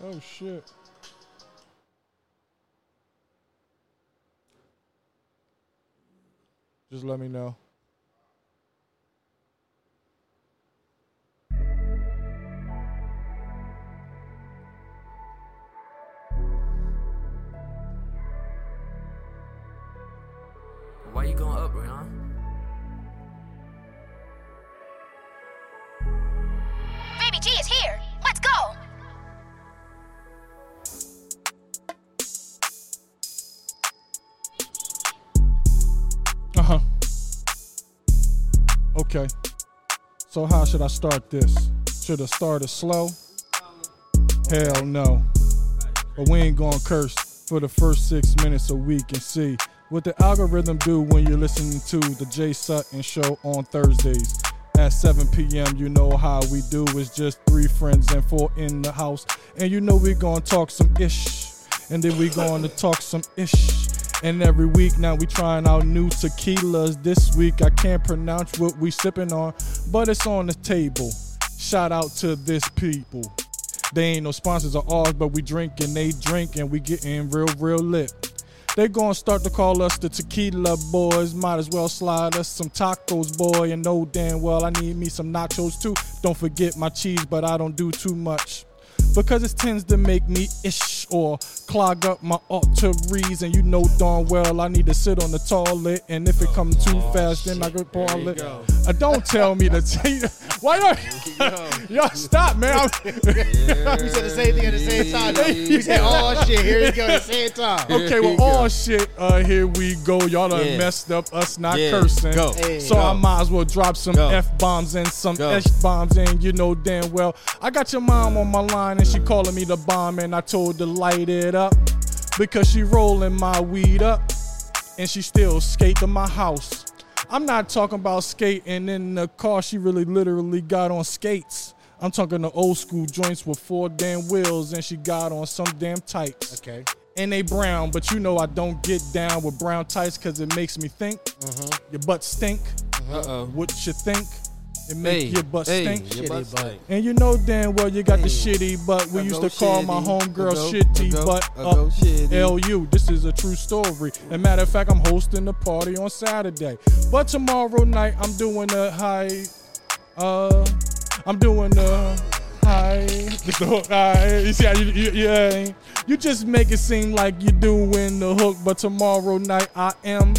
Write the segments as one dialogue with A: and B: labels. A: Oh shit. Just let me know.
B: Why you going up, Rihanna?
C: Baby G is here. Let's go.
A: Uh huh. Okay. So how should I start this? Should I start it slow? Hell no. But we ain't gonna curse for the first six minutes so we can see what the algorithm do when you're listening to the Jay Sutton Show on Thursdays at 7 p.m. You know how we do. It's just three friends and four in the house, and you know we gonna talk some ish, and then we gonna talk some ish. And every week now we trying out new tequilas. This week I can't pronounce what we sipping on, but it's on the table. Shout out to this people. They ain't no sponsors of ours, but we drink and they drink and we getting real, real lit. They gonna start to call us the tequila boys. Might as well slide us some tacos, boy. And know damn well I need me some nachos too. Don't forget my cheese, but I don't do too much. Because it tends to make me ish or clog up my arteries. And you know darn well I need to sit on the toilet. And if it comes too fast, then I could ball it. Uh, don't tell me to tell Why don't y'all stop, man? I'm-
D: We said the same thing at the same time. though. We said, oh shit, here you go at the same time.
A: Okay, well, all shit. Uh, here we go. Y'all done
E: Yeah.
A: messed up us not
E: Yeah.
A: cursing.
E: Go.
D: Hey.
A: So I
E: Go.
A: might as well drop some
E: Go.
A: f bombs and some
E: Go.
A: s bombs, and you know damn well I got your mom on my line and she
E: Mm.
A: calling me the bomb, and I told her light it up because she rolling my weed up and she still skate to my house. I'm not talking about skating in the car. She really literally got on skates. I'm talking the old school joints with four damn wheels, and she got on some damn tights
D: Okay.
A: and they brown, but you know I don't get down with brown tights because it makes me think.
E: Mm-hmm.
A: Your butt stink.
E: Uh-oh.
A: What you think? It make your butt stink.
E: Your butt stink.
A: And you know damn well you got the
E: Hey.
A: shitty butt. We
E: I
A: used
E: go
A: to call my
E: shitty.
A: homegirl
E: I go-
A: shitty
E: I go-
A: butt
E: I go
A: up
E: shitty.
A: LU. This is a true story. And matter of fact, I'm hosting the party on Saturday. But tomorrow night I'm doing a high uh I'm doing a high just the hook. High. You see how you, you yeah. You just make it seem like you doing the hook, but tomorrow night I am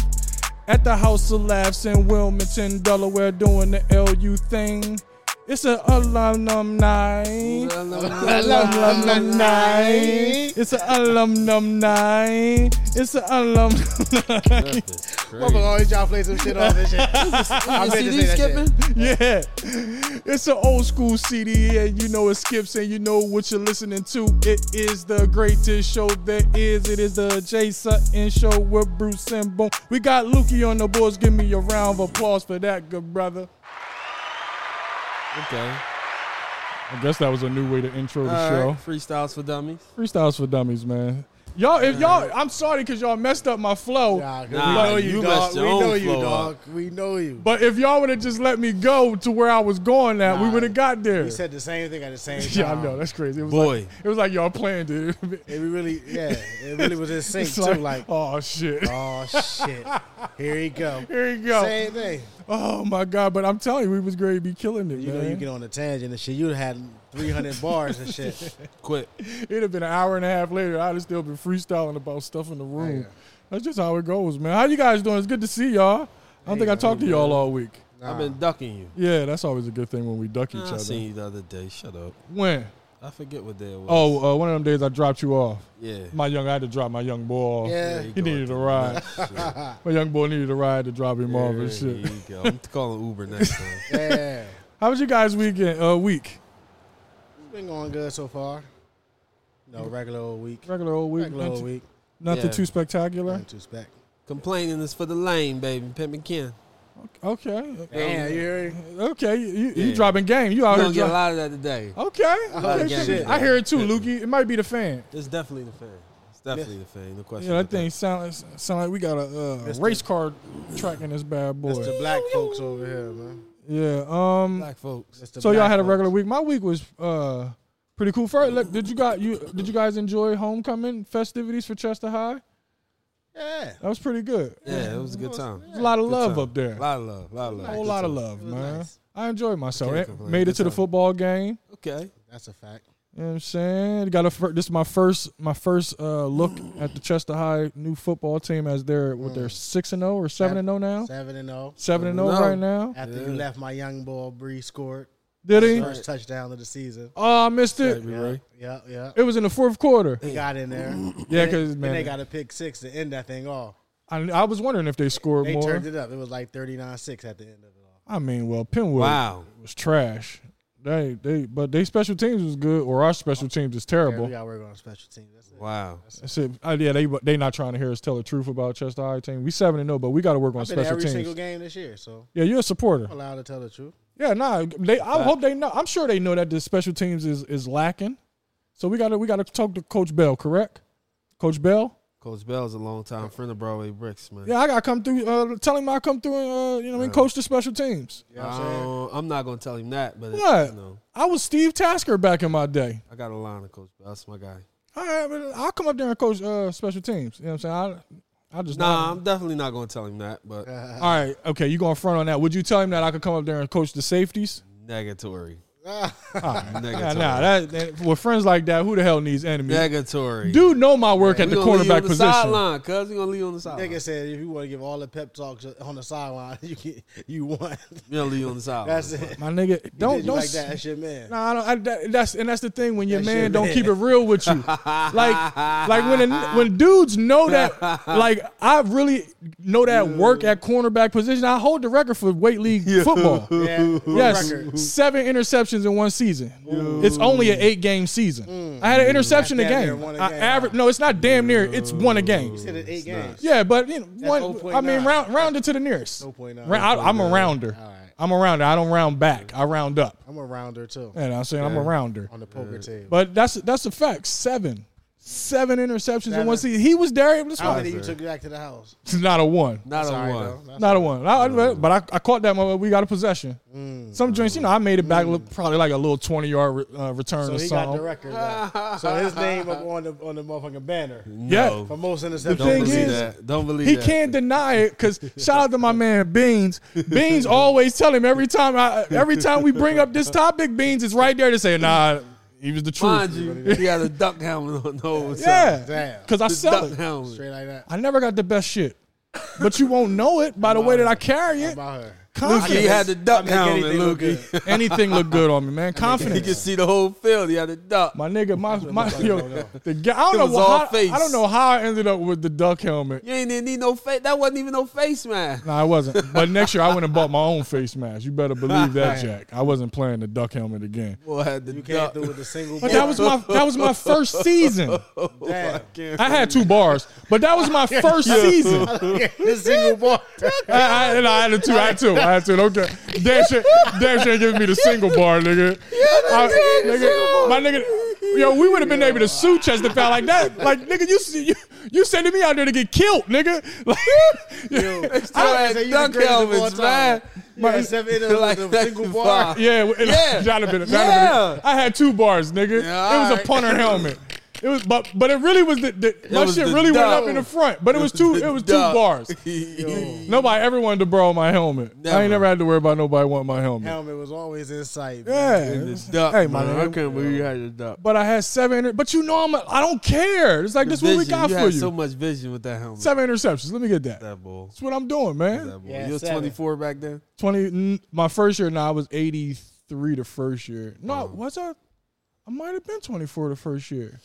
A: at the House of Laughs in Wilmington, Delaware, doing the LU thing. It's an alumni. Alumni. It's an alumni. It's an alumni.
D: Motherfucker always trying to play some shit off this shit. I'm ready to say that shit.
A: Yeah. It's an old school CD, and you know it skips, and you know what you're listening to. It is the greatest show there is. It is the Jay Sutton Show with Bruce and Boom. We got Lukey on the boards. Give me a round of applause for that, good brother.
E: Okay.
A: I guess that was a new way to intro the
E: All
A: show.
E: right. Freestyles for dummies.
A: Freestyles for dummies, man. Y'all, if y'all, I'm sorry because y'all messed up my flow.
D: Nah, 'cause
E: Nah,
D: we know you,
E: you
D: dog.
E: messed
D: We
E: your own
D: know you,
E: flow
D: dog. We know you.
A: But if y'all would have just let me go to where I was going at, we
D: Nah.
A: would have got there.
D: We said the same thing at the same time.
A: yeah, I know that's crazy. It was
E: Boy.
A: like, it was like y'all planned it.
D: It really, yeah, it really was in sync
A: It's
D: too.
A: like,
D: Like,
A: oh shit.
D: oh shit, here he go.
A: Here you go.
D: Same thing.
A: Oh my god! But I'm telling you, we was going to be killing it,
D: You
A: man.
D: know, you get on a tangent and shit. You'd had 300 bars and shit.
E: Quit.
A: It'd have been an hour and a half later. I'd have still been freestyling about stuff in the room.
D: Oh, yeah.
A: That's just how it goes, man. How you guys doing? It's good to see y'all. I don't think I talked to y'all all week.
E: I've been ducking you.
A: Yeah, that's always a good thing when we duck each
E: I
A: other.
E: seen you the other day. Shut up.
A: When?
E: I forget what day it was.
A: Oh, uh, one of them days I dropped you off.
E: yeah.
A: My young, I had to drop my young boy off.
D: Yeah.
A: He needed a ride. My young boy needed a ride to drop him off
E: There
A: and shit.
E: you go. I'm calling Uber next time.
D: Yeah,
A: How was you guys' weekend? Uh, week?
D: it's been going good so far. No regular old week.
A: Regular old week.
D: Regular old
A: nothing
D: week.
A: nothing
E: Yeah.
A: too spectacular.
D: Nothing too spec.
E: Complaining is for the lame, baby. Pimpin' Ken.
A: Okay.
D: Damn, you heard? it?
A: Okay, you, you, you
E: Yeah.
A: dropping game. You out
E: We
A: here
E: don't get a
A: dro-
E: lot of that today.
A: Okay.
E: lot of
A: okay.
E: game
A: shit.
E: today.
A: I hear it too, Lukey. It might be the fan.
E: It's definitely the fan. It's definitely the fan. No question.
A: Yeah, that
E: about
A: thing sound sound like we got a uh, race car track in this bad boy.
D: It's the black folks over here, man.
A: yeah. Um.
E: Black folks.
D: It's the
A: So y'all
D: black
A: had a
D: folks.
A: regular week. My week was uh Pretty cool. First, look, did you got you did you guys enjoy homecoming festivities for Chester High?
D: Yeah.
A: That was pretty good.
E: Yeah, it was a good time.
A: There's a lot of
E: Good
A: love
E: time.
A: up there.
E: A lot of love. A lot of love.
A: A whole
E: Good
A: lot of
E: time.
A: love,
D: was
A: man.
D: nice.
A: I enjoyed myself.
E: Can't
A: Eh,
E: complain.
A: Made it
E: Good
A: to the
E: time.
A: football game.
E: Okay.
D: That's a fact.
A: You know what I'm saying? Got a fir- this is my first my first uh, look at the Chester High new football team as they're what they're six and zero or seven and zero now.
D: Mm. Seven and oh. zero.
A: Seven and zero
E: No.
A: right now.
D: After you left, my young boy Bree scored
A: Did he?
D: first touchdown of the season.
A: Oh, I missed it.
E: Baby Ray.
D: Yeah, yeah.
A: It was in the fourth quarter.
D: He got in there.
A: Yeah,
D: And they-
A: because
D: and they
A: man,
D: got a pick six to end that thing off.
A: I, I was wondering if they scored
D: They
A: more.
D: turned it up. It was like 39-6 at the end of it all.
A: I mean, well, Pinwood
E: Wow.
A: was trash. They they but they special teams was good, or our special teams is
D: Yeah, we
A: terrible.
D: got to work on special teams. That's it.
E: Wow.
A: That's it. Uh, yeah, they they not trying to hear us tell the truth about Chester High team. We seven and zero, but we got to work on
D: I've been to
A: special
D: every
A: teams.
D: single game this year, so
A: yeah, you're a supporter.
D: I'm allowed to tell the truth.
A: Yeah, nah. They, I hope they know. I'm sure they know that the special teams is is lacking. So we gotta we gotta talk to Coach Bell, correct? Coach Bell.
E: Coach Bell's a longtime friend of Broadway Bricks, man.
A: Yeah, I gotta come through. Uh, tell him I come through and uh, you know what I mean, coach the special teams.
D: You know what I'm saying?
E: Um, I'm not gonna tell him that, but it-
A: What?
E: you know,
A: I was Steve Tasker back in my day.
E: I got a line of Coach Bell. That's my guy.
A: All right, but I'll come up there and coach uh, special teams. You know what I'm saying? I I just
E: Nah, I'm definitely not gonna tell him that, but
A: All right, okay. You going front on that? Would you tell him that I could come up there and coach the safeties?
E: negatory.
A: All right.
E: Negatory.
A: Nah, nah, that, that with friends like that, who the hell needs enemies?
E: negatory.
A: Dude, know my work at
E: We
A: the
E: gonna leave you on
A: cornerback
E: the
A: position.
E: Sideline, cuz we gonna leave you on the sideline.
D: Nigga said if you want to give all the pep talks on the sideline, you can, you want.
E: We gonna leave you on the sideline.
D: That's it.
A: My nigga, don't
D: Did
A: don't
D: you like
A: s-
D: that? That's your man.
A: Nah, I don't, I, that, that's and that's the thing when your
D: That's
A: man
D: your
A: don't
D: man.
A: keep it real with you, like like when a, when dudes know that like I really know that work at cornerback position. I hold the record for weight league football.
D: Yeah, world
A: Yes,
D: record.
A: seven interceptions in one season. It's only an eight game season. I had an interception a
D: That's Mm. damn
A: game.
D: near one a
A: I
D: game.
A: average. No, it's not damn near. It's one a game.
D: Said it eight games.
A: Yeah, but you know, one. I
D: 0.9.
A: mean, round round it to the nearest.
D: 0.9.
A: Ra- I, am a rounder.
D: All right.
A: I'm a rounder. I don't round back. I round up.
D: I'm a rounder too
A: And I'm saying I'm a rounder.
D: on the poker table.
A: But that's that's a fact. Seven. Seven interceptions in
D: Seven.
A: one season. He was there. It was
D: How
A: fine.
D: many you took back to the house?
A: It's not a one.
E: not
D: Sorry,
E: a one.
D: though. That's-
A: Not a one. I- I- but I, I caught that moment. We got a possession.
D: Mm.
A: Some joints, you know, I made it back li- probably like a little 20 yard re- uh, return
D: So
A: or
D: he got the
A: something.
D: record. back. so his name up on the on the motherfucking banner
A: Yeah.
E: No.
D: for most interceptions.
E: Don't
A: thing
E: believe
A: is,
E: that. Don't believe
A: He
E: that.
A: can't deny it because shout out to my man Beans. Beans always tell him every time I, every time we bring up this topic, Beans is right there to say, nah, he was the
E: Mind
A: truth.
E: you, he had a duck helmet on. No, what's up?
A: Yeah.
D: Damn.
A: Because I
E: The
A: sell
E: duck
A: it.
E: helmet.
D: Straight like that.
A: I never got the best shit. But you won't know it by the way that I carry it.
D: About her.
E: Lukey
A: Confidence.
E: had the duck
D: I make
E: helmet,
D: anything look
E: Lukey.
D: good.
A: Anything look good on me, man.
E: He could
A: Confidence.
E: see the whole field. He had a duck.
A: My nigga, my my yo, the guy, I
E: It
A: don't
E: was
A: know
E: all
A: how,
E: face.
A: I don't know how I ended up with the duck helmet.
E: You ain't even need no face. That wasn't even no face mask.
A: Nah, I wasn't. But next year I went and bought my own face mask. You better believe that, Jack. I wasn't playing the duck helmet again.
E: Boy had the
D: You can't
E: duck.
D: do with a single.
A: But that
D: ball.
A: was my that was my first season.
D: Damn.
A: I had two bars, but that was my first season.
D: a single ball.
A: I, I, and I had a two. I had two. I had two. Okay. Dan Shan, Dan Shan giving me the single bar, nigga. I- nigga, My nigga, yo, we would have been able to sue Chester Fowl like that. Like, nigga, you, you you sending me out there to get killed, nigga. Like,
E: Still
D: say
E: had
D: you the
E: duck
D: greatest of all
E: helmets,
D: time.
E: man.
D: You had seven innings
E: Like,
D: with a
E: that's
D: single
E: the
D: bar.
E: vibe.
A: yeah, and
E: Yeah.
A: that'd have been- that'd have been-
E: Yeah.
A: I had two bars, nigga.
E: Yeah,
A: it was a
E: alright.
A: punter helmet. It was, but but it really was the, the my
E: was
A: shit
E: the
A: really went
E: duck.
A: up in the front, but it was two it was two
E: Duck.
A: bars.
E: Yo.
A: Nobody ever wanted to borrow my helmet. I
E: Never.
A: ain't never had to worry about nobody wanting my helmet.
D: Helmet was always in sight. man.
A: Yeah.
E: The duck.
A: Hey,
E: Hey,
A: my
E: man.
A: nigga.
E: I couldn't believe you had the duck.
A: But I had seven. Inter- but you know I'm. A, I don't care. It's like this is what we
E: Vision.
A: got
E: you
A: for
E: had
A: you.
E: so much vision with that helmet.
A: seven interceptions. Let me get that.
E: That bull.
A: That's what I'm doing, man.
E: That bull.
D: Yeah,
E: you was
D: seven.
E: 24 back then?
A: Twenty. n- My first year. Now I was 83 the first year. No,
E: Uh-huh.
A: was I? I might have been 24 the first year.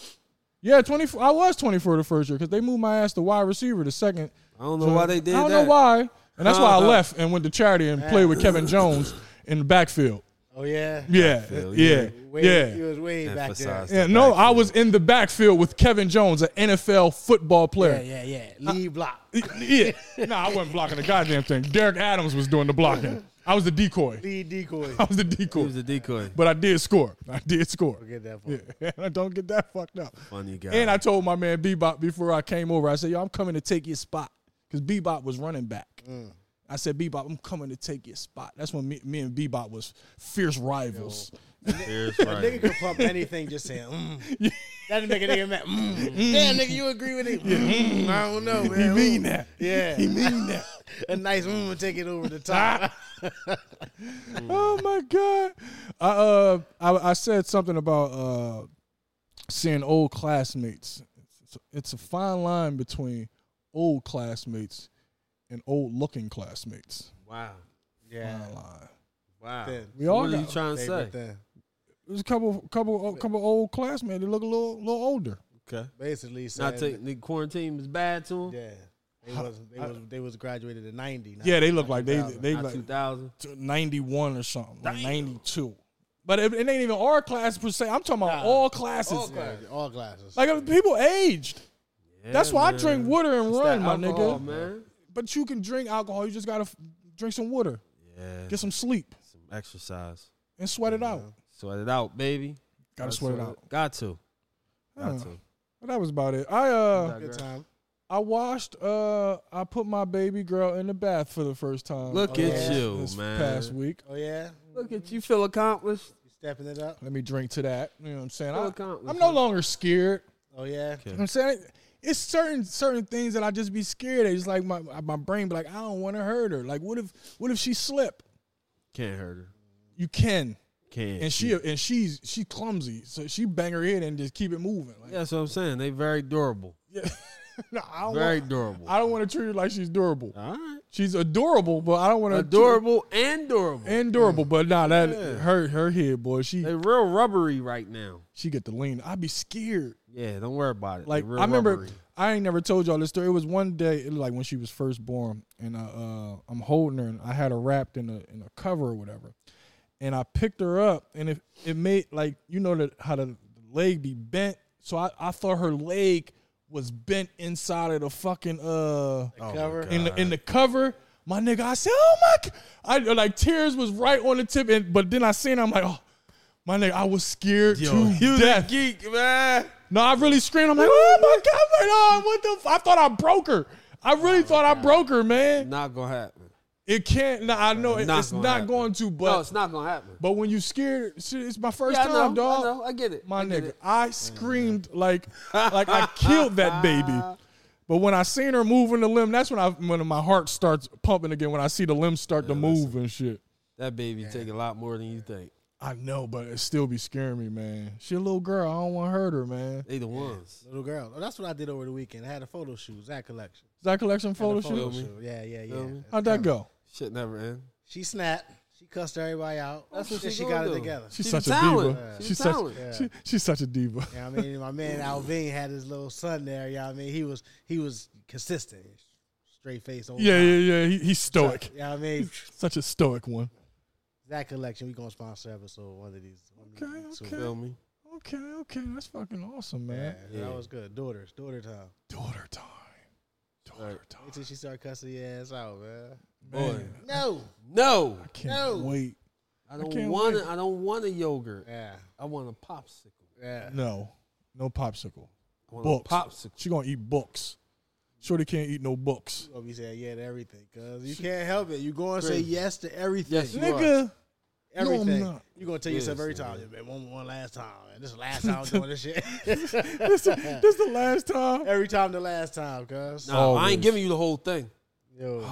A: Yeah, 24. I was 24 the first year because they moved my ass to wide receiver the second.
E: I don't know why they did
A: I don't
E: that.
A: know why. And that's why I
E: Uh-huh.
A: left and went to charity and played with Kevin Jones in the backfield.
D: Oh yeah.
A: Yeah,
E: Backfield,
A: yeah,
E: yeah.
D: Way,
A: yeah.
D: He was way back there.
E: Emphasize
A: Yeah,
E: the
A: no, I
E: backfield.
A: was in the backfield with Kevin Jones, an NFL football
D: Yeah,
A: player.
D: yeah, yeah. Lead block.
A: Yeah. nah, I wasn't blocking the goddamn thing. Derek Adams was doing the blocking. I was the decoy.
D: Lead decoy.
A: I was the
E: He
A: decoy.
E: was a decoy.
A: but I did score. I did score.
D: Get that part.
A: I don't get that fucked up.
E: Funny guy.
A: And I told my man Bebop before I came over, I said, yo, I'm coming to take your spot. Because Bebop was running back. I said, Bebop, I'm coming to take your spot. That's when me, me and Bebop was fierce rivals.
F: Serious
D: A nigga
F: right.
D: could pump anything just saying, mm. That'd make a nigga mad. Mm. Damn, nigga, you agree with it? Mm, I don't know, man.
A: You mean
D: Mm.
A: that?
D: Yeah.
A: You mean Ah. that?
D: A nice mm would take it over the top.
A: oh my god! I uh, I, I said something about uh, seeing old classmates. It's, it's a fine line between old classmates and old-looking classmates.
E: Wow.
D: yeah.
A: Fine line.
E: Wow.
D: Thin.
A: We all
E: what are you
A: got.
E: trying to
D: They
E: say?
D: were thin.
A: There's a couple, couple, couple old classmates that look a little, little older.
E: Okay.
D: Basically, saying,
E: Not take the quarantine is bad to him.
D: yeah. They was, they, was, they was graduated in 90. not-
A: Yeah, they look like they,
D: 2000.
A: they
E: Not
A: like
E: two thousand.
A: to 91 or something, like 92. But it, it ain't even our class per se. I'm talking about
D: Nah.
A: all classes.
D: All classes. All classes.
A: Like uh, people aged. That's why I drink water and run, my nigga.
E: Man.
A: But you can drink alcohol. You just gotta f- drink some water,
E: Yeah.
A: get some sleep,
E: some exercise.
A: and sweat it out.
E: Sweat it out, baby.
A: Gotta sweat it out.
E: Got to.
A: Huh.
E: Got to.
A: But that was about it. I uh,
D: Good time.
A: I washed. Uh, I put my baby girl in the bath for the first time.
E: Look
A: uh,
E: at you,
A: this
E: man.
A: Past week.
D: Oh, yeah?
E: Look at you, feel accomplished.
D: You stepping it up?
A: Let me drink to that. You know what I'm saying?
E: Feel
A: I,
E: accomplished,
A: I'm no
E: man.
A: longer scared.
D: Oh, yeah?
A: You know what I'm saying it's certain certain things that I just be scared of. It's like my my brain be like, I don't want to hurt her. Like, what if what if she slip?
E: Can't hurt her.
A: You can,
E: Can't.
A: and she and she's she clumsy, so she bang her head and just keep it moving. Like,
E: Yeah, that's what I'm saying. They very durable.
A: no, I don't
E: Very
A: want,
E: durable.
A: I don't want to treat her like she's durable.
E: All right.
A: She's adorable, but I don't want to
E: Adorable and durable.
A: and durable. But nah, that
E: Yeah.
A: her her head, boy. She
E: they real rubbery right now.
A: she get the lean. I be scared.
E: Yeah, don't worry about it.
A: Like
E: They real
A: I remember,
E: rubbery.
A: I ain't never told y'all this story. It was one day, it was like when she was first born, and I, uh, I'm holding her, and I had her wrapped in a in a cover or whatever, and I picked her up, and it it made like you know that how the leg be bent, so I I thought her leg was bent inside of the fucking uh
E: Oh
D: Cover?
A: in the in the cover. My nigga, I said, oh my, g-" I like tears was right on the tip, and but then I seen, her, I'm like, oh. My nigga, I was scared to
E: you
A: death.
E: the geek, man.
A: No, I really screamed. I'm like, oh my god, I'm like, oh, what the? F-? I thought I broke her. I really thought I broke her, man.
E: Not gonna happen.
A: It can't. No, I know it-
E: Not
A: it's
E: gonna
A: not
E: happen.
A: going to, but
E: no, it's not gonna happen.
A: but when you scared, shit, it's my first
E: Yeah, I
A: time,
E: know,
A: dog.
E: I know. I get it.
A: My
E: I get
A: nigga,
E: it.
A: I screamed like like I killed that baby. But when I seen her moving the limb, that's when I when my heart starts pumping again. When I see the limbs start to move and shit.
E: That baby take a lot more than you think.
A: I know, but it still be scaring me, man. She a little girl. I don't want to hurt her, man.
E: They the ones.
D: Little girl. Oh, that's what I did over the weekend. I had a photo shoot, Zach collection.
A: Is that collection
D: Had
A: photo
D: a photo
A: shoot?
D: shoot. Yeah, yeah, yeah.
E: me?
A: How'd that go?
E: Shit never end.
D: She snapped. She cussed everybody out.
E: That's what
D: Then
E: she
D: she
E: gonna
D: got
E: do.
D: it together.
A: She's,
E: She's
A: such a
E: talented.
A: diva.
E: Yeah.
A: She's,
E: She's
A: such
E: talented.
A: she, she's such a diva.
D: You know what I mean, my man Alvin had his little son there. You know what I mean, he was he was consistent, straight face. old
A: Yeah,
D: time.
A: yeah, yeah. He, he's stoic.
D: You know what I mean,
A: Such a stoic one.
D: that collection we gonna sponsor episode one of these. one of these
A: Okay,
D: soon.
A: okay.
E: Feel me?
A: Okay, okay. That's fucking awesome,
D: Yeah,
A: man.
D: that was good. Daughters, daughter time.
A: Daughter time. Daughter
E: Right.
A: time.
D: Wait till she start cussing your ass out, man.
A: Man,
D: No,
E: No,
A: I can't
D: No.
A: wait.
E: I don't
A: can't
E: want.
A: wait.
E: I don't want a yogurt.
D: yeah,
E: I want a popsicle.
D: yeah.
A: No. No popsicle.
E: I want
A: Books.
E: a popsicle.
A: She gonna eat books. Shorty can't eat no books.
D: Gonna be saying yeah to everything, cause you can't help it. You gonna say
E: Crazy.
D: yes to everything.
E: Yes, you are.
A: Nigga. No, I'm
D: everything.
A: not.
D: you gonna tell yourself
E: Yes,
D: every
E: man.
D: time, man. One, one last time. Man. This is the last time I'm doing this shit.
A: this, this the last time.
D: every time, the last time, cuz.
E: Nah, I
A: Always.
E: ain't giving you the whole thing.
D: Yo,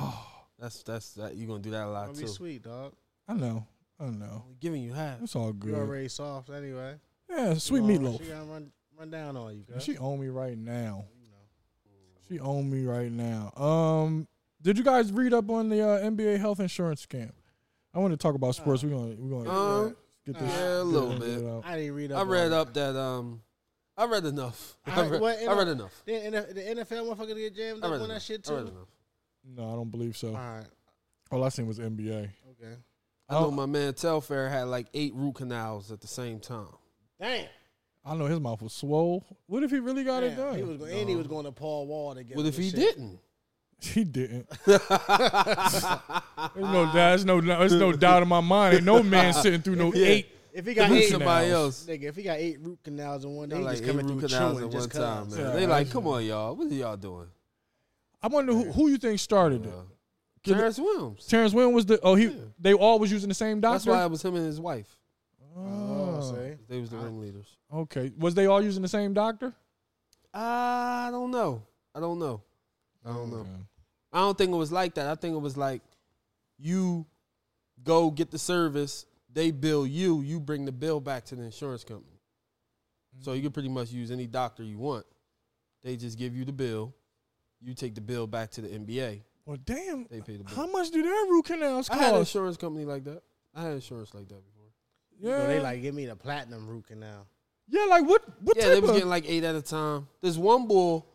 E: That's that's that. You gonna do that a lot
D: gonna
E: too.
D: be sweet, dog.
A: I know. I know.
E: I'm giving you half.
A: It's all
D: You
A: good.
D: already soft anyway.
A: Yeah, sweet
D: You know,
A: meatloaf.
D: She gotta run, run down on you, cuz.
A: She own me right now. She own me right now. Um, did you guys read up on the uh, NBA health insurance scam? I want to talk about sports. We're gonna we're gonna
E: Um,
A: get this.
E: yeah, a little bit.
A: out.
D: I didn't read up.
E: I read
D: on
E: up that um, I read enough. I,
D: I-
E: read,
D: what,
E: I read enough.
D: it. The, N- the NFL motherfucker get jammed
E: I
D: up
E: read
D: on
E: enough.
D: that shit
E: I read
D: too.
E: enough.
A: No, I don't believe
D: All
A: so.
D: right,
A: All I seen was NBA.
D: okay.
E: I
A: Oh.
E: know my man Telfair had like eight root canals at the same time.
D: Damn.
A: I know his mouth was swole. What if he really got it
D: Damn.
A: done?
D: He was going, and he was going to Paul Wall to get.
E: What
D: him
E: if
D: this
E: he
D: shit.
E: didn't?
A: he didn't. there's no, there's no, there's no doubt in my mind. Ain't no man sitting through no eight.
D: If he got
A: Root
D: eight,
A: somebody
E: else.
D: nigga. If he got eight root canals in one day,
E: They
D: he
E: like
D: just
E: eight
D: coming
E: root
D: through
E: canals
D: chewing
E: at
D: just
E: one time, man.
A: Yeah,
E: they like, come on, y'all. What are y'all doing?
A: I wonder who, who you think started it.
E: Uh, Terrence Williams.
A: Terrence Wynn was the oh he. They all was using the same doctor.
E: That's why it was him and his wife.
D: Oh,
A: Oh.
D: see?
E: They was the ringleaders.
A: Okay. Was they all using the same doctor?
E: I don't know. I don't know. I don't know. I don't think it was like that. I think it was like you go get the service, they bill you, you bring the bill back to the insurance company. So you can pretty much use any doctor you want. They just give you the bill, you take the bill back to the NBA.
A: Well, damn.
E: They pay the bill.
A: How much do their root canals
E: I had an
A: cost?
E: insurance company like that. I had insurance like that before.
A: yeah.
D: So they like give me the platinum root canal.
A: yeah, like what? What
E: Yeah, they
A: type
E: was
A: of?
E: getting like eight at a time. This one bull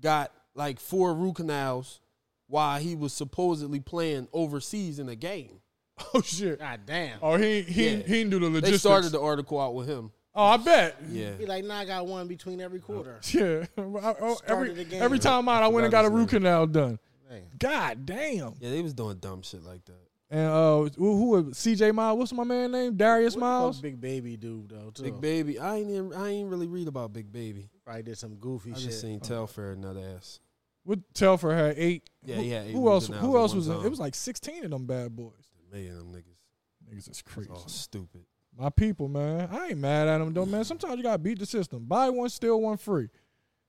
E: got like four root canals while he was supposedly playing overseas in a game.
A: oh shit.
D: God damn.
A: Oh, he he
E: Yeah.
A: he didn't do the
E: They
A: logistics.
E: started the article out with him.
A: oh, I bet.
E: Yeah.
D: He like, nah, I got one between every quarter.
A: Yeah. I- oh,
D: Started
A: every
D: the game.
A: every time out, I went and
E: forgot
A: got a
E: his
A: root
E: name.
A: canal done.
D: Man.
A: God damn.
E: Yeah, they was doing dumb shit like that.
A: And uh, who, who was- CJ Miles? What's my man name? Darius
D: What the fuck
A: Miles.
D: Big baby dude though. Too.
E: Big Baby, I ain't even, I ain't really read about Big Baby.
D: Probably did some goofy
E: I
D: shit.
E: just seen Telfair and that ass.
A: What Telfer had eight.
E: Yeah,
A: who,
E: he had eight
A: Who
E: root
A: else?
E: canals
A: Who
E: at
A: else
E: one
A: was? In,
E: time.
A: it was like sixteen of them bad boys.
E: Man, them niggas
A: Niggas is crazy.
E: all stupid.
A: My people, man. I ain't mad at them though, man. Sometimes you gotta beat the system. Buy one, steal one free.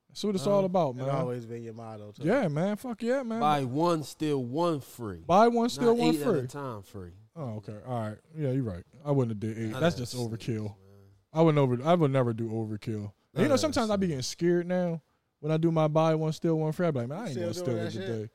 A: That's what it's all about,
D: That
A: Oh, man.
D: always been your motto too.
A: Yeah, man. Fuck yeah, man. Buy,
E: Buy one, steal one free.
A: one,
E: Not
A: steal one
E: eight at
A: free.
E: a time free.
A: Oh, okay. All right. Yeah, you're right. I wouldn't have did eight.
E: Not
A: That's
E: that
A: just
E: stupid,
A: overkill.
E: man.
A: I wouldn't over. I would never do overkill. And you know,
E: that
A: sometimes I be
E: stupid.
A: getting scared now when I do my buy one, steal one free. I be like, man, I ain't
D: still
A: gonna
D: doing
A: steal
D: that
A: it
D: shit?
A: today.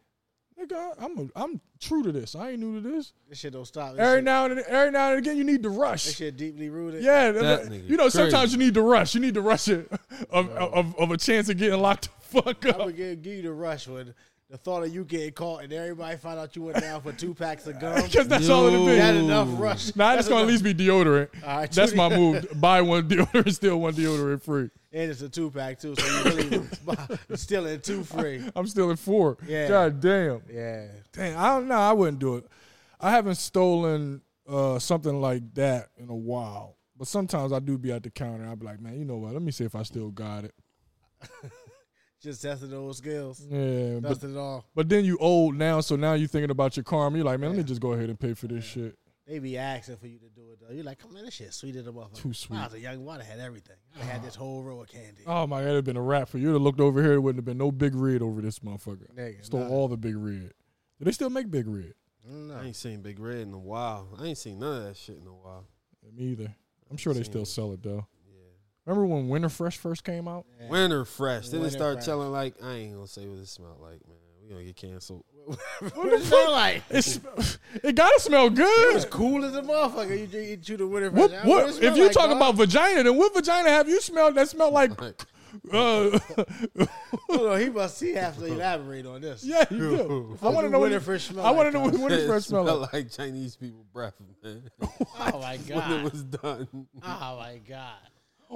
A: Nigga, I- I'm a, I'm true to this. I ain't new to this.
D: This shit don't stop. This,
A: Every
D: shit,
A: now and every now and again, you need to
D: this
A: rush.
D: shit deeply rooted.
A: Yeah,
E: That
A: that-
E: nigga
A: you know, sometimes
E: crazy.
A: you need to rush. You need to rush it of, of, of a chance of getting locked the fuck
D: I
A: up.
D: would give, give you the rush when the thought of you getting caught and everybody find out you went down for two packs of gum.
A: Because that's all it'll be.
D: that enough rush.
A: Nah,
D: That's
A: it's gonna at
D: enough-
A: least be deodorant.
D: All right,
A: That's my
D: Judy.
A: move. Buy one deodorant, steal one deodorant free.
D: And it's a two pack too, so you really still in two free.
A: I'm stealing four.
D: Yeah.
A: God damn.
D: Yeah.
A: Dang, I don't know. I wouldn't do it. I haven't stolen uh, something like that in a while. But sometimes I do be at the counter. I'll be like, man, you know what? Let me see if I still got it.
D: Just testing those skills.
A: Yeah. Mm. But,
D: Nothing at all.
A: but then you old now, so now you're thinking about your karma. You're like, man, let me just go ahead and pay for this shit.
D: They be asking for you to do it though. You're like, come on, this shit sweet as a motherfucker.
A: Too sweet.
D: When I was a young one, I had everything. I had this whole row of candy.
A: Oh my god, it'd have been a wrap for you. You'd have looked over here, it wouldn't have been no big red over this motherfucker.
D: Nigga,
A: Stole
D: nah.
A: all the big red. Do they still make big red?
E: I ain't seen Big Red in a while. I ain't seen none of that shit in a while.
A: Me either. I'm sure they
E: seen
A: still
E: it.
A: sell it though.
E: Yeah.
A: Remember when Winter Fresh first came out?
E: Winter fresh. Then they
D: Winter
E: start
D: fresh.
E: telling like, I ain't gonna say what it smelled like, man. We gonna get canceled.
D: what does it smell like?
A: It sm- it gotta smell good.
D: It's cool as a motherfucker. You drink- you chew the winter fresh.
A: What,
D: Now,
A: what,
D: it smell
A: if you
D: like, "Oh,
A: talk
D: dog?
A: about vagina, then what vagina have you smelled that smelled like?
E: Like,
A: Uh,
D: Hold on, he must he have to elaborate on this.
A: yeah, you do. I want to
D: do
A: know what
D: winter
A: it-
D: fresh smell
A: I want
D: like,
A: to know what
D: dog?
A: winter
E: it
A: fresh smell
E: smelled
A: like.
E: like Chinese people breath, man.
D: Oh my
E: when it
D: god.
E: was done.
D: Oh my god.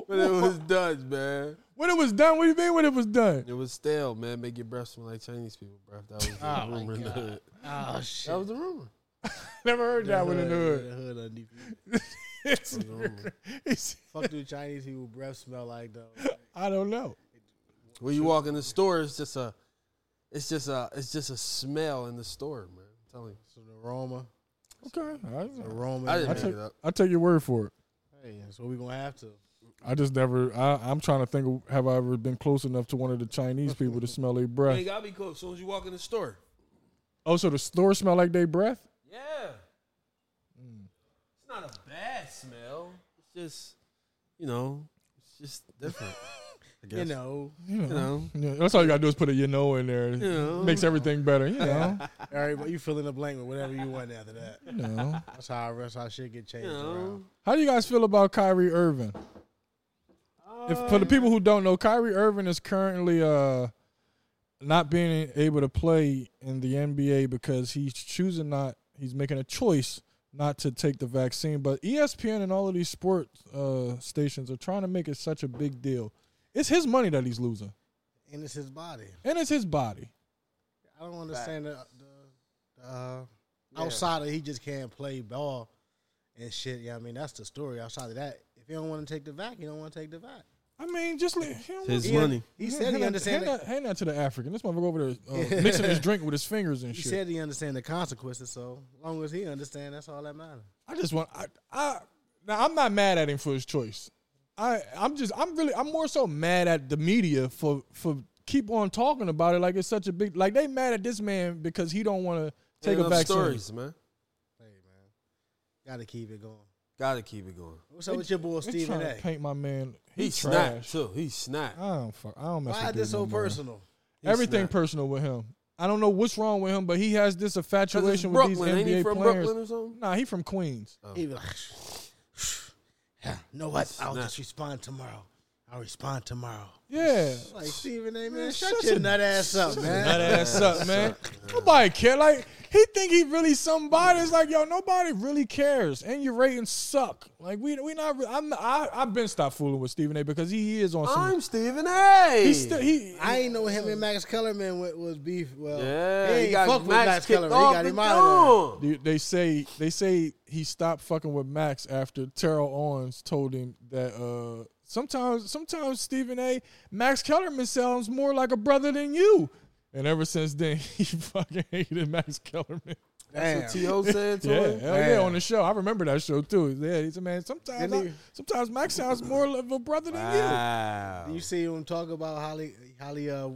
E: When it was done, man.
A: When it was done, what do you mean when it was done?
E: It was stale, man. Make your breath smell like Chinese people breath. That was the
D: Oh, my
E: rumor. in the
D: God.
E: hood.
D: Oh shit.
E: That was the rumor.
A: Never heard that one in the
D: Yeah,
A: hood.
D: hood underneath you.
A: It's- it's-
D: Fuck do Chinese people breath smell like though?
A: I don't know.
E: When you walk in the store, it's just a, it's just a, it's just a smell in the store, man. I'm telling you.
D: Some aroma.
A: Okay, I,
D: Aroma.
E: I didn't
A: I
E: make
A: take,
E: it up.
A: I take your word for it.
D: Hey, that's what we gonna have to.
A: I just never. I, I'm trying to think. Of, have I ever been close enough to one of the Chinese people to smell their breath?
E: gotta be close as soon as you walk in the store.
A: Oh, so the store smell like their breath?
E: Yeah.
D: Mm.
E: It's not a bad smell. It's just, you know, it's just different. I guess.
D: You know,
E: You know.
A: Yeah, that's all you gotta do is put a you know in there.
E: know.
A: Makes everything better. You know.
D: everybody, you fill in the blank with whatever you want after that.
A: you know.
D: That's how that's how shit get changed
E: You know.
D: around.
A: How do you guys feel about Kyrie Irving? If, for the people who don't know, Kyrie Irving is currently uh, not being able to play in the NBA because he's choosing not. He's making a choice not to take the vaccine. But E ESPN and all of these sports uh, stations are trying to make it such a big deal. It's his money that he's losing,
D: And it's his body.
A: and it's his body.
D: I don't understand the, the, the uh, outside of he just can't play ball and shit. Yeah, I mean that's the story. Outside of that, if you don't want to take the vac, you don't want to take the vac.
A: I mean, just li- he don't
E: His
A: want-
D: He-
E: money.
D: He said
A: hand
D: he
A: that-
D: understand.
A: Hand
D: The,
A: that, hand that to the African. This motherfucker over there uh, mixing his drink with his fingers and
D: he
A: shit.
D: said he understand the consequences. So long as he understand, that's all that matters.
A: I just want I, I Now I'm not mad at him for his choice. I I'm just I'm really I'm more so mad at the media for for keep on talking about it like it's such a big like they mad at this man because he don't want to take a
E: Enough
A: vaccine.
E: stories, man.
D: Hey man, gotta keep it going.
E: Gotta keep it going.
D: What's up with your boy
A: They
D: Stephen
A: trying to
D: A?
A: paint my man. He,
E: He snapped
A: trash.
E: too. He snapped.
A: I don't fuck. I don't mess
D: Why
A: with
D: this
A: dude no
D: so
A: more.
D: personal?
E: He
A: Everything
E: snapped.
A: personal with him. I don't know what's wrong with him, but he has this
E: 'Cause it's
A: infatuation with these
E: Brooklyn. Ain't
A: NBA
E: he from
A: players.
E: Brooklyn Oh. or something?
A: Nah, he from Queens.
D: He be like, yeah, know what? I'll
E: Snap.
D: just respond tomorrow. I'll respond tomorrow.
A: Yeah.
D: Like Stephen A. Man, shut,
A: shut
D: your
A: your-
D: nut ass up, man.
A: That ass up, man. Nobody care. Like he think he really somebody. It's like yo, nobody really cares, and your ratings suck. Like we we not. re- I'm I I've been stopped fooling with Stephen A. because he is on some.
E: I'm Stephen A.
A: He still he.
D: I ain't know him and Max Kellerman wa- was beef. Well,
E: yeah,
D: he,
E: he,
D: ain't fuck
E: got
D: with
E: Max
D: Max
E: kicked
D: Kellerman.
E: off.
D: he got him
E: and
D: out of
E: gone.
A: They- They say they say he stopped fucking with Max after Terrell Owens told him that. uh Sometimes sometimes Stephen A. Max Kellerman sounds more like a brother than you. And ever since then, he fucking hated Max Kellerman.
D: there. Damn.
E: That's what T.O. said to
A: Yeah,
E: him.
A: hell yeah, on the show. I remember that show too. Yeah, he's a man. Sometimes,
D: Didn't
A: I,
D: he-
A: sometimes Max sounds more of a brother than
E: Wow.
D: You see him talk about Holly, Holly, uh,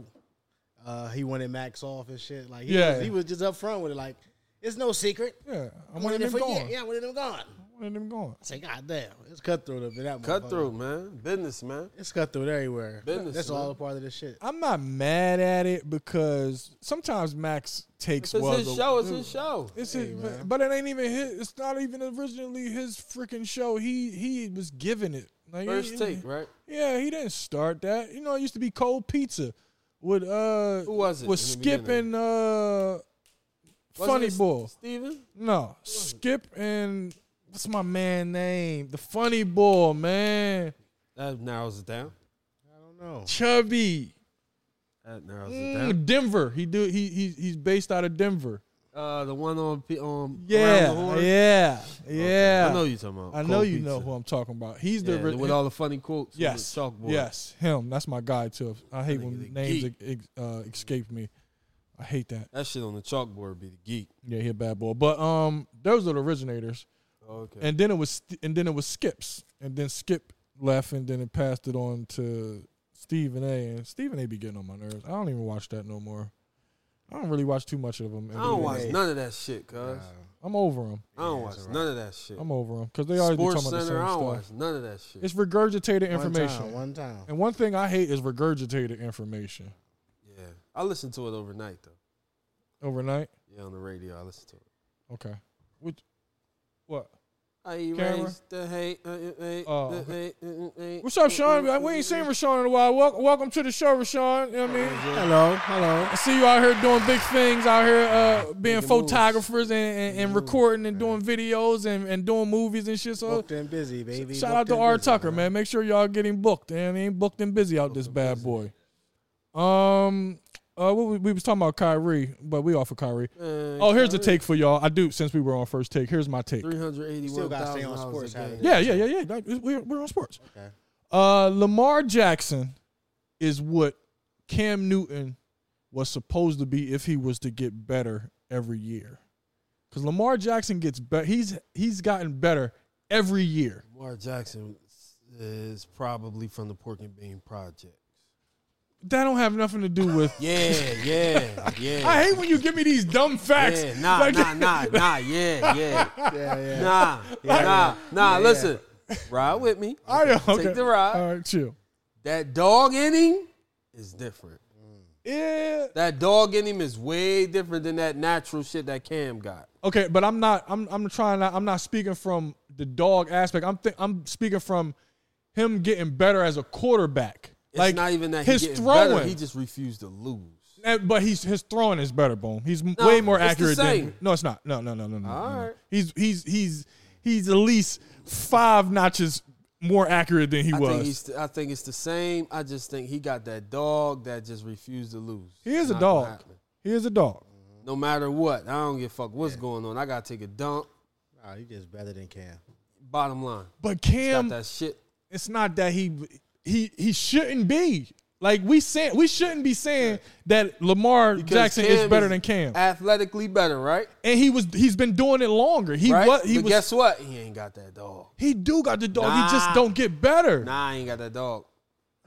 D: uh, he wanted Max off and shit. Like, he
A: Yeah.
D: was, he was just up front with it. Like, it's no secret.
A: you. Yeah, I'm
D: I
A: one of
D: wanted him
A: them
D: for
A: gone.
D: yeah, yeah, I wanted him gone.
A: I'm one of them gone.
D: I say, God damn, it's cutthroat up in that.
E: Cutthroat,
D: motherfucker.
E: man. Business, man.
D: It's cutthroat everywhere.
E: Business,
D: That's
E: man.
D: all a part of this shit.
A: I'm not mad at it because sometimes Max takes
E: If it's
A: was
E: his
A: a-
E: show. It's his show.
A: It's his- but it ain't even his. It's not even originally his freaking show. He he was given it. Like,
E: First
A: he-
E: take, right?
A: Yeah, he didn't start that. You know, it used to be cold pizza with uh
E: Who was it
A: with
E: in the
A: Skip
E: beginning?
A: and uh
E: Wasn't
A: Funny
E: it
A: Boy.
E: Steven?
A: No, Skip and what's my man name? The funny boy, man,
E: That narrows it down.
D: I don't know.
A: Chubby.
E: That narrows it down.
A: Mm, Denver. He do. He, he he's based out of Denver.
E: Uh, the one on P- um,
A: Yeah,
E: Around the Horn?
A: yeah, yeah.
E: I know you talking about.
A: I know
E: Cold
A: you know
E: Pizza.
A: who I'm talking about. He's
E: Yeah,
A: the ri-
E: with all the funny quotes. on the
A: yes,
E: chalkboard.
A: yes, him. That's my guy too. I hate when
E: nigga's a
A: names
E: geek.
A: ex- uh, escape me. I hate that.
E: That shit on the chalkboard be the geek.
A: Yeah, he a bad boy. But um, those are the originators.
E: Okay.
A: and then it was and then it was Skip's, and then Skip left, and then it passed it on to Stephen A. And Stephen A. be getting on my nerves. I don't even watch that no more. I don't really watch too much of them.
E: I don't watch
D: Yeah.
E: none of that shit, cuz.
A: I'm over them.
E: I don't watch
D: it's
E: none of that shit.
A: I'm over them because they always be
E: Sports
A: talking
E: Center, I
A: about
E: don't
A: the same
E: watch
A: stuff.
E: none of that shit.
A: It's regurgitated
D: One
A: information.
D: time, one time.
A: and one thing I hate is regurgitated information.
E: yeah. I listen to it overnight, though.
A: Overnight,
E: Yeah, on the radio, I listen to it.
A: okay. Which, what?
E: I
A: Camera?
E: erase the hate. uh, uh, uh,
A: Oh,
E: uh, uh, uh, uh,
A: What's up,
E: uh,
A: Sean?
E: uh,
A: We ain't seen
E: uh,
A: Rashawn in a while. Welcome, welcome to the show, Rashawn. You know what I mean?
D: Hello, hello.
A: I see you out here doing big things, out here uh, being
E: Making moves.
A: photographers and, and, and recording and doing videos and, and doing movies and shit. So
D: Booked and busy, baby.
A: shout out
D: Booked
A: to
D: and
A: R.
D: busy,
A: Tucker, man. Make sure y'all getting booked. And he ain't booked and busy out this bad boy. Um, uh, what we, we was talking about Kyrie, but we off of Kyrie.
E: uh,
A: Oh, here's the take for y'all. I do since we were on first take. Here's my take.
E: Three hundred eighty-one.
D: Still gotta stay on sports, how it is.
A: Yeah, yeah, yeah, yeah. That- We're, we're on sports.
D: Okay.
A: Uh, Lamar Jackson is what Cam Newton was supposed to be if he was to get better every year. Because Lamar Jackson gets better. He's he's gotten better every year.
E: Lamar Jackson is probably from the Pork and Bean Project.
A: That don't have nothing to do with.
E: Yeah, yeah, yeah.
A: I hate when you give me these dumb facts.
E: Yeah, nah,
A: Like-
E: nah, nah, nah. Yeah, yeah.
D: Yeah, yeah.
E: Nah, nah, nah. Listen, ride with me.
A: I know, okay. Uh,
E: Take the ride.
A: All right, chill.
E: That dog in him is different.
A: Yeah.
E: That dog in him is way different than that natural shit that Cam got.
A: Okay, but I'm not. I'm I'm trying. Not, I'm not speaking from the dog aspect. I'm th- I'm speaking from him getting better as a quarterback.
E: It's not even that
A: his
E: he getting
A: throwing.
E: better. He just refused to lose.
A: And- but he's his throwing is better, Boom. He's m-
E: No,
A: way more
E: it's the
A: accurate
E: same.
A: than no, it's not. No, no, no, no, no.
E: All
A: no.
E: right.
A: He's he's he's he's at least five notches more accurate than he
E: I think
A: was.
E: he's. I think it's the same. I just think he got that dog that just refused to lose.
A: He is
E: It's
A: a
E: not gonna
A: dog.
E: happen.
A: He is a dog.
E: No matter what, I don't give a fuck what's going on. I gotta take a dump.
D: Nah, you just better than Cam.
E: Bottom line,
A: But
E: got
A: Cam,
E: that shit.
A: it's not that he he he shouldn't be. Like we say, we shouldn't be saying that Lamar
E: Because
A: Jackson
E: Cam
A: is better than Cam,
E: Athletically better, right?
A: and he was he's been doing it longer. He
E: right?
A: what he
E: but
A: was
E: guess what? He ain't got that dog.
A: he do got the dog. he just
E: Nah.
A: don't get better.
E: Nah, I ain't got that dog.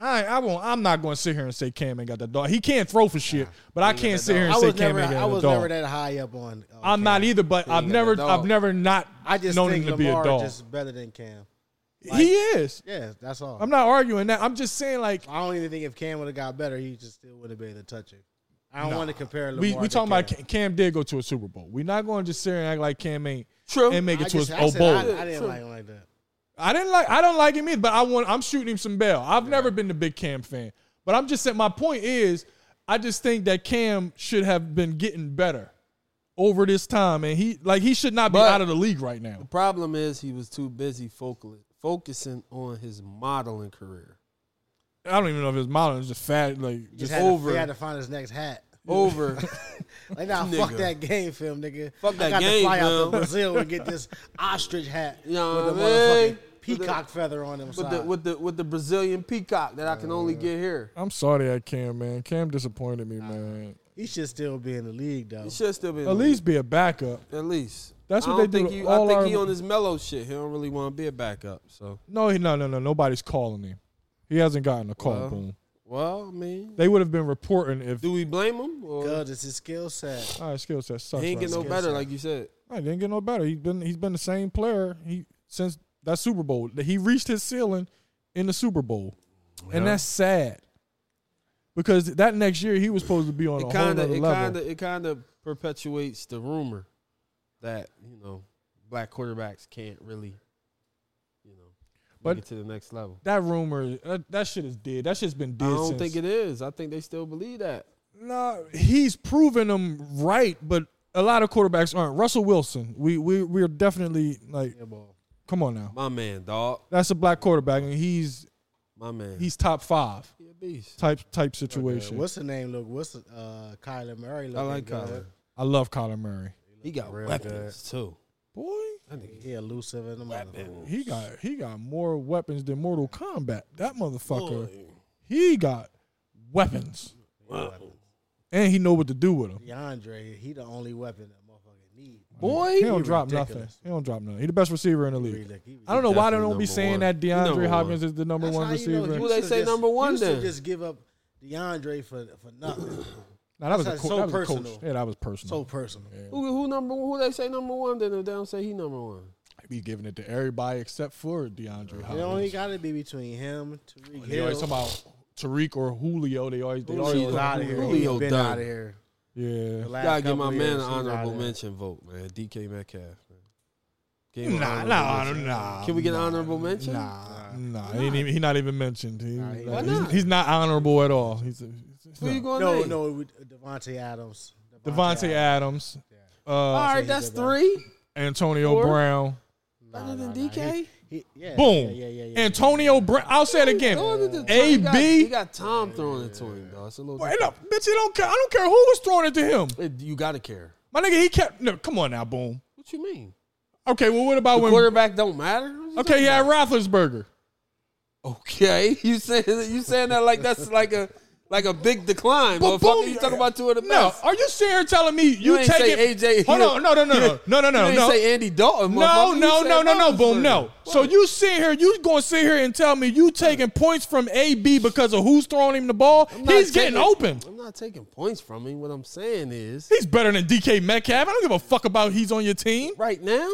A: I I won't. I'm not going to sit here and say Cam ain't got the dog. He can't throw for shit, but I can't sit here and
D: I
A: say
D: was
A: Cam
D: never,
A: ain't
D: I
A: got the
D: was
A: dog.
D: never that high up on. on
A: I'm
D: Cam.
A: not either, but
E: ain't
A: I've
E: got the
A: never
E: dog.
A: I've never not
D: I just
A: known him
D: think
A: to be a
D: Lamar
A: dog.
D: just better than Cam.
A: he is.
D: Yeah, that's all.
A: I'm not arguing that. I'm just saying like
D: I don't even think if Cam would have got better, he just still would have been able to touch it. I don't want to compare. Lamar
A: we we
D: to
A: talking
D: Cam.
A: about Cam. Cam did go to a Super Bowl. We're not going to just sit here and act like Cam ain't
E: True.
A: and make it
D: I
A: to
D: just-
A: a
D: I
A: oh,
D: said
A: bowl.
D: I, I didn't
E: True.
D: like him like that.
A: I didn't like. I don't like him either. But I want. I'm shooting him some bail. I've never been a big Cam fan. But I'm just saying. My point is, I just think that Cam should have been getting better over this time, and he like he should not be
E: But-
A: out of the league right now.
E: Problem is, he was too busy focal- focusing on his modeling career.
A: I don't even know if his modeling is just fat. Like
D: He
A: just
D: just had
E: over.
D: To, he had to find his next hat.
E: Over.
D: Like nah, fuck
E: Nigga.
D: that game film, nigga.
E: Fuck that
D: I got
E: game
D: to fly out
E: film.
D: to Brazil and get this ostrich hat
E: You
D: with
E: know
D: the
E: what I mean?
D: motherfucking
E: With the-
D: peacock feather on him.
E: with the with the with the Brazilian peacock that I can only get here.
A: I'm sorry at Cam, man. Cam disappointed me, man.
D: he should still be in the league though.
E: He should still be
A: At least be a backup.
E: At least.
A: That's
E: I
A: what they
E: don't think
A: do to
E: he-
A: all
E: I think
A: our-
E: he on his mellow shit. He don't really want to be a backup. So
A: No, he, no, no, no. Nobody's calling him. He hasn't gotten a call.
E: Well.
A: boom.
E: well, I mean,
A: They would have been reporting if.
E: do we blame him? Or
D: Because it's his skill set.
A: All right, skill set sucks.
E: he ain't
A: right
E: get no
A: now.
E: better, like you said.
A: I didn't get no better. He's been he's been the same player he since that Super Bowl. He reached his ceiling in the Super Bowl, and that's sad because that next year he was supposed to be on
E: It
A: a whole
E: kind
A: nother
E: of it
A: level.
E: kind of it kind of perpetuates the rumor that you know black quarterbacks can't really you know
A: But-
E: make it to the next level.
A: that rumor, that, that shit is dead. That shit's been dead.
E: I don't
A: since-
E: think it is. I think they still believe that.
A: Nah, he's proven them right, but a lot of quarterbacks aren't. Russell Wilson, we we we're definitely like,
D: Yeah, ball.
A: come on now,
E: My man, dog.
A: that's a black quarterback, and he's
E: My man.
A: he's top five
E: He a beast.
A: type type
D: Uh,
A: situation.
D: What's the name? Look, what's the- uh, Kyler Murray?
E: I
D: Looking
E: like
D: good.
E: Colin.
A: I love Kyler Murray.
E: He got
D: Real
E: weapons too.
A: Boy,
E: That nigga
D: He elusive in the motherfucker.
A: He got he got more weapons than Mortal Kombat. That motherfucker. He got weapons, and he know what to do with them.
D: DeAndre, he the only weapon that motherfucker need.
E: Boy,
A: He don't
D: He
A: drop
D: ridiculous.
A: nothing. He don't drop nothing. He the best receiver in the
D: He
A: league.
D: look- he-
A: I don't know why they
E: Definitely
A: don't be
E: number
A: saying
E: one.
A: that
E: He number
A: DeAndre
E: one.
A: Hopkins is the number
D: uh, That's
A: one
D: how you know
A: receiver.
E: Who
D: Houston
E: they say
D: just-
E: number one
D: Houston
E: then?
D: just give up DeAndre for for nothing.
A: Nah, that was a
D: that's
A: co-
D: so
A: that was a coach.
D: personal.
A: Yeah, that was personal.
D: so personal.
E: Who who number who they say number one? Then if they don't say he number one.
A: be giving it to everybody except for DeAndre
D: It Uh, only
A: Hopkins.
D: got to be between him, Tariq
A: They always talk
D: Hill.
A: about Tariq or Julio. They always they always
D: Julio's out of here.
E: Julio
D: He's been
E: done.
D: out of here.
A: yeah.
D: The last
E: Gotta give
D: couple
E: my man
D: years,
E: an
D: he's outta
E: honorable
D: here.
E: mention vote, man. DK Metcalf. Man. Give him an
A: Nah,
E: honorable
A: nah,
E: mention.
A: nah.
E: Can we get an honorable mention?
A: Nah, nah, he ain't even, he not even mentioned. He,
D: he-
A: like,
E: Why
A: he's,
E: not?
A: he's not honorable at all. He's, he's,
E: Who you going
D: No,
E: to?
D: no, it would- Devontae Adams.
A: Devonte Adams,
E: All
A: uh,
E: right, that's three.
A: Antonio
E: Four.
A: Brown.
E: Better than DK.
D: He- yeah,
A: Boom.
D: Yeah, yeah, yeah. yeah.
A: Antonio Brown. I'll say it again.
E: Throw it to the-
A: A
E: he got- He
A: B.
E: got Tom throwing it to him, dog. It's a little.
A: Wait up, bitch! You don't care. I don't care who was throwing it to him.
E: It- You gotta care.
A: My nigga, he kept. No, come on now, boom.
E: What you mean?
A: Okay, well, what about
E: The
A: when?
E: quarterback don't matter. What you
A: Okay,
E: talking
A: yeah,
E: about?
A: Roethlisberger.
E: Okay, you saying you saying that like that's like a like a big decline,
A: But
E: motherfucker.
A: boom,
E: You talking about two of the
A: No,
E: best.
A: are you sitting here telling me you,
E: ain't
A: take
E: say
A: it?
E: AJ.
A: Hold
E: you-
A: on, no, no, no,
E: you-
A: no, no, no,
E: you
A: no,
E: ain't
A: no.
E: say Andy Dalton.
A: No,
E: motherfucker. You
A: no,
E: said
A: no, no, no, boom,
E: Roethlisberger.
A: no. So you sit here, you gonna sit here and tell me you taking points from A B because of who's throwing him the ball?
E: I'm not
A: He's getting
E: taking-
A: open.
E: I'm not taking points from him. What I'm saying is,
A: He's better than DK Metcalf. I don't give a fuck about he's on your team.
E: right now,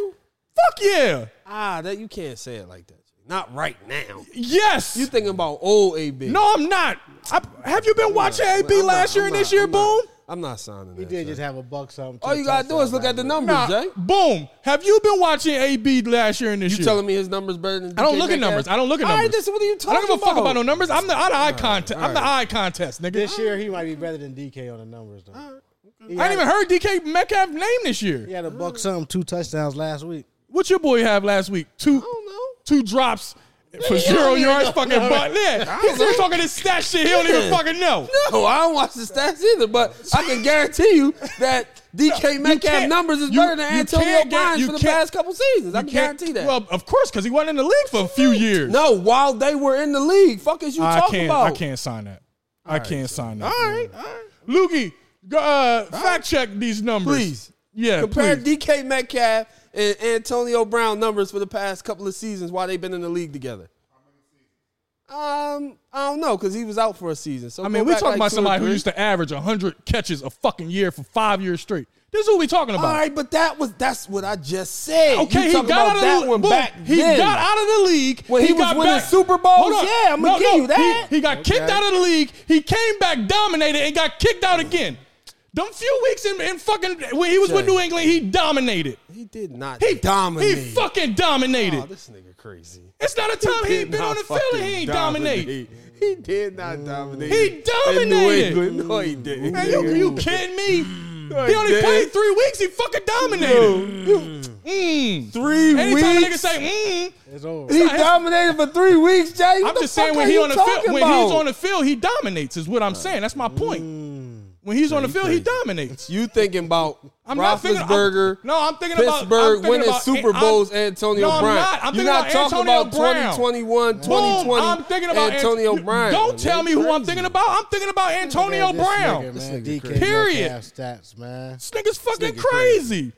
A: Fuck yeah.
E: ah, that you can't say it like that. Not right now.
A: Yes.
E: You thinking about old AB?
A: no, I'm not. I, have you been watching
E: I'm
A: AB
E: not-
A: last year
E: I'm
A: and this
E: not-
A: year,
E: I'm not-
A: boom?
E: I'm not signing.
D: He did
E: that, Jay.
D: just have a buck something.
E: All you gotta do is look at the numbers,
A: Nah,
E: Jay.
A: boom. Have you been watching AB last year and this
E: You
A: year?
E: telling me his numbers better than?
A: I don't
E: DK
A: look at
E: Metcalf?
A: numbers. I don't look at
E: All right,
A: numbers.
E: this- what are you
A: I
E: talking
A: don't give a fuck about no numbers. I'm the, I'm the eye contest. I'm the eye contest, nigga.
D: This year, he might be better than DK on the numbers, though. He
A: I ain't
D: had-
A: even heard DK Metcalf name this year.
D: He had a buck something, two touchdowns last week.
A: What your boy have last week? Two, two drops for zero yards. Fucking butt. Yeah, he's still talking this stat shit. He don't even
E: Yeah.
A: fucking know.
E: No, I don't watch the stats either, but I can guarantee you that DK Metcalf
A: can't-
E: numbers is
A: you-
E: better than
A: you
E: Antonio
A: can't get-
E: Brown
A: you
E: for the
A: can't-
E: past couple seasons. I
A: You
E: can
A: can't-
E: guarantee that.
A: Well, of course, because he wasn't in the league for a few years.
E: no, while they were in the league, fuck is you
A: I
E: talking
A: can't.
E: about?
A: I can't sign that. I can't sign
E: All
A: that.
E: right, all right.
A: Lukey, go, uh, fact check these numbers,
E: Please.
A: Yeah,
E: Compare
A: please.
E: DK Metcalf and Antonio Brown numbers for the past couple of seasons while they've been in the league together. Um, I don't know because he was out for a season. So
A: I mean,
E: go
A: we
E: back
A: talking
E: like
A: about
E: two or
A: somebody who
E: three.
A: used to average 100 catches a fucking year for five years straight. This is who we talking about.
E: All right, but that was that's what I just said.
A: Okay,
E: You
A: he got
E: talking about
A: out of
E: that
A: the
E: one
A: boom,
E: back.
A: He
E: then.
A: got out of the league
E: When he was
A: got
E: winning
A: back-
E: Super Bowls?
A: Hold on.
E: Yeah, I'ma
A: No,
E: give
A: no,
E: you that.
A: He, he got kicked
E: Okay.
A: out of the league. He came back, dominated, and got kicked out again. Them few weeks in, in fucking when he was with
E: Jay.
A: New England, he dominated.
E: He did not.
A: He
E: dominated.
A: He fucking dominated.
E: Oh, this nigga crazy.
A: it's not a time he, been on the field and he ain't dominate.
E: dominated. He did not dominate.
A: He
E: In New
A: dominated.
E: England. No, he didn't.
A: Man, you, you kidding me? He only
E: did.
A: played three weeks. He fucking dominated. Mm.
E: Three
A: Anytime a nigga
E: weeks.
A: say mm,
D: It's over.
E: He dominated for three weeks, Jay. What
A: I'm
E: the
A: just
E: fuck
A: saying
E: are
A: when he
E: you
A: on the field,
E: talking
A: when he's
E: about?
A: on the field, he dominates. Is what I'm saying. That's my point.
E: Mm.
A: When he's on the field, he dominates.
E: You thinking about
A: I'm not thinking. I'm-
E: Roethlisberger?
A: no, I'm thinking about
E: Pittsburgh
A: I'm thinking
E: winning
A: about-
E: Super
A: I'm-
E: Bowls. Antonio
A: no, I'm
E: Brown.
A: not. I'm
E: You're
A: thinking
E: not
A: about
E: talking
A: Antonio
E: about
A: Brown.
E: 2021,
A: Boom,
E: 2020.
A: I'm thinking about
E: Antonio
A: Ant-
E: Brown.
A: Don't tell me who I'm thinking about. I'm thinking about Antonio
D: Man, this
A: Brown.
D: nigga,
A: this
D: man,
E: nigga
D: DK
E: crazy.
A: Period.
D: Metcalf Stats, man.
A: nigga's fucking
E: nigga
A: crazy.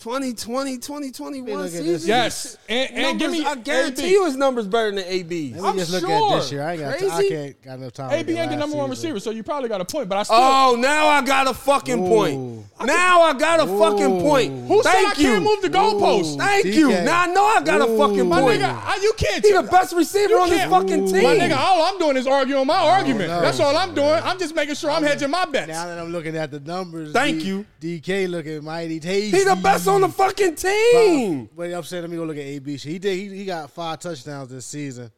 E: 2020, 2021
D: Look at
E: season.
D: this
A: Yes, and, and give me
E: I guarantee
A: AB.
E: you his numbers better than AB.
D: Let me
A: I'm
D: just look
A: sure.
D: at this year. I ain't got. T- I
E: Crazy.
D: can't got enough time. to
A: AB
D: look at
A: ain't the
D: last
A: number one
D: season.
A: receiver, so you probably got a point. But I still.
E: Oh, now I got a fucking point.
D: Ooh.
E: Now I got a fucking point.
A: Who said I
E: Thank you.
A: can't move the goalpost?
E: Thank
D: DK.
E: you. Now I know I got a fucking
A: My
E: point.
A: nigga, I, you can't.
E: He the best receiver on this
A: can't-
E: fucking team. Oh,
A: My nigga, all I'm doing is arguing my argument.
D: no.
A: That's all I'm doing. I'm just making sure I'm hedging my bets.
D: Now that I'm looking at the numbers,
E: Thank
D: D-
E: you.
D: DK looking mighty tasty.
E: He the best on the fucking team.
D: But I'm saying let me go look at AB. He did. He, he got five touchdowns this season.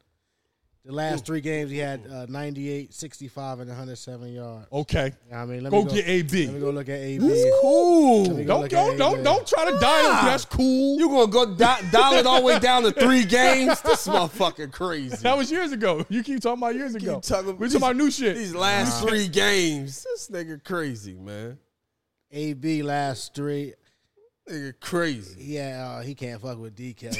D: The last three games, he had uh, 98, 65, and 107 yards.
A: Okay.
D: I mean, let
A: Go
D: me go
A: get AB.
D: Let me go look at AB.
E: Cool.
D: me
A: Don't
D: look
A: don't
D: at
A: don't
D: AB.
A: don't try to dial.
E: Nah.
A: That's cool.
E: You gonna go do- dial it all the way down to three games? This motherfucking crazy.
A: that was years ago. You keep talking about years ago.
E: talking-
A: we talking about new shit.
E: These last three games, this nigga crazy, man.
D: AB last three.
E: Nigga crazy.
D: Yeah, uh, he can't fuck with DK.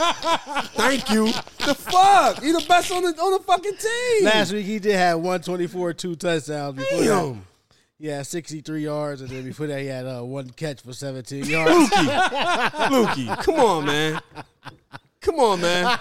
E: Thank you. the fuck? He the best on the on the fucking team.
D: last week, he did have 124, two touchdowns. Before that,
E: Damn.
D: he had 63 yards, and then before that, he had uh, one catch for 17 yards.
E: Lukey, come on, man. Come on, man.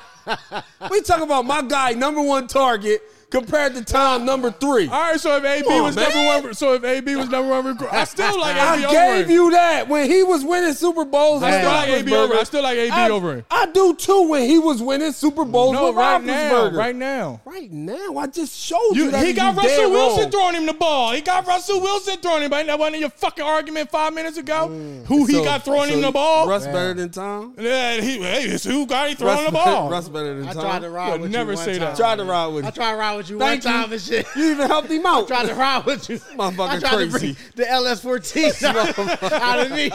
E: We talking about my guy, number one target, compared to Tom, number three.
A: All right, so if AB
E: on,
A: was
E: man.
A: number one, so if AB was number one, recruit, I still like
E: I
A: AB over.
E: gave
A: him.
E: you that when he was winning Super Bowls.
A: I
E: with
A: still like AB over. I
E: Roethlisberger.
A: still like AB
E: I,
A: over. him.
E: I do too when he was winning Super Bowls
A: No,
E: with
A: right now,
E: Roethlisberger.
A: right now.
E: Right now, I just showed you,
A: You,
E: that
A: he got
E: you dead
A: Russell Wilson
E: wrong.
A: throwing him the ball. He got Russell Wilson throwing him. Ain't that one of your fucking argument five minutes ago? Who he
E: Mm. So-
A: got throwing
E: so
A: him the ball?
E: Russ better than Tom.
A: Yeah, he, hey, it's who got he throwing
E: Russ,
A: the ball?
E: Russ better
D: Oh.
E: than
D: I
E: Tom.
D: tried to ride
A: You'll
D: with
A: never
D: you one
A: say that.
D: time.
E: Tried to ride with.
D: I
E: him.
D: tried to ride with you
E: Thank
D: one
E: you.
D: time and shit.
E: You even helped him out.
D: tried to ride with you.
E: Motherfucker
D: I tried
E: crazy.
D: to bring the LS14 out of me.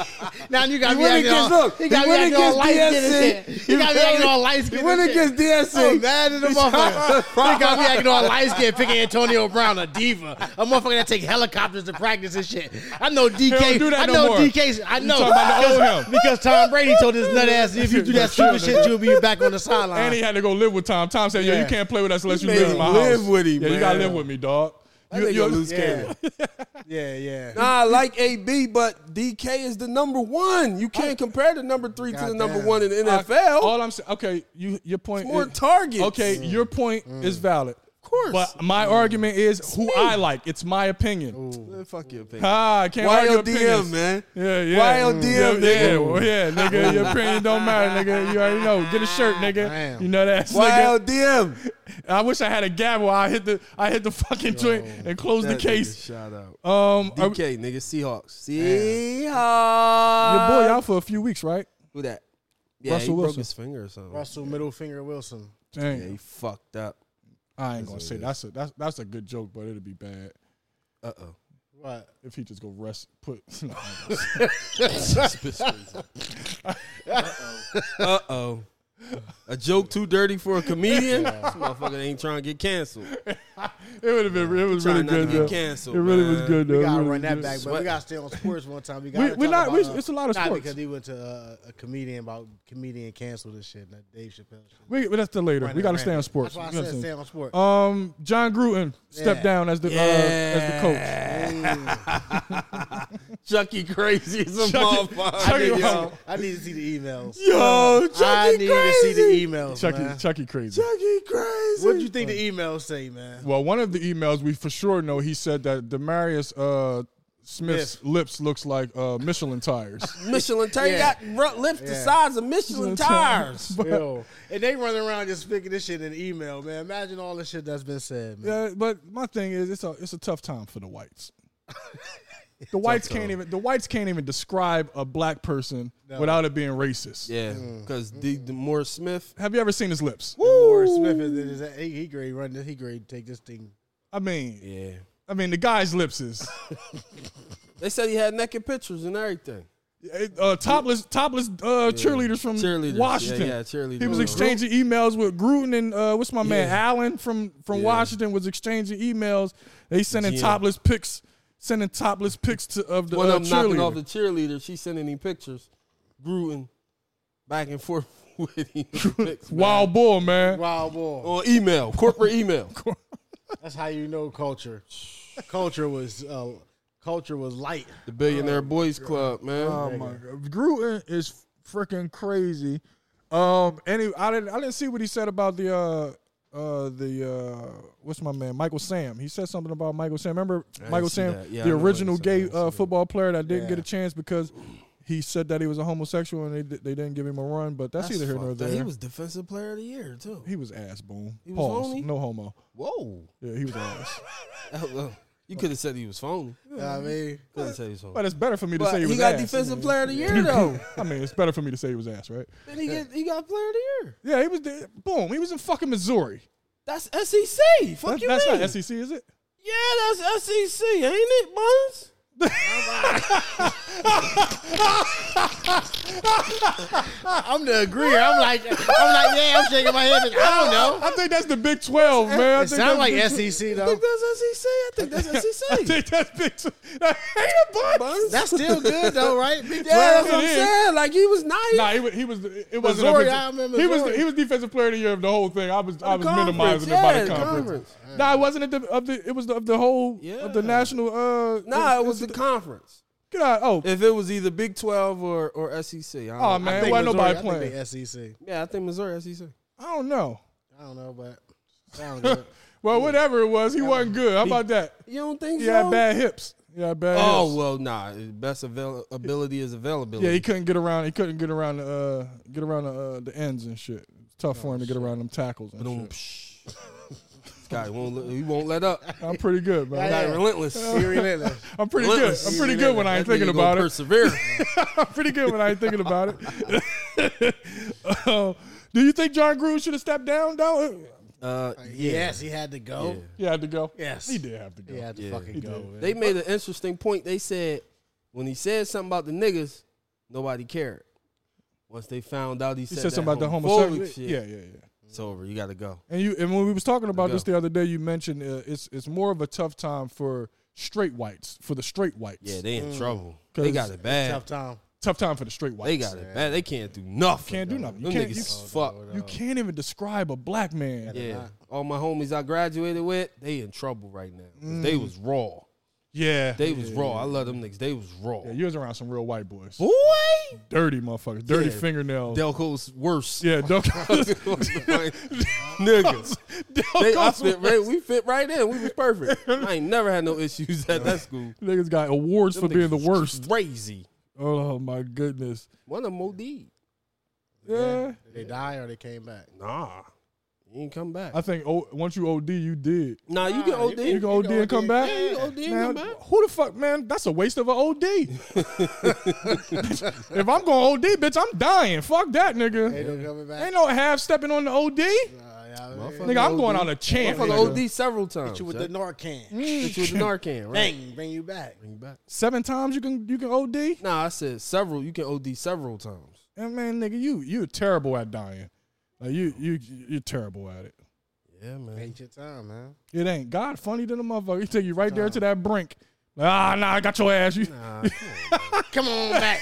D: Now you got
E: He
D: me
E: went
D: acting
E: against-
D: all,
E: look,
D: he got
E: he
D: me
E: went
D: acting all
E: against
D: light skinned and
E: DSC.
D: shit. He Oh, got me
E: He
D: acting all
E: went-
D: light
E: he
D: skinned
E: went against DSC.
D: I'm mad at the
E: He
D: motherfucker.
E: tried-
D: He got me acting all light skinned picking Antonio Brown a diva. A motherfucker that take helicopters to practice and shit. I know DK.
A: He don't do that
D: I
A: no
D: know
A: more.
D: DK's. I know.
A: talking about the old him.
D: because Tom Brady told his nut ass, if you do that stupid shit, you'll be back on the sideline.
A: And he had to go live with Tom. Tom said, "Yo, you
D: Yeah.
A: can't play with us unless you
E: made
A: live in
E: him
A: my
E: live
A: house."
E: with him,
A: yeah, you gotta
E: man.
A: live with me, dog.
E: That nigga loose
D: yeah.
E: cannon.
D: yeah, yeah.
E: Nah, I like AB, but DK is the number one. You can't compare the number three to the number
D: Goddamn.
E: one in the
A: I-
E: NFL.
A: all I'm saying, okay, you your point
E: More
A: is,
E: targets. Mm.
A: Okay, your point is valid,
E: of course. Mm.
A: but my argument is who
E: me.
A: I like. It's my opinion.
E: Man, fuck your opinion.
A: Ah, I can't argue opinions.
E: YLDM, man.
A: Yeah, yeah. Mm.
E: YLDM,
A: yeah, yeah,
E: nigga.
A: well, yeah, nigga. Your opinion don't matter, nigga. You already know. Get a shirt, nigga.
D: Damn.
A: You know that, nigga.
E: YLDM.
A: I wish I had a gavel. I hit the, I hit the fucking joint and closed the
E: That nigga
A: case.
E: Shout out.
A: Um, are we-
E: DK, nigga, Seahawks.
A: your
E: Seahawks.
A: boy out for a few weeks, right?
E: Who that? Yeah,
A: Russell
E: he broke
A: Wilson.
E: his finger or something.
D: Russell Middle Finger Wilson.
A: Dang,
E: Yeah, he fucked up.
A: I ain't gonna say that's a that's that's a good joke, but it'd be bad
E: Uh oh.
D: What?
A: if he just go rest put.
E: Uh oh. A joke too dirty for a comedian? This motherfucker ain't trying to get canceled.
A: It would have been. It was really
E: Trying not to
A: good though.
E: get
A: It
E: canceled.
A: really was
E: man.
A: good though.
D: We
A: It
D: gotta
A: really
D: run that
A: was
D: back,
A: good.
D: but we gotta stay on sports one time. We
A: We-
D: gotta
A: we're
D: talk
A: not-
D: about,
A: we-
D: uh,
A: it's a lot of
D: nah,
A: sports.
D: because he went to uh, a comedian about comedian canceled this shit. That Dave Chappelle. Shit.
A: We, but that's the later.
D: Run
A: we got
D: that
A: to
D: rant.
A: stay on sports.
D: That's
A: We
D: why I
A: gotta
D: said
A: stay
D: stay
A: on-
D: on sports.
A: Um, John Gruden stepped
D: Yeah.
A: down as the uh, as the coach.
D: Mm.
E: Chucky E. crazy as a
A: Chucky-
E: motherfucker.
D: I,
A: Chucky- Yo.
D: need, yo, I need to see the emails.
E: Yo, Chucky
D: I need
E: crazy.
D: to see the emails,
A: Chucky,
D: man.
A: Chucky crazy.
E: Chucky crazy.
D: What do you think the emails say, man?
A: Well, one of the emails we for sure know he said that Demarius uh, Smith's lips looks like uh, Michelin tires.
E: Michelin tire
D: Yeah.
E: got ru- lips the
D: Yeah.
E: size of Michelin tires.
A: But-
D: Yo, and they running around just picking this shit in the email, man. Imagine all the shit that's been said, man.
A: Yeah, uh, but my thing is, it's a it's a tough time for the whites. The whites can't even the whites can't even describe a black person without it being racist.
E: Yeah, because the, the Morris Smith.
A: Have you ever seen his lips?
D: Morris Smith is, is he, he great run this. He great take this thing.
A: I mean,
E: Yeah.
A: I mean the guy's lips is
E: They said he had naked pictures and everything.
A: uh, topless topless uh, cheerleaders from
E: Cheerleaders.
A: Washington.
E: Yeah, yeah, cheerleaders.
A: He was
E: Yeah.
A: exchanging emails with Gruden and uh, what's my man
E: Yeah.
A: Allen from from
E: Yeah.
A: Washington was exchanging emails. They sending
E: Yeah.
A: topless pics, sending topless pics to of the
E: One
A: uh,
E: of them knocking off
A: cheerleader.
E: the cheerleader. She sending him pictures. Gruden back and forth with him. Pics, man.
A: Wild bull man.
D: Wow, boy.
E: On email, corporate email.
D: That's how you know culture. culture was uh, culture was light.
E: The Billionaire Boys Club, man.
A: Oh my god, Gruden is freaking crazy. Um, any I didn't I didn't see what he said about the uh uh the uh what's my man Michael Sam. He said something about Michael Sam. Remember Michael
E: see
A: Sam,
E: that. Yeah, I
A: the
E: know what he
A: original
E: said. I
A: gay
E: see
A: uh,
E: that.
A: football player that didn't get a
D: Yeah.
A: chance because he said that he was a homosexual and they they didn't give him a run. But that's, either here nor
E: fucked up.
A: there.
E: He was Defensive Player of the Year too.
A: He was ass boom.
E: was
A: Pause.
E: lonely?
A: No homo.
E: Whoa.
A: Yeah, he was ass.
E: you could have said he was phony.
D: You know what I mean,
E: Could have said he was phony.
A: but it's better for me to
E: But
A: say he,
E: he
A: was
E: got
A: ass.
E: Defensive Player of the Year though.
A: I mean, it's better for me to say he was ass, right?
E: Then he get he got Player of the Year.
A: Yeah, he was. the- Boom. He was in fucking Missouri.
E: That's SEC. Fuck
A: That-
E: you
A: that's
E: mean?
A: not SEC, is it?
E: Yeah, that's SEC, ain't it, Buns?
D: I'm the agreeer. I'm like, I'm like, yeah, I'm shaking my head. Like, I don't know.
A: I think that's the Big Twelve, man. I
D: It
A: think that's
D: sounds like E
A: Big
D: SEC
E: I
D: though.
E: think that's SEC. I think that's
A: I
E: SEC.
A: think that's Big. Tw- That ain't a bunch.
D: That's still good though, right? Big
E: yeah,
D: 12.
E: that's what I'm
A: It is.
E: saying. Like he was nice.
A: Nah, he was. He was it wasn't.
D: Missouri,
A: offensive-
D: I remember
A: he was.
D: Missouri.
A: He was defensive player of the year of the whole thing. I was. I was
E: Conference,
A: minimizing it by
E: yeah,
A: the conference.
E: conference.
A: Nah, it wasn't of the, of the. It was the, of the whole of the
E: Yeah.
A: national. Uh,
E: Nah, it was the conference.
A: Get out. Oh,
E: If it was either Big Twelve or or SEC, I don't
A: oh
E: know.
A: man, why
D: I think Missouri-
A: nobody
D: I think
A: playing?
D: they SEC.
E: yeah, I think Missouri E SEC.
A: I don't know.
D: I don't know, but sounds good.
A: Well, whatever it was, he wasn't good. How about that?
E: You don't think
A: He
E: so?
A: had bad hips. Yeah, bad. hips.
E: Oh well, nah. Best avail- ability is availability.
A: Yeah, he couldn't get around. He couldn't get around the uh, get around the, uh, the ends and shit. It's tough for him to get around them tackles and
E: Oh, Boom,
A: shit.
E: psh. this guy won't. Let, he won't let up.
A: I'm pretty good, man.
E: Guy relentless.
D: He relentless.
A: I'm pretty good.
E: Relentless.
A: I'm pretty good when I ain't
E: That nigga
A: thinking
E: gonna
A: about it.
E: Persevere.
A: I'm pretty good when I ain't thinking about it. Uh, do you think John Gruden should have stepped down? Though
E: uh,
D: Yes, he had to go.
A: he had to go.
D: Yes.
A: he did have to go.
D: He had to
E: Yeah.
D: fucking
A: He
D: go.
A: did.
D: man.
E: They made an interesting point. They said when he said something about the niggas, nobody cared. Once they found out he
A: He
E: said,
A: said
E: that
A: something about the
E: homophobic
A: homosexual.
E: shit,
A: Yeah, yeah, yeah.
E: it's over. You got to go.
A: And you and when we was talking about this
E: go.
A: the other day, you mentioned uh, it's it's more of a tough time for straight whites for the straight whites.
E: Yeah, they in trouble. They
A: Mm. 'Cause
E: got it bad.
D: Tough time.
A: tough time for the straight whites.
E: They got it bad. They can't do nothing.
A: Can't do
E: though.
A: nothing. You
E: Them
A: can't-
E: niggas
A: you-
E: is fuck.
A: You can't even describe a black man.
E: Yeah, all my homies I graduated with, they in trouble right now. 'Cause They was raw.
A: Mm. Yeah.
E: They was raw. I love them niggas. They was raw.
A: yeah, you was around some real white boys.
E: Boy,
A: Dirty motherfuckers. Dirty
E: Yeah.
A: fingernails.
E: Delco's worse.
A: yeah, don't
E: niggas. They, I fit right, we fit right in. We was perfect. I ain't never had no issues at that school.
A: Niggas got awards for
E: Them
A: being
E: niggas
A: the
E: was
A: worst.
E: Crazy.
A: Oh my goodness.
E: One of them OD.
A: Yeah.
D: They die or they came back.
E: Nah. You ain't come back.
A: I think o- once you OD, you did.
E: nah, you get OD.
A: You can OD and come back.
E: Yeah, you OD and
A: Man,
E: come back.
A: Who the fuck, man? That's a waste of an OD. if I'm going OD, bitch, I'm dying. Fuck that,
D: Ain't
A: nigga.
D: no coming back.
A: Ain't no half stepping on the OD.
D: Nah, yeah, I mean,
E: Motherfucker
A: Nigga, I'm
E: OD.
A: going out a chance.
E: Motherfucker OD several times.
D: hit you with the
E: Jack.
D: Narcan.
E: Hit you with the Narcan, right?
D: Bang, bring you back.
E: Bring you back.
A: Seven times you can you can OD.
E: Nah, I said several. You can OD several times.
A: And man, nigga, you you terrible at dying. Like you you you're terrible at it.
E: Yeah, man.
D: Ain't your time, man.
A: It ain't. God funny than a motherfucker. He take you right there to that brink. Ah, nah, I got your ass. You,
D: Nah, come on back.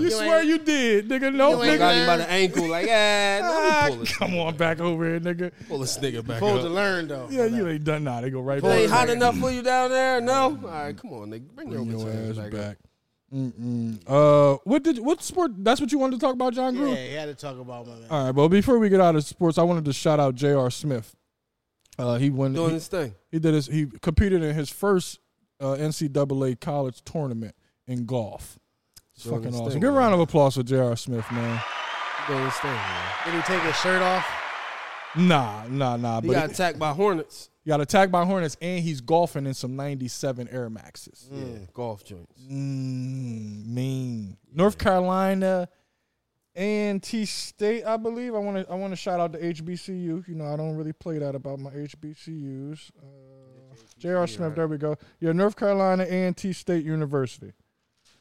A: you, swear
D: ain't-
A: you did, nigga. No,
D: ain't
A: nigga.
E: Got him by the ankle, like, ah,
A: Ah,
E: let me pull this,
A: come on back over here, nigga.
E: pull this nigga back
D: Supposed to
E: up.
D: learn though.
A: Yeah, you ain't done nah. They go right
E: It ain't
A: back.
E: hot enough for you down there? No? All right, come on, nigga. Bring,
A: Bring
E: your,
A: your
E: bitch
A: ass
E: back. up.
A: back. Mm-mm. Uh, what did what sport? That's what you wanted to talk about, John Gruden.
D: Yeah, he had to talk about my man.
A: All right, but before we get out of sports, I wanted to shout out J.R. Smith. Uh, he won.
E: Doing
A: he-
E: his thing.
A: He did his. He competed in his first uh, NCAA college tournament in golf. It's
E: Doing
A: fucking
E: his
A: awesome.
E: thing,
A: Good
E: man.
A: round of applause for J.R. Smith, man.
E: Doing his thing, man.
D: Did he take his shirt off?
A: Nah, nah, nah.
E: He
A: but
E: got
A: he-
E: attacked by hornets.
A: he got attacked by Hornets, and he's golfing in some '97 Air Maxes.
E: Yeah, golf joints.
A: Mm, mean North Carolina and T State, I believe. I want to. I want to shout out to HBCU. You know, I don't really play that about my HBCUs. Uh, J.R. Smith. There we go. Yeah, North Carolina and T State University.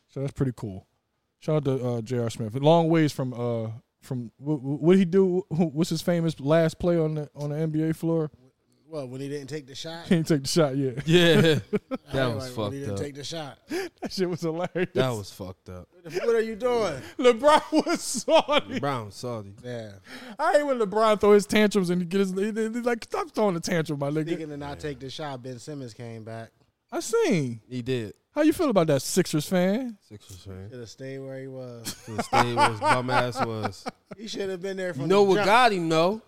A: So that's pretty cool. Shout out to uh, J.R. Smith. Long ways from uh from what, what he do. wh- What's his famous last play on the on the NBA floor?
D: Well, when he didn't take the shot.
A: Can't take the shot yet.
E: Yeah, that
D: Like, when
E: was
D: he
E: fucked
D: didn't
E: up.
D: take the shot.
A: that shit was hilarious.
E: That was fucked up.
D: What are you doing?
A: LeBron was sorry.
E: Brown salty.
D: Yeah,
A: I hate when LeBron throw his tantrums and he get his he- he- he's like stop throwing a tantrum, my nigga.
D: thinking to not take the shot. Ben Simmons came back.
A: I seen.
E: He did.
A: How you feel about that Sixers fan?
E: Sixers fan.
D: Should have stayed where he was.
E: To the state where his bum ass was.
D: He should have been there from
E: You know
D: the
E: what
D: jump.
E: got him though?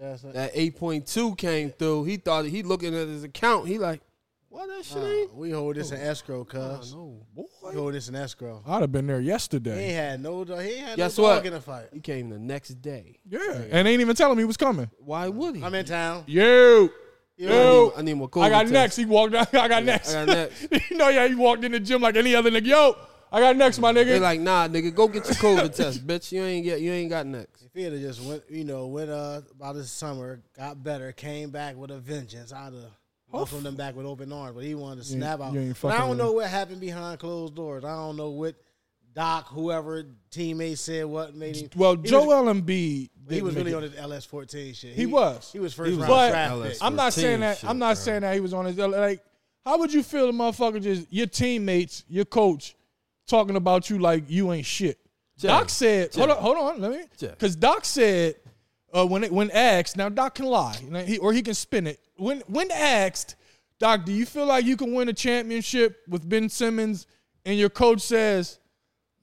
D: That's it.
E: That eight point two came through. He thought he looking at his account. He like, what that shit ain't.
D: Uh, we hold this in escrow, cuz.
E: No.
D: We hold this in escrow.
A: I'd have been there
D: He ain't
A: yesterday.
D: had no. He ain't had
E: Guess
D: no
E: what?
D: dog in the fight.
E: He came the next day.
A: Yeah, and they ain't even telling me he was coming.
E: Why would he?
D: I'm in town.
A: Yo,
D: You
E: I
A: yo,
E: need, I need more COVID
A: I got
E: tests.
A: next. He walked. out. I got next.
E: I got next.
A: you know, yeah, he walked in the gym like any other nigga. Yo, I got next, my
E: They
A: nigga.
E: like, nah, nigga, go get your COVID test, bitch. You ain't get, you ain't got next.
D: If he had just went, you know, went uh about his summer, got better, came back with a vengeance. I'd have welcomed him back with open arms, but he wanted to
A: ain't-
D: snap out.
A: you ain't
D: But I
A: fucking
D: don't
A: with
D: know what happened behind closed doors. I don't know what Doc, whoever teammate said what made him.
A: well,
D: he was-
A: Joel Embiid.
D: he
A: didn't
D: was
A: make
D: really
A: it.
D: on his LS fourteen shit.
A: He was.
D: He was first
E: He was
D: round
A: on
D: draft
E: LS.
D: pick.
A: I'm not
E: 14
A: saying that.
E: shit,
A: I'm not
E: bro.
A: saying that he was on his like. How would you feel, the motherfucker? Just your teammates, your coach, talking about you like you ain't shit. Doc said, "Hold on, hold on, let me."
E: Chill.
A: Because Doc said, uh, when it, when asked, now Doc can lie, you know, he, or he can spin it. When when asked, Doc, do you feel like you can win a championship with Ben Simmons? And your coach says,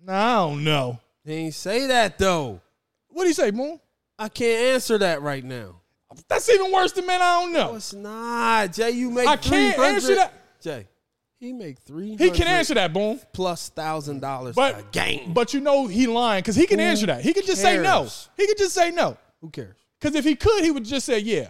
A: "Nah, I don't know."
E: He ain't say that though.
A: What do you say, Moon?
E: I can't answer that right now.
A: That's even worse than man. I don't
E: No,
A: know.
E: it's not, Jay. You make
A: I can't
E: 300
A: answer that.
E: Jay, he make three.
A: He can answer that, Boom.
E: plus thousand dollars
A: But
E: a game.
A: But you know he lying because he can answer that. He could just say no.
E: cares?
A: He could just say no.
E: who cares?
A: Because if he could, he would just say yeah.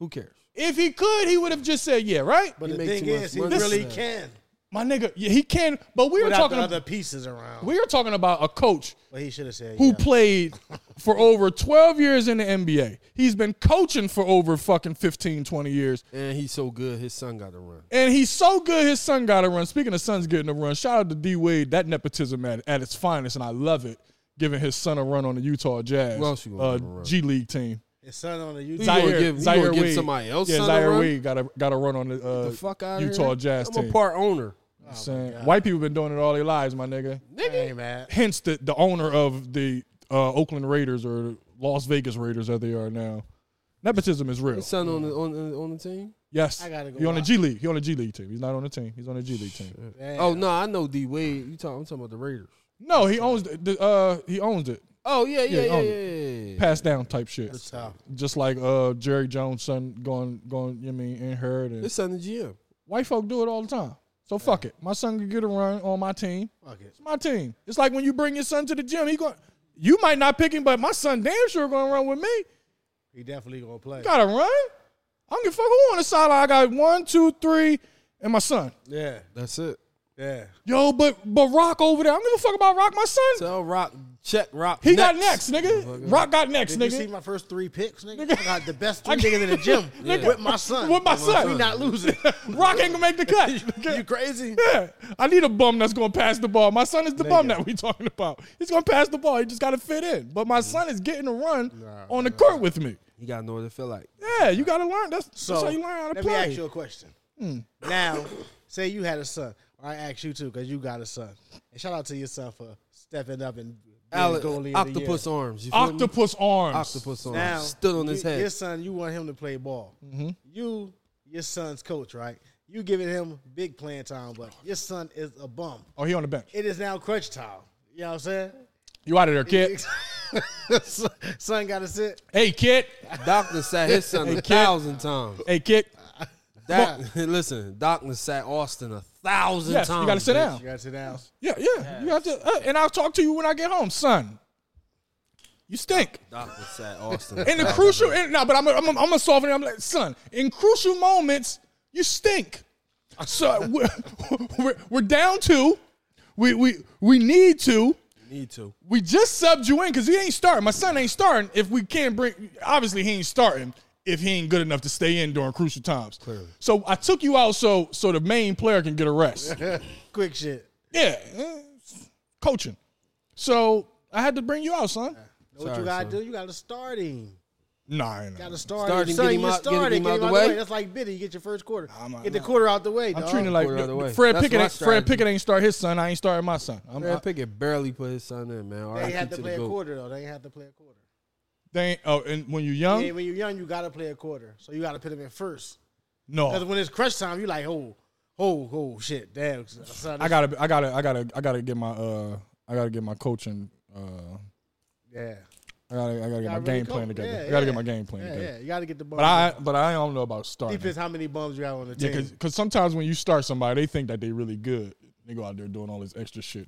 E: Who cares?
A: If he could, he would have just said yeah, right?
D: But
E: He
D: the
E: make
D: thing
E: too much
D: is, he
E: money.
D: really
E: This-
D: can.
A: My nigga, yeah, he can. But we were
D: Without
A: talking.
D: the other
A: About,
D: pieces around,
A: we were talking about a coach
D: but he should have said
A: who
D: yeah.
A: played for over 12 years in the NBA. He's been coaching for over fucking 15, 20 years.
E: And he's so good, his son got to run.
A: And he's so good, his son got a run. Speaking of sons getting a run, shout out to D Wade. That nepotism at, at its finest, and I love it. Giving his son a run on the Utah Jazz,
E: Who else you gonna
A: uh,
E: give a run?
A: G League team.
D: his son on the YouTube.
E: You gonna
A: Zaire,
E: give- you
A: Zaire
E: gonna give
A: Wade.
E: somebody else
A: Yeah,
E: son a
A: Zaire
E: run?
A: Wade got a got a run on the, uh,
E: the fuck out
A: Utah
E: here.
A: Jazz
E: I'm
A: team.
E: a Oh part owner.
A: You saying? White people been doing it all their lives, my nigga.
D: Hey, man.
A: Hence the the owner of the uh, Oakland Raiders or Las Vegas Raiders as they are now. Nepotism is real.
E: His son on the on the, on the team.
A: Yes,
D: I gotta go
A: he on the
D: watch.
A: G League. He on the G League team. He's not on the team. He's on the G League team.
D: Damn.
E: Oh no, I know D Wade. You talking? I'm talking about the Raiders.
A: No, he owns the, the uh he owns it.
E: Oh yeah, yeah,
A: Yeah,
E: yeah,
A: own
E: yeah. yeah, yeah.
A: Pass down type shit.
D: That's tough.
A: Just like uh Jerry Jones' son going going. You know what I mean in her and
E: His son the GM.
A: white folk do it all the time. So fuck it. My son can get a run on my team.
D: Fuck it.
A: It's my team. It's like when you bring your son to the gym, he going. You might not pick him, but my son damn sure gonna run with me.
D: He definitely gonna play.
A: Gotta run. I don't give a fuck who on the sideline. I got one, two, three, and my son.
D: Yeah,
E: That's it.
D: yeah.
A: Yo, but but Rock over there. I don't give a fuck about Rock, my son.
E: Tell Rock, check Rock.
A: He got next, nigga. Rock got next,
D: Did you see
A: nigga.
D: my first three picks, nigga? I got the best three
A: I-
D: niggas in the gym
A: Nigga.
D: with my son.
A: With my son.
D: We not losing.
A: Rock ain't gonna make the cut.
D: you crazy?
A: Yeah, I need a bum that's gonna pass the ball. My son is the bum that we talking about. He's gonna pass the ball. He just gotta fit in. But my son is getting a run on the court with me.
E: You gotta know what it feel like.
A: Yeah, you gotta learn. That's,
D: So
A: that's how you learn how to
D: let
A: play. Hmm.
D: me ask you a question. Now, say you had a son. Or I ask you too, because you got a son. And shout out to your son for stepping up and being
E: Alec,
D: goalie of the year.
E: octopus arms. You feel me?
A: Octopus arms.
E: Octopus arms.
D: Now,
E: stood on
D: you-
E: his head.
D: Your son, you want him to play ball.
A: Mm-hmm.
D: You, your son's coach, right? You giving him big playing time, but your son is a bum.
A: Oh, he on the bench.
D: It is now crutch time. You know what I'm saying?
A: You out of there, kid.
D: son got to sit.
A: hey, kid.
E: Doctor sat his son a thousand times.
A: Hey, kid.
E: Doc, listen, Doctor sat Austin a thousand
A: Yes,
E: times.
A: you gotta sit
E: bitch.
A: down.
D: You got to sit down.
A: Yeah, yeah. You have to. Uh, and I'll talk to you when I get home, son. You stink.
E: Doctor sat Austin.
A: In the crucial, in, no, but I'm I'm I'm gonna solve it. I'm like, son, in crucial moments, you stink. So we're, we're, we're down two. We we we need to.
E: Need to.
A: We just subbed you in because he ain't starting. My son ain't starting. If we can't bring, obviously he ain't starting if he ain't good enough to stay in during crucial times.
E: Clearly.
A: So I took you out so so the main player can get a rest.
D: Quick shit.
A: Yeah, eh, coaching. So I had to bring you out, son.
D: Know what
E: Sorry,
D: you got
E: son.
D: to do? You got to start him.
A: Nah, I ain't
D: Got
A: know.
D: to start,
E: Start
D: him.
E: him,
D: Son,
E: get him
D: you
E: out- get
D: started,
E: him
D: get
E: out the way.
D: That's like Biddy. You get your first quarter.
A: I'm not-
D: get the quarter out the way,
A: I'm
D: dog.
A: treating it like
E: Quarter of the way.
A: Fred
E: That's my
A: Pickett. ain't- Fred
E: strategy.
A: Pickett ain't start his son. I ain't starting my son. I'm,
E: Man,
A: I,
E: Pickett barely put his son in, man.
D: They
E: RIP
D: ain't have to
E: the
D: play a
E: GOAT.
D: quarter, though. They ain't have to play a quarter.
A: they ain't, oh, and when you're young,
D: Yeah, when you're young, you got to play a quarter. So you got to put him in first. Because
A: no.
D: when it's crunch time, you like, oh, oh, oh, shit, damn. Son,
A: I gotta, I gotta, I gotta, I gotta get my, uh, I gotta get my coaching. Uh,
D: yeah.
A: I gotta, I gotta get my
D: Gotta really
A: game plan
D: coach.
A: together.
D: Yeah,
A: I gotta
D: yeah.
A: get my game plan
D: Yeah,
A: together.
D: yeah. You got to get the ball.
A: But I, but I don't know about starting.
D: Depends how many bums you got on the
A: Yeah,
D: team.
A: cause, 'cause sometimes when you start somebody, they think that they really good. They go out there doing all this extra shit.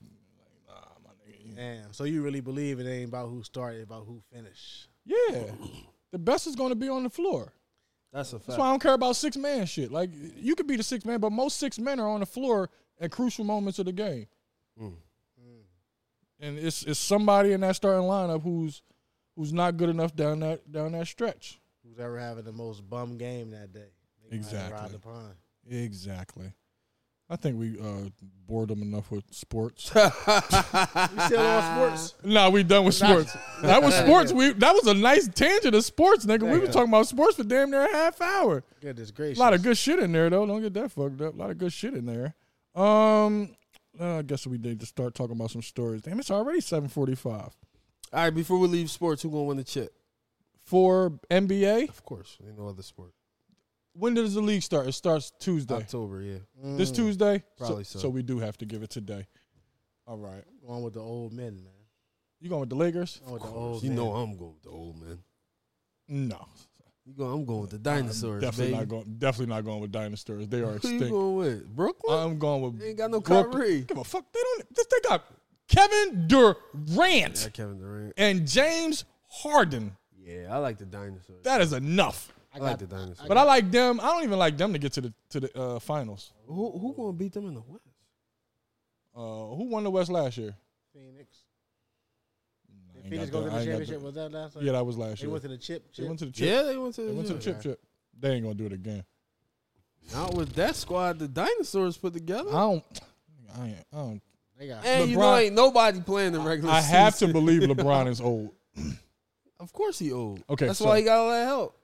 A: Like, nah, my nigga.
D: Damn. So you really believe it ain't about who started, it's about who finished.
A: Yeah, the best is going to be on the floor.
E: That's a fact.
A: That's why I don't care about six man shit. Like you could be the six man, but most six men are on the floor at crucial moments of the game.
D: Mm.
A: And it's it's somebody in that starting lineup who's who's not good enough down that down that stretch.
D: Who's ever having the most bum game that day? They might have to Ride
A: Exactly.
D: the pond.
A: Exactly. I think we uh, bored them enough with sports.
D: You still on sports?
A: nah, we done with sports. that was sports. We that was a nice tangent of sports, nigga. We were
D: Yeah.
A: talking about sports for damn near a half hour.
D: Goodness gracious.
A: A lot of good shit in there though. Don't get that fucked up. A lot of good shit in there. Um, uh, I guess we need to start talking about some stories. Damn, it's already seven forty-five
E: All right, before we leave sports, who gonna win the chip?
A: for NBA.
E: Of course, ain't no other sport.
A: When does the league start? It starts Tuesday.
E: October, yeah. Mm.
A: This Tuesday,
E: Probably
A: Mm. so,
E: so.
A: we do have to give it today. All right, Oh.
D: Going with the old men, man.
A: you going with the Lakers?
D: Going with the old
E: you
D: men.
E: know I'm going with the old man.
A: No,
E: You go, I'm going with the dinosaurs,
A: definitely
E: baby.
A: not going. Definitely not going with Uh, dinosaurs. They are
E: Who you
A: extinct.
E: going with? Brooklyn?
A: I'm going with.
E: They ain't got no
A: Brooklyn.
E: Kyrie.
A: Give a fuck. They don't. This they got Kevin Durant
E: yeah, Kevin Durant.
A: and James Harden.
E: Yeah, I like the dinosaurs.
A: That is enough.
E: I like the dinosaurs.
A: But I like them. I don't even like them to get to the to the uh, finals.
E: who who gonna beat them in the West?
A: Uh, who won the West last year?
D: Phoenix.
A: I ain't
D: Phoenix
A: got I
D: go to the
A: ain't got
D: championship. Was that last
A: the-
D: time?
A: yeah, that was last
D: They
A: year.
D: went to the chip.
A: they
D: chip.
A: went to the chip.
E: Yeah, they went to the,
A: They went to the
E: chip.
A: chip chip. They ain't gonna do it again.
E: Not with that squad the dinosaurs put together.
A: I don't. I ain't, I don't.
D: They got
E: and you know
A: Uh, LeBron-
E: ain't nobody playing the regular
A: I have to
E: season.
A: believe LeBron is old.
E: Of course he old.
A: Okay,
E: That's
A: so-
E: why he got all that help.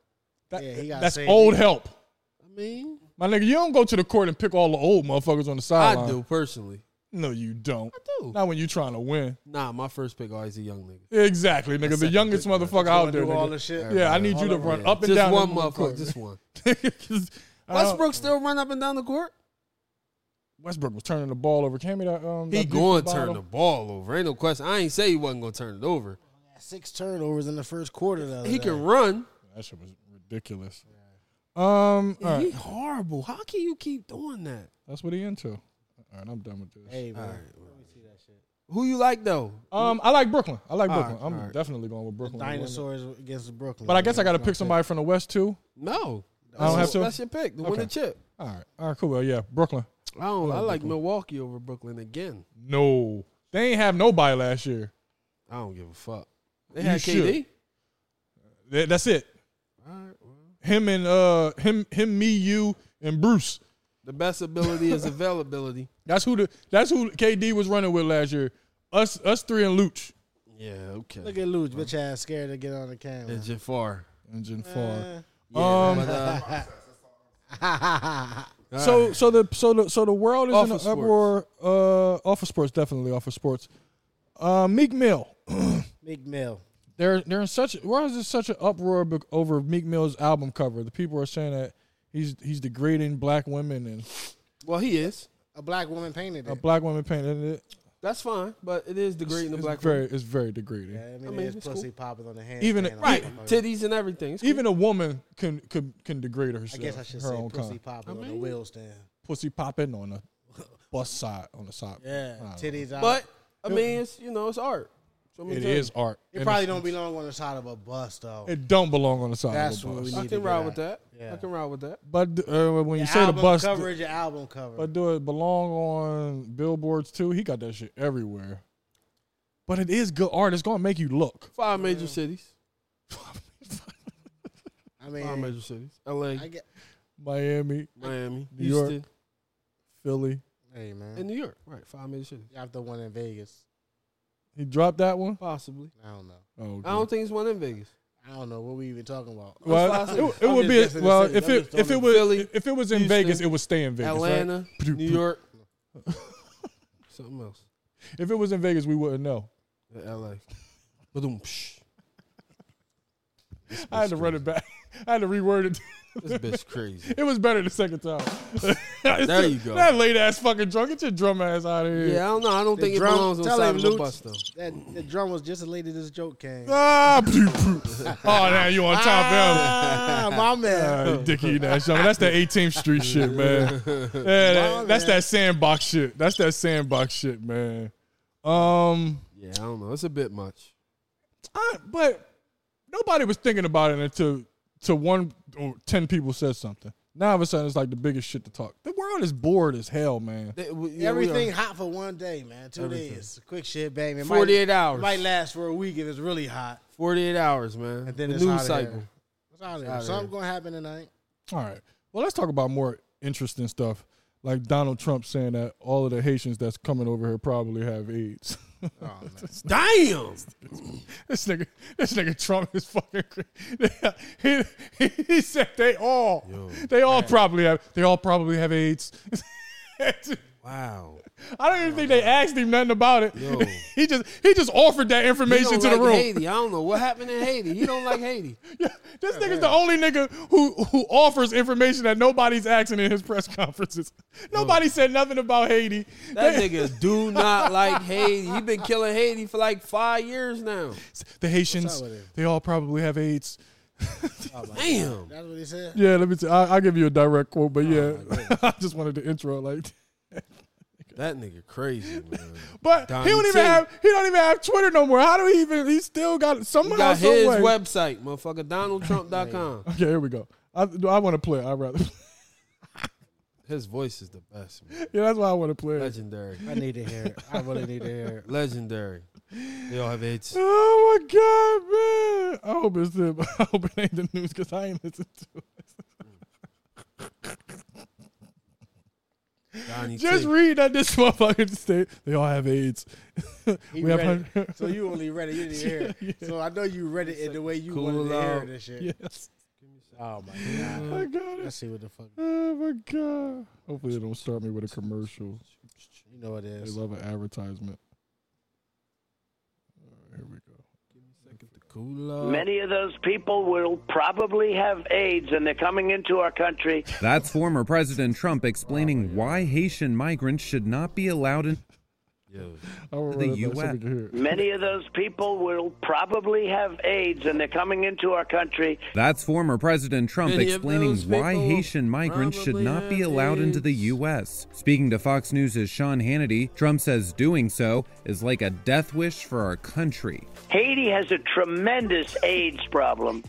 A: That,
D: Yeah, he got
A: that's
D: saved.
A: old help.
E: I mean,
A: My nigga, you don't go to the court and pick all the old motherfuckers on the
E: I
A: sideline.
E: do personally.
A: No, you don't.
E: I do.
A: Not when you trying to win.
E: Nah, my first pick always a young nigga.
A: Exactly, nigga. The
E: second
A: youngest
E: pick, man.
A: motherfucker
D: Gonna
A: out there.
D: do all the
A: Nigga.
D: shit.
A: Yeah, I need you to
D: All
A: run
D: over.
A: up and
E: Just
A: down.
E: one
A: the court.
E: motherfucker. Just one.
A: 'Cause I don't-
E: Westbrook still run up and down the court.
A: Westbrook was turning the ball over. Can me that um
E: He
A: that
E: going to
A: defensive
E: turn the
A: bottle?
E: ball over. Ain't no question. I ain't say he wasn't going to turn it over.
D: six turnovers in the first quarter. The other
E: He
D: day.
E: can run.
A: That shit was ridiculous. Um, all
E: He
A: right.
E: horrible. How can you keep doing that?
A: that's what he into. All right, I'm done with this.
D: Hey, man.
E: Who you like though?
A: Um, I like Brooklyn. I like
E: All
A: Brooklyn.
E: right,
A: I'm
E: all right.
A: definitely going with Brooklyn. to win it.
D: Dinosaurs against Brooklyn.
A: But I guess I got to pick somebody from the West too.
E: No,
A: I don't have to?
E: That's your pick. The win
A: Okay.
E: the chip.
A: All right, all right, cool. Well, yeah, Brooklyn.
E: I don't. I like Milwaukee over Brooklyn again.
A: No, they ain't have nobody last year.
E: I don't give a fuck. They
A: You
E: had KD.
A: should. That- that's it. Him and uh, him, him, me, you, and Bruce.
E: The best ability is availability.
A: That's who the. That's who KD was running with last year. Us, us three and Luch.
E: Yeah. Okay.
D: Look at Luge, bitch ass scared to get on the camera.
E: And Jafar.
A: engine
D: Eh.
A: far.
E: Yeah,
A: Um,
E: but, uh,
A: So so the so the so the world is
E: Off
A: in
E: of
A: an
E: sports.
A: uproar. Uh, off of sports, definitely off of sports. Uh, Meek Mill.
D: Meek Mill.
A: They're they're in such. Why is there such an uproar bec- over Meek Mill's album cover? The people are saying that he's he's degrading black women and
E: well, he is.
D: A black woman painted it.
A: a black woman painted it.
E: That's fine, but it is degrading the
A: It's
E: black
A: very
E: woman.
A: it's very degrading.
D: yeah, I mean,
E: mean,
D: there's
E: it's
D: pussy popping on the hand.
A: Even-
E: Right,
A: Yeah.
E: titties and everything. It's cool.
A: Even a woman can can can degrade herself.
D: I guess I should
A: her
D: say
A: own
D: pussy
A: kind.
D: popping
E: I
D: on the
E: mean-
D: wheel stand.
A: pussy popping on the bus side on the side.
D: Yeah,
A: I don't
D: titties out.
E: but I mean, it's you know, it's art. So I'm
A: know.
E: gonna
A: it
E: tell you.
A: is art.
D: it
A: And
D: probably
A: it's-
D: don't belong on the side of a bus though.
A: It don't belong on the side
D: That's
A: of a
D: what
A: bus.
D: we
E: I
D: need to
E: can
D: get
E: ride
D: out.
E: with that.
D: Yeah.
E: I can ride with that.
A: But uh, when you
D: Your
A: say the
D: album
A: bus,
D: cover is your album cover.
A: but do it belong on billboards too? He got that shit everywhere. But it is good art. It's gonna make you look.
E: Five major cities.
D: I
E: Five
D: mean,
E: major cities. L.A.,
D: I get,
A: Miami,
E: Miami,
A: New York.
E: Houston,
A: Philly.
D: hey
E: and
D: man,
E: New York. Right. Five major cities.
D: you have the one in Vegas.
A: He dropped that one.
E: Possibly.
D: I don't know.
A: Oh,
E: I don't think it's one in Vegas.
D: I don't know what we even talking about.
A: well,
E: That's
A: it,
E: what I
A: it
E: said.
A: would
D: I'm
A: be
D: just guessing
A: well
D: the city.
A: if
D: I'm
A: it
D: just
A: if it
D: throwing-
A: was
E: Philly,
A: if it was in
E: Houston,
A: Vegas, it would stay in Vegas. right?
E: Atlanta, New York, something else.
A: If it was in Vegas, we wouldn't know.
E: Yeah, L.A. Ba-doom, psh.
A: I had to run it back. I had to reword it.
E: This bitch crazy.
A: It was better the second time.
E: There you go.
A: That late ass fucking drunk. Get your drum ass out of here.
E: Yeah, I don't know. I don't
D: The
E: think it
D: drum-
E: belongs on the
D: tell
E: side
D: him,
E: of the
D: Luke.
E: bus though.
D: That the drum was just as late as this joke came.
A: Ah, pew, pew. oh, now you on top of him.
D: Ah, my man.
A: Uh, Dickie Nash, Young. that's that 18th Street shit, man. Yeah, that- that's that sandbox shit. That's that sandbox shit, man. Um,
E: Yeah, I don't know. It's a bit much.
A: I, but nobody was thinking about it until to one or ten people said something. Now all of a sudden, it's like the biggest shit to talk. The world is bored as hell, man.
E: They- we- yeah, we are.
D: Everything hot for one day, man. Two
E: Everything.
D: days. Quick shit, bang. It
E: 48
D: might,
E: hours.
D: It might last for a week if it's really hot.
E: 48 hours, man.
D: And then
E: the
D: it's
E: news
D: outta
E: cycle.
D: here. It's out
E: outta
D: there.
E: here.
D: Something's gonna happen tonight.
A: All right. Well, let's talk about more interesting stuff, like Donald Trump saying that all of the Haitians that's coming over here probably have AIDS.
D: Oh, man.
E: Damn.
A: This nigga, this nigga Trump is fucking. Crazy. He, he, he said they all, they all probably have, they all probably have AIDS. I
E: Wow.
A: don't even think they asked him nothing about it.
E: Yo.
A: He just, he just offered that
E: He
A: information
E: don't
A: to
E: like
A: the room.
E: Haiti. I don't know what happened in Haiti. He don't like Haiti.
A: Yeah, this nigga's the only nigga who who offers information that nobody's asking in his press conferences. Nobody said nothing about Haiti.
E: That
A: They-
E: nigga do not like Haiti. He been killing Haiti for like five years now.
A: the Haitians,
D: with him?
A: they all probably have AIDS.
E: Damn.
D: That's what he said.
A: Yeah, let me. T- I, I'll give you a direct quote, but yeah, I just wanted to intro it like. that.
E: That nigga crazy, man.
A: But
E: Donnie
A: he don't
E: T.
A: even have he don't even have Twitter no more. How do he even? He still got
E: He
A: somehow
E: got
A: some
E: his
A: way.
E: website, motherfucker. DonaldTrump.com.
A: Okay, here we go. I, do I want to play. it? I rather.
E: His voice is the best, man.
A: yeah, that's why I want to play. it.
E: Legendary.
D: I need to hear it. I really need to hear it.
E: Legendary. They all have AIDS.
A: Oh my god, man! I hope it's him. I hope it ain't the news because I ain't listened to it.
E: Donnie
A: Just
E: T.
A: read that this motherfucker state. They all have AIDS.
D: He
A: we have
D: read
A: hundred-
D: it. So you only read it. You didn't hear it. So I know you read it in the way you
E: Cool
D: wanted to hear
E: out.
D: this shit.
A: yes.
D: Oh my god.
A: I got
D: Let's
A: it.
D: see what the fuck.
A: Oh my god. Hopefully they don't start me with a commercial.
D: You know what it
A: They
D: is.
A: love an advertisement. All right, here we go.
F: Many of those people will probably have AIDS and they're coming into our country.
G: That's former President Trump explaining why Haitian migrants should not be allowed in.
E: Yo.
A: I will
G: The
A: run it back so
G: US.
A: we can hear it.
F: Many of those people will probably have AIDS and they're coming into our country.
G: That's former President Trump
E: Many of
G: explaining
E: those
G: why
E: people
G: Haitian migrants should
E: probably
G: not be
E: have
G: allowed into the
E: AIDS.
G: U.S. Speaking to Fox News' Sean Hannity, Trump says doing so is like a death wish for our country.
F: Haiti has a tremendous AIDS problem.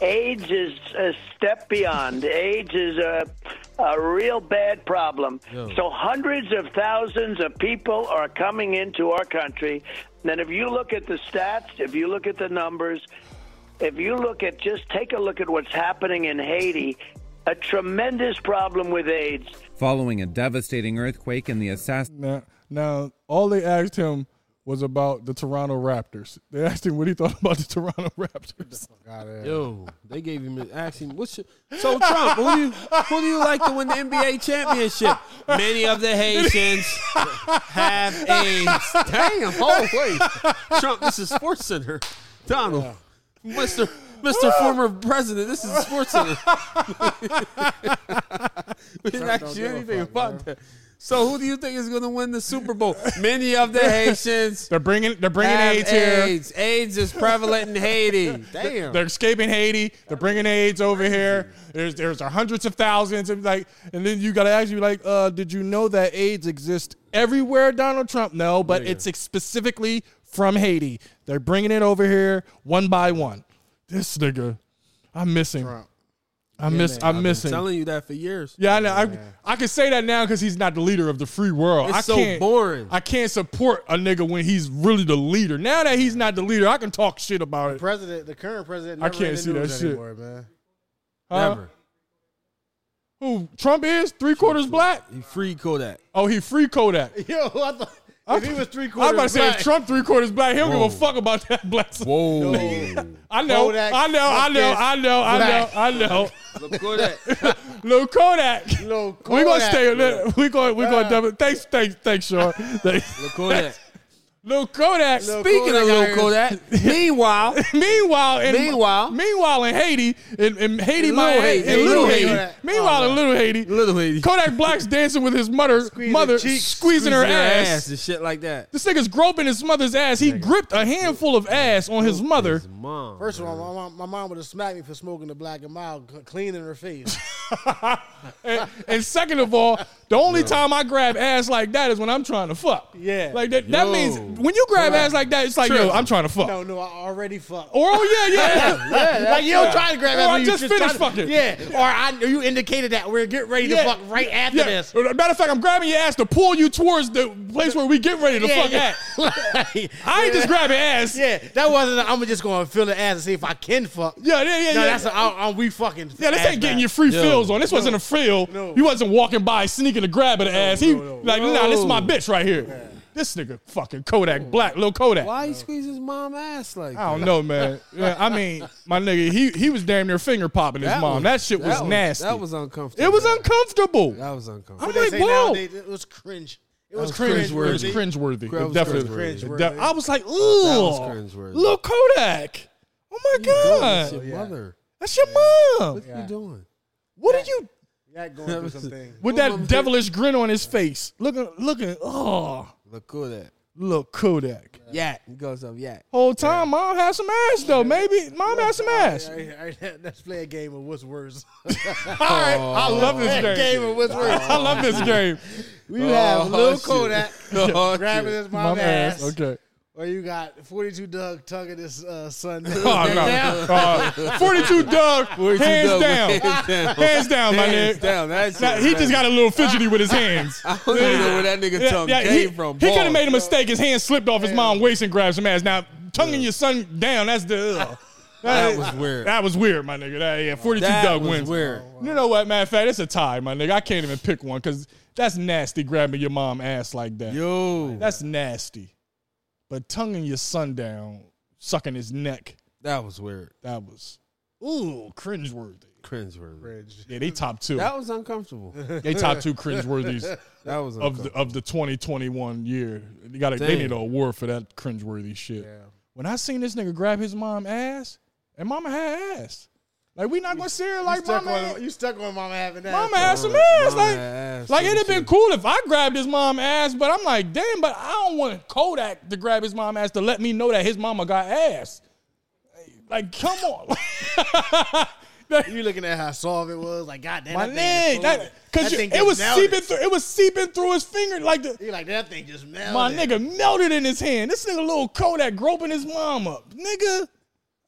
F: AIDS is a step beyond. AIDS is a, a real bad problem. So hundreds of thousands of people are coming into our country. And if you look at the stats, if you look at the numbers, if you look at just take a look at what's happening in Haiti, a tremendous problem with AIDS.
G: Following a devastating earthquake and the assassination
A: Now, now, all they asked him was about the Toronto Raptors. They asked him what he thought about the Toronto Raptors.
D: Got it.
E: Yo, they gave him asking what's your, so Trump, who do you who do you like to win the NBA championship? Many of the Haitians have AIDS. Damn, oh wait. Trump, this is Sports Center. Donald. Mr. Mr. former president, this is Sports Center. we didn't ask you
D: give a
E: anything
D: fuck,
E: about that. So who do you think is gonna win the Super Bowl? Many of the Haitians
A: They're bringing they're bringing
E: have
A: AIDS here.
E: AIDS. AIDS is prevalent in Haiti.
D: Damn.
A: They're escaping Haiti. They're bringing AIDS over here. There's there's hundreds of thousands of like, and then you gotta ask you like, uh, did you know that AIDS exists everywhere, Donald Trump? No,
E: Oh,
A: but it's ex- specifically from Haiti. They're bringing it over here one by one. This nigga, I miss him. I miss I miss him.
E: telling you that for years.
A: Yeah, I know. I, I can say that now because he's not the leader of the free world.
E: It's
A: I
E: so
A: can't,
E: boring.
A: I can't support a nigga when he's really the leader. Now that he's not the leader, I can talk shit about it.
D: President, the current president.
A: I
D: Never
A: can't
D: in the
A: see that
D: news
A: shit.
D: anymore, man.
A: Huh?
E: Never.
A: Who Trump is three quarters black?
E: He free Kodak.
A: Oh, he free Kodak.
D: Yo, I thought if he was three
A: I was
D: quarters
A: about to say if
D: black,
A: Trump three quarters black, he don't
E: Whoa.
A: give a fuck about that black.
E: Whoa.
A: I know,
D: Kodak,
A: I know, I know,
D: Kodak,
A: I know, I know, I know.
E: Look Kodak.
A: Lil Kodak.
D: Lil
A: We gonna
D: Kodak.
A: stay. We going. We going. Double. Thanks. Thanks. Thanks, Sean. Thanks.
E: Look Kodak.
A: Lil Kodak.
E: Speaking of Lil Kodak, meanwhile,
A: Meanwhile, in,
E: Meanwhile-
A: meanwhile in Haiti, in, in Haiti,
E: In
A: my
E: Little
A: Haiti,
E: Haiti.
A: in Little
E: Little
A: Haiti.
D: Haiti. Oh,
A: Meanwhile, in Little Haiti,
E: Little Haiti.
A: Kodak Black's dancing with his mother, mother
D: cheeks,
A: squeezing her ass.
E: and shit like that.
A: This nigga's groping his mother's ass. He gripped a handful of ass on his mother.
E: His mom.
D: First of all, my mom, my mom would have smacked me for smoking the black and mild, c- cleaning her face.
A: And, and second of all, the only time I grab ass like that is when I'm trying to fuck.
D: Yeah.
A: Like that, that
E: Yo.
A: means when you grab ass like that, it's like, yo, I'm trying to fuck.
D: no, no, I already fucked.
A: Or, oh, yeah, yeah.
D: like you don't try to grab
A: Or
D: that.
A: I
D: you
A: just finished
D: tried to-
A: fucking.
D: Yeah, or I you indicated that we're getting ready to
A: Yeah.
D: fuck right after
A: Yeah. Uh,
D: this.
A: Matter of fact, I'm grabbing your ass to pull you towards the place where we get ready to
D: yeah,
A: fuck
D: yeah.
A: at.
D: Like,
A: I ain't just grabbing ass.
D: yeah, that wasn't. i I'm just gonna feel the ass and see if I can fuck.
A: yeah, yeah, yeah.
D: no,
A: yeah.
D: that's a, I, I, we fucking.
A: yeah, this
D: ass
A: ain't getting
D: back.
A: your free
E: Yo.
A: feels on. This wasn't a feel.
D: No.
A: You wasn't walking by sneaking a grab at the ass. He
D: no, no.
A: like, nah, this is my
E: No.
A: bitch right here. This nigga fucking Kodak Black, little Kodak.
E: Why he squeeze his mom ass like
A: I don't know, man. Yeah, I mean, my nigga, he he was damn near finger popping his mom. that shit was, nasty.
E: That was uncomfortable.
A: it was uncomfortable.
E: That was uncomfortable.
A: I'm
D: They
A: like,
D: say
A: whoa.
D: nowadays It was cringe. It was,
E: was
D: cringe.
E: cringeworthy.
A: It was cringeworthy.
E: That
A: It
E: was
A: definitely
E: cringeworthy.
A: it de- I was like, ooh,
E: cringeworthy.
A: little Kodak. Oh my
E: That's
A: god,
E: your mother.
A: that's your mom.
E: What you doing?
A: What are you
D: That going through some things.
A: with that devilish grin on his face? Looking, looking. Oh,
E: Look Kodak.
A: little Kodak.
E: Yak. He goes up yak.
A: Whole time, mom had some ass though. Maybe mom had some ass.
D: All right, all right, let's play a game of what's worse.
A: All right, I love this Oh,
D: That game
A: Oh. game.
D: of what's worse.
A: I love this game.
D: We have Lil
E: shit.
D: Kodak
E: Oh,
D: grabbing
E: shit.
D: his mom, ass,
A: Okay.
D: or you got 42 Doug tugging his uh, son.
A: Oh, no. Uh, 42 Doug,
E: 42
A: hands
E: Doug,
A: down.
E: hands down.
A: Hands down, my
E: Hands
A: nigga.
E: down. That's
A: Now, he just got a little fidgety with his hands.
E: I don't even know where that nigga tongue
A: he
E: came from.
A: he could have
E: Balls.
A: made a mistake. His hand slipped off his mom's waist and grabbed some ass. Now, tonguing your son down, that's the. Ugh.
E: That was weird.
A: That was weird, my nigga. That, yeah, 42
E: That
A: Doug
E: was
A: wins.
E: weird.
A: You know what, matter of fact, it's a tie, my nigga. I can't even pick one because that's nasty grabbing your mom ass like that.
E: Yo.
A: That's nasty. But tonguing your son down, sucking his neck,
E: That was weird.
A: that was ooh cringeworthy.
E: Cringeworthy.
A: Yeah, they top two.
E: That was uncomfortable.
A: they top two cringeworthies
E: That was
A: of the
E: uncomfortable.
A: of the 2021 year. They got they
E: Damn.
A: need an award for that cringeworthy shit. When I seen this nigga grab his mom ass, and mama had ass. Like we not gonna see her like
D: stuck
A: mama.
D: on,
A: had-
D: you stuck on mama having that.
A: Mama had some ass.
E: Mama
A: Like,
E: had ass,
A: like
E: so
A: it'd have
E: she-
A: been cool if I grabbed his mom ass, but I'm like, damn, but I don't want Kodak to grab his mom ass to let me know that his mama got ass. Like, come on.
D: You looking at how soft it was? Like goddamn,
A: My
D: that thing
A: nigga,
D: is
A: that, cause
D: That
A: you-
D: thing
A: it
D: just
A: was
D: melted.
A: seeping through. It was seeping through his finger, like the
D: You like that thing just melted.
A: my nigga melted in his hand. This nigga little Kodak groping his mom up, nigga.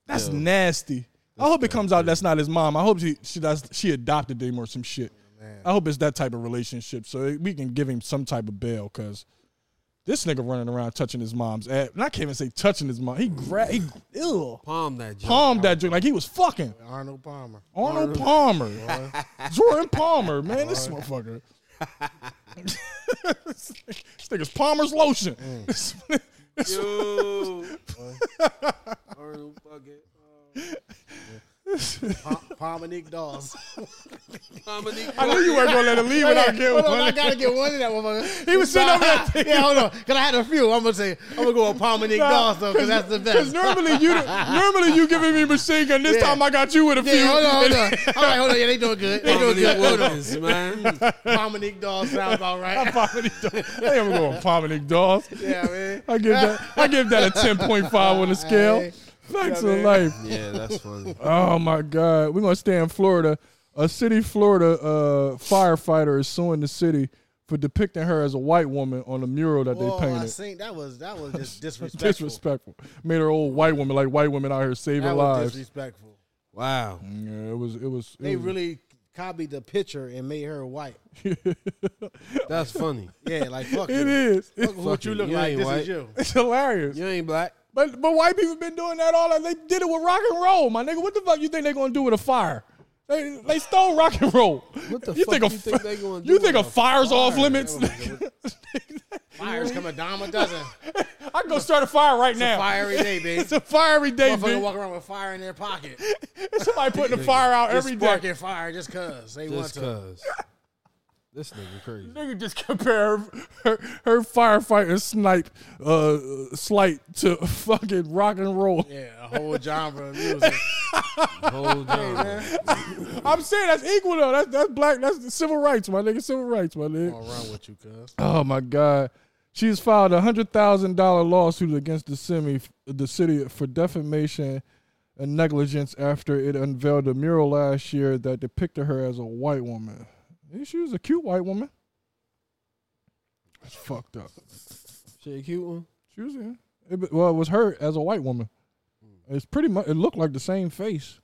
A: That's nasty. I hope it comes out that's not his mom. I hope she she that's, she adopted him or some shit. I hope it's that type of relationship so we can give him some type of bail because this nigga running around touching his mom's ass. And I can't even say touching his mom. He grabbed, he ew,
E: Palm that joke.
A: palmed that joint like he was fucking.
D: Arnold Palmer.
A: Arnold Palmer. Jordan Palmer, man, this motherfucker.
D: Mm.
A: this nigga's Palmer's lotion. This
E: Yo.
D: Pominic dolls.
A: I knew you weren't gonna let him leave without
D: hold
A: getting
D: on, I
A: one.
D: gotta get one of that motherfucker.
A: He was sitting over there thinking-
D: yeah, hold on. Cause I had a few. I'm gonna say I'm gonna go with Pominic dolls though, cause that's the
A: Because
D: best.
A: normally you, normally you giving me machine gun. This
D: Yeah.
A: time I got you with a few.
D: Yeah, hold on, hold on. All right, hold on. Yeah, they doing good. They doing good. Hold on.
E: Wilkins, man.
D: Pominic dolls sound about right.
A: Dominic, I am going Dominic Dawes.
D: Yeah, man.
A: I give that I give that a ten point five on the scale.
D: Hey.
A: Facts
D: Yeah,
A: of
D: man.
A: life.
E: Yeah, that's funny.
A: Oh my God. We're gonna stay in Florida. A city Florida uh, firefighter is suing the city for depicting her as a white woman on a mural that
D: Whoa,
A: they
D: I
A: painted.
D: seen that was that was just disrespectful.
A: Disrespectful. Made her old white woman like white women out here saving
D: That was
A: lives. Mm,
D: disrespectful.
E: Wow.
A: yeah, it was it was it
D: They
A: was-
D: really copied the picture and made her white.
E: That's funny.
D: Yeah, like fuck
A: It
D: you.
A: is.
D: Fuck what you look
E: You
D: like.
E: ain't
D: This
E: white.
D: is you.
A: It's hilarious.
E: You ain't black.
A: But but white people been doing that all. They did it with rock and roll, my nigga. What the fuck you think they gonna do with a fire? They they stole rock and roll.
E: What the
A: you
E: fuck
A: think a
E: you
A: fi-
E: think they gonna
A: You
E: do
A: think a
E: with a
A: fire's off
E: fire?
A: limits?
D: Fires come a dime a dozen.
A: I can go start a fire right now.
D: Fire every day, baby.
A: It's a fiery day,
D: Motherfucker
A: bitch.
D: walk around with fire in their pocket.
A: It's somebody putting the fire out
D: Just
A: every day.
D: sparking fire just cause they want
E: Just
D: to.
E: cause. This nigga crazy.
A: Nigga just compare her, her, her firefighter snipe uh, slight to fucking rock and roll.
D: Yeah, a whole genre of music.
E: Hold on.
A: I'm saying that's equal though. That's that's black. That's civil rights, my nigga. Civil rights, my nigga.
D: What's wrong with you, cuz?
A: Oh my God. She's filed a hundred thousand dollar lawsuit against the semi the city for defamation and negligence after it unveiled a mural last year that depicted her as a white woman. Yeah, She was a cute white woman. That's fucked up.
E: She a cute one.
A: She was yeah. It be- well, it was her as a white woman. It's pretty much. It looked like the same face.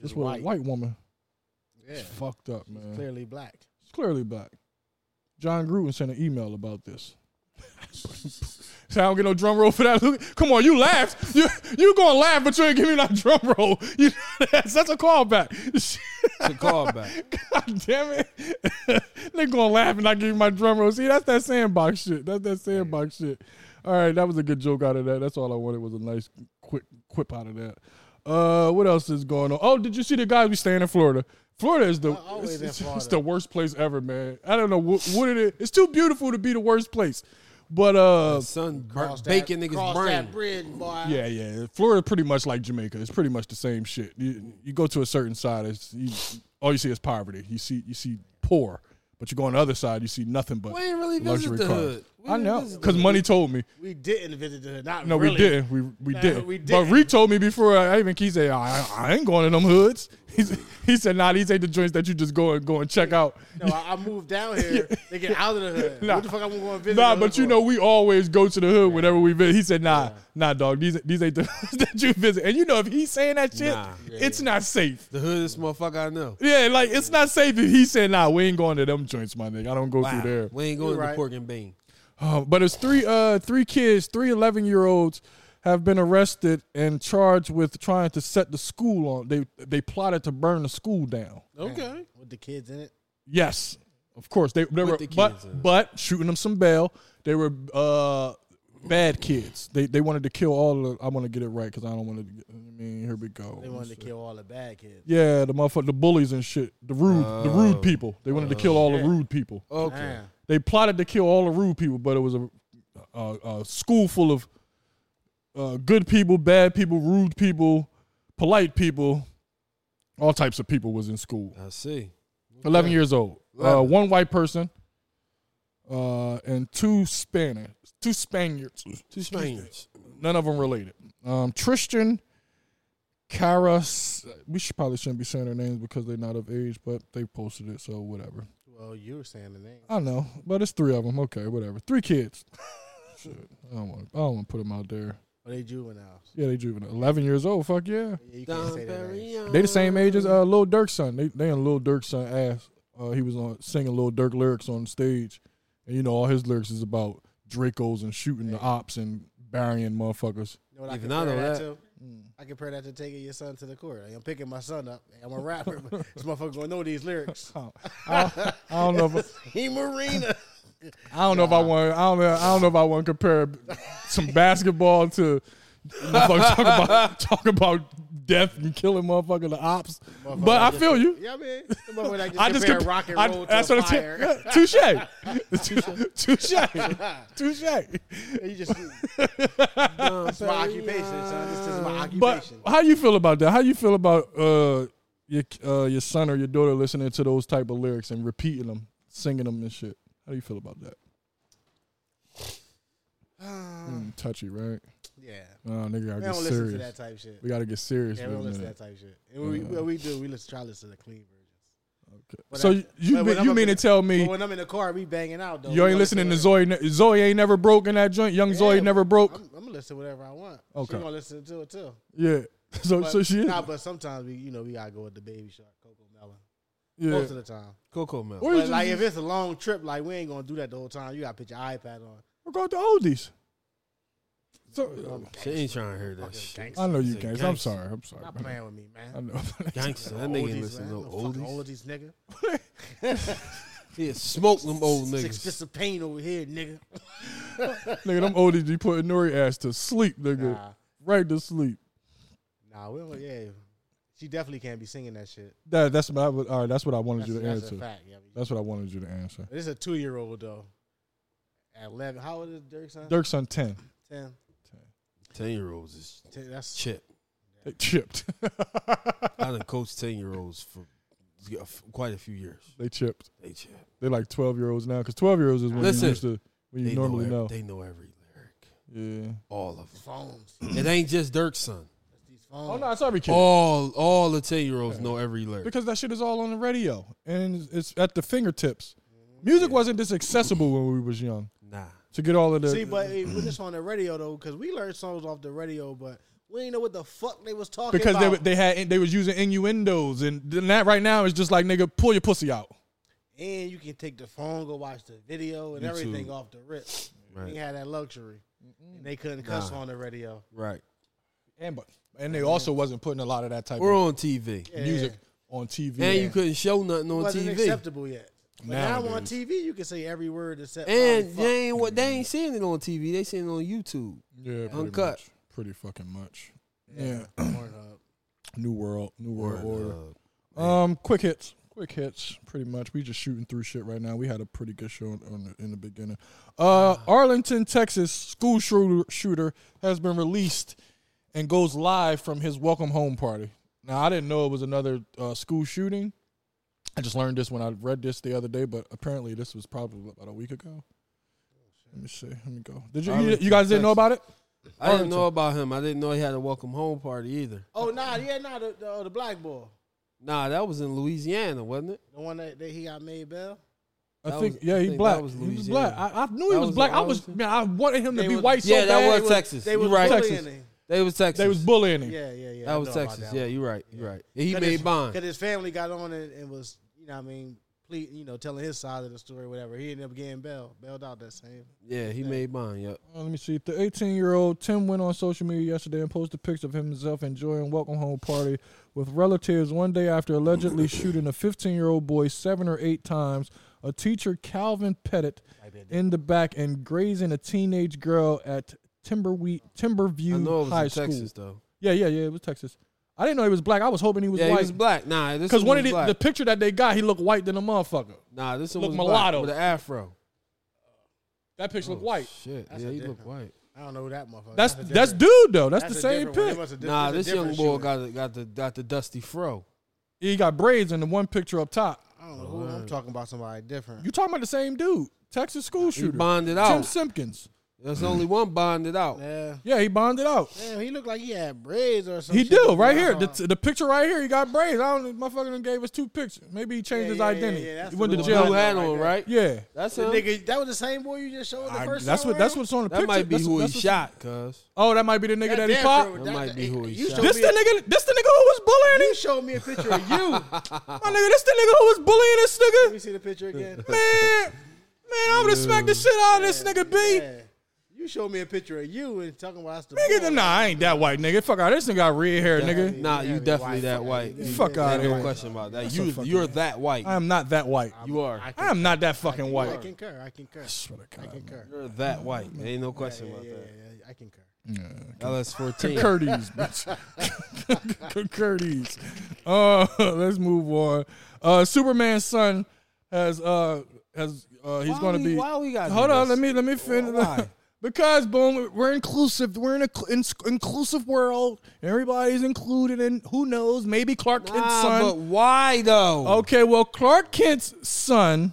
A: This was a white woman.
D: Yeah,
A: It's fucked up, man.
D: clearly black.
A: It's clearly black. John Gruden sent an email about this. so I don't get no drum roll for that. Luke. Come on, you laughed. You you gonna laugh, but you ain't giving me that drum roll. You, that's, that's a callback.
E: It's a callback.
A: God damn it. they gonna laugh and not give me my drum roll. See, that's that sandbox shit. That's that sandbox shit. All right, that was a good joke out of that. That's all I wanted was a nice quick quip out of that. Uh, what else is going on? Oh, did you see the guys we staying in Florida? Florida is the
D: always
A: it's,
D: in
A: it's- it's
D: Florida.
A: the worst place ever, man. I don't know what, what it is. It's too beautiful to be the worst place. But uh,
E: Son
D: Cross
E: burnt,
D: that-
E: bacon niggas
D: cross
E: brain.
D: that bridge, boy.
A: yeah, yeah, Florida pretty much like Jamaica. It's pretty much the same shit. You, you go to a certain side, it's you, all you see is poverty. You see you see poor, but you go on the other side, you see nothing but
E: We ain't really
A: luxury
E: visit the
A: cars.
E: hood. We
A: I
E: didn't
A: know
E: visit the
A: because money told me.
D: We didn't visit the hood. Not
A: No,
D: really.
A: we didn't. We we
D: No,
A: didn't.
D: we
A: But
D: didn't.
A: Ree told me before I even he said I, I ain't going in them hoods. He said, he said nah, these ain't the joints that you just go and go and check out.
D: No, I, I moved down here to get out of the hood.
A: Nah.
D: What the fuck I'm going to visit?
A: Nah,
D: the hood
A: but you
D: for?
A: know we always go to the hood whenever we visit. He said, "Nah, nah, dog. These these ain't the hoods that you visit." And you know if he's saying that shit,
E: Nah.
A: it's not safe.
E: The hoodest motherfucker I know.
A: Yeah, like it's not safe if he said, "Nah, we ain't going to them joints, my nigga. I don't go
E: Wow.
A: through there."
E: We ain't going
D: You
E: to
D: right.
E: pork and bean.
A: Uh, but it's three, uh, three kids, three 11 year olds have been arrested and charged with trying to set the school on. They they plotted to burn the school down.
E: Okay.
D: with the kids in it.
A: Yes, of course they they were,
E: the kids,
A: but
E: uh.
A: but shooting them some bail. They were uh, bad kids. They they wanted to kill all of. The, I want to get it right because I don't want to. I mean, here we go.
D: They wanted to kill all the bad kids.
A: Yeah, the motherfucker, the bullies and shit, the rude, the
D: Oh.
A: rude people. They wanted to kill all the rude people.
E: Okay.
D: Damn.
A: they plotted to kill all the rude people, but it was a, a, a school full of uh, good people, bad people, rude people, polite people, all types of people was in school.
E: I see.
A: Eleven years old, Uh,
E: Eleven.
A: one white person, uh, and two Spanish, two Spaniards.
E: Two Spaniards.
A: None of them related. Um, Tristan Caras. We should probably shouldn't be saying their names because they're not of age, but they posted it, so whatever.
D: Well, you were saying the name.
A: I know, but it's three of them. Okay, whatever. Three kids. Shit, I don't want. I don't want to put them out there.
D: Are they juveniles?
A: Yeah, they juvenile. Eleven years old. Fuck yeah.
D: Yeah, you can't say their names.
A: They the same age as uh, Lil Durk's son. They they in Lil Durk's son ass. Uh, he was on singing Lil Durk lyrics on stage, and you know all his lyrics is about Dracos and shooting the ops and burying motherfuckers.
D: You know what I
E: Even
D: compare
E: I know
D: that,
E: that.
D: to? Mm. I compare that to taking your son to the court. Like, I'm picking my son up. I'm a rapper, but this motherfucker gonna know these lyrics.
A: I don't know if
D: he Marina.
A: I don't know if I want. I don't. know- I don't know if I want to compare some basketball to motherfucker, talk about talk about death and killing motherfucker the ops. But I feel you.
D: Yeah, I mean, the moment I just,
A: I just
D: compare
A: compa-
D: rock and
A: I-
D: roll
A: that's
D: to a
A: what I'm
D: fire.
A: saying. Touche, touche, touche.
D: you just, it's my occupation, son. This is my
A: But
D: occupation.
A: how you feel about that? How you feel about uh, your uh, your son or your daughter listening to those type of lyrics and repeating them, singing them and shit? How do you feel about that? Mm, touchy, right?
D: yeah,
A: Oh, nigga, gotta
D: we
A: get
D: don't listen
A: serious.
D: to that type shit.
A: We gotta get serious.
D: Yeah,
A: for
D: we
A: a
D: don't listen to
A: minute. Uh-huh.
D: that type shit. And we, well, we do. We listen, try to listen to the clean versions. But
A: So
D: I-
A: you you, mean-
D: but when
A: you
D: I'm
A: mean
D: in
A: to
D: the-
A: tell
D: But
A: me
D: when I'm in the car, we banging out though.
A: you
D: We
A: ain't
D: gonna listen
A: listening to
D: whatever-
A: Zoe? ne- Zoe ain't never broke in that joint. Young Zoe
D: Yeah,
A: never broke.
D: I'm, I'm gonna listen to whatever I want.
A: Okay.
D: Okay, gonna listen to it too.
A: yeah. So
D: But,
A: so she is.
D: Nah, but sometimes we, you know, we gotta go with the baby shark, Coco Melon.
A: yeah.
D: Most of the time.
E: Coco Mel.
A: Or you
D: But
A: just-
D: like if it's a long trip, like we ain't gonna do that the whole time. You gotta put your iPad on.
A: We're going to oldies. So
E: She ain't trying to hear that
D: Fucking
E: shit.
A: I
D: gangster.
A: know you
E: a
A: guys. I'm
E: gangster.
A: sorry. I'm sorry.
D: Stop
A: man.
D: playing with me,
A: I
D: man.
A: know.
E: Gangster. That nigga ain't listen
D: man.
E: to no
D: No fucking
E: oldies.
D: oldies, nigga.
E: He smoked them old
D: Six
E: niggas.
D: fists of pain over here, nigga.
A: nigga, them oldies be putting Nori ass to sleep, nigga.
D: Nah,
A: Right to sleep.
D: nah, we don't, yeah. She definitely can't be singing that shit.
A: That that's what I would, all right, that's what I wanted
D: That's,
A: you to
D: that's
A: answer.
D: a fact. Yeah,
A: That's what I wanted you to answer.
D: this is a two year old though. At eleven, how old is Dirk's son?
A: Dirk's on ten.
D: Ten.
E: Ten year olds is
D: Ten. That's
E: chip.
A: They chipped.
E: I done coached ten year olds for yeah, f- quite a few years.
A: they chipped.
E: They chip.
A: They're like twelve year olds now, because twelve year olds is when
E: Listen.
A: you used to when you
E: They
A: normally
E: know,
A: know.
E: every- They know every lyric.
A: yeah.
E: All of them.
D: phones.
E: It ain't just Dirk's son.
D: These
A: Oh
D: phones.
A: no, it's every kid.
E: All all the ten year olds know every lyric.
A: Because that shit is all on the radio and it's at the fingertips.
D: Mm-hmm.
A: Music wasn't this accessible when we was young
E: Nah.
A: to get all of the.
D: See, but eh, we're just on the radio though, because we learned songs off the radio, but we didn't know what the fuck they was talking
A: because they
D: about.
A: wa- they had they was using innuendos and then that right now is just like nigga pull your pussy out.
D: and you can take the phone, go watch the video, and everything off the rip. We had that luxury, and they couldn't cuss on the radio.
E: Right.
A: And but and they also wasn't putting a lot of that type
E: We're
A: of
E: on TV.
A: music on TV.
E: And you couldn't show nothing on
D: It wasn't
E: TV.
D: acceptable yet. But
A: Nowadays.
D: now on TV, you can say every word except
E: And
D: "Oh, fuck."
E: they ain't what they ain't seeing it on TV. They seeing it on YouTube.
A: yeah, pretty
E: Uncut.
A: much. pretty fucking much. Yeah.
D: Pornhub.
A: new world, new world order. Um, quick hits, quick hits. Pretty much, we just shooting through shit right now. We had a pretty good show in, on the, in the beginning. Uh, Arlington, Texas, school shooter shooter has been released and goes live from his welcome home party. Now, I didn't know it was another uh, school shooting. I just learned this when I read this the other day, but apparently this was probably about a week ago. Let me see. Let me go. Did you you, you guys didn't know about it?
E: I didn't know about him. I didn't know he had a welcome home party either.
D: Oh nah, yeah, nah, the, oh, the, the black boy,
E: Nah, that was in Louisiana, wasn't it?
D: the one that, that he got made bail.
A: I
E: That
A: think
E: was- I
A: yeah, he
E: think that
A: black.
E: was
A: he was black.
E: Louisiana.
A: I, I knew he
E: That
A: was
E: was
A: black.
E: in
A: I was
E: Arlington?
A: man. I wanted him to
D: They
A: be
D: was-
A: white so
E: yeah, that
A: bad.
E: was Texas.
D: They
E: you
D: was
E: right.
D: bullying
A: Texas.
D: him.
E: They was Texas.
A: They was bullying him.
D: Yeah, yeah, yeah.
E: that was Texas. yeah, you're right. You're right. He made
D: Because
E: bond.
D: his family got on and, and was, you know, what I mean, ple- you know, telling his side of the story, whatever. He ended up getting bailed, bailed out that same.
E: Yeah, he made bond. Yep.
A: Uh, let me see. The 18 year old Tim went on social media yesterday and posted pictures of himself enjoying welcome home party with relatives one day after allegedly shooting a 15 year old boy seven or eight times, a teacher Calvin Pettit in the back, and grazing a teenage girl at Timberwe- Timberview
E: I know it was
A: High
E: in
A: School.
E: Texas though.
A: Yeah, yeah, yeah. It was Texas. I didn't know he was black. I was hoping he was
E: yeah,
A: white.
E: he was black. Nah, this
A: Because
E: one
A: one of
E: was
A: the,
E: black.
A: the picture that they got, he looked white than a motherfucker.
E: nah, this one
A: look
E: was
A: mulatto.
E: black with an afro.
A: That picture looked white.
E: Shit, yeah, he looked white.
D: I don't know who that motherfucker.
A: That's
D: a
A: that's,
D: different-
A: dude though. That's, the
D: a
A: same
D: different one. It
A: pic.
D: must have-
E: Nah,
D: it's a
E: this young
D: different
E: boy
D: shooter.
E: got the, got the got the dusty fro.
A: He got braids in the one picture up top.
D: I don't know who I'm talking about. Somebody different.
A: You talking about the same dude? Texas school shooter.
E: bonded
A: Tim
E: out.
A: Simpkins.
E: There's only one bonded out.
D: yeah.
A: Yeah, he bonded out.
D: Damn, he looked like he had braids or something.
A: He do right here. The, the picture right here. He got braids. I don't. know. Motherfucker done gave us two pictures. Maybe he changed
D: Yeah,
A: his
D: yeah, yeah,
A: identity.
D: yeah, that's
A: he
D: the
A: went to
D: one.
E: Blue
A: jail.
E: hat on, right?
A: Yeah,
E: That's
D: the
E: him.
D: nigga, that was the same boy you just showed the
A: I-
D: first
A: that's
D: time.
A: what. That's what's on the
E: that
A: picture.
E: might be
A: That's
E: who
A: what-
E: he
A: that's what-
E: shot, cuz.
A: Oh, that might be the nigga that he popped.
E: That might be who he
D: you
E: shot.
D: showed
A: This
D: me
A: the
D: a-
A: nigga. This the nigga who was bullying.
D: You
A: him?
D: showed me a picture of you. Let
A: My nigga. This the nigga who was bullying this nigga.
D: me see the picture again.
A: man, man, I would have smacked the shit out of this nigga B.
D: Yeah. You You showed me a picture of you and talking about us the
A: Nigga,
D: boy.
A: nah, I ain't that white, nigga. Fuck out. This nigga got red hair, nigga.
E: Nah, you definitely that white.
A: You fuck
E: Ain't
A: outta
E: no
A: here.
E: question about that.
A: That's
E: You
A: a fucking-
E: you're that white.
A: I am not that white.
E: you are.
A: I am not that fucking
D: I
A: white.
D: concur. I concur.
A: Swear to
D: I
A: God,
D: concur.
E: You're that white. Ain't no question
D: Yeah,
E: about
D: yeah,
E: that.
D: yeah, yeah, I concur.
E: LS fourteen.
A: Concur these, bitch. Concur these. Uh, let's move on. Uh, Superman's son has uh has uh he's
E: Why
A: going to
E: we-
A: be.
E: why we gotta do
A: Hold on, let
E: this?
A: me let me finish.
E: Why?
A: because boom, we're inclusive. We're in a cl- in- inclusive world. Everybody's included, and who knows? Maybe Clark Kent's
E: Ah,
A: son.
E: but why though?
A: Okay, well, Clark Kent's son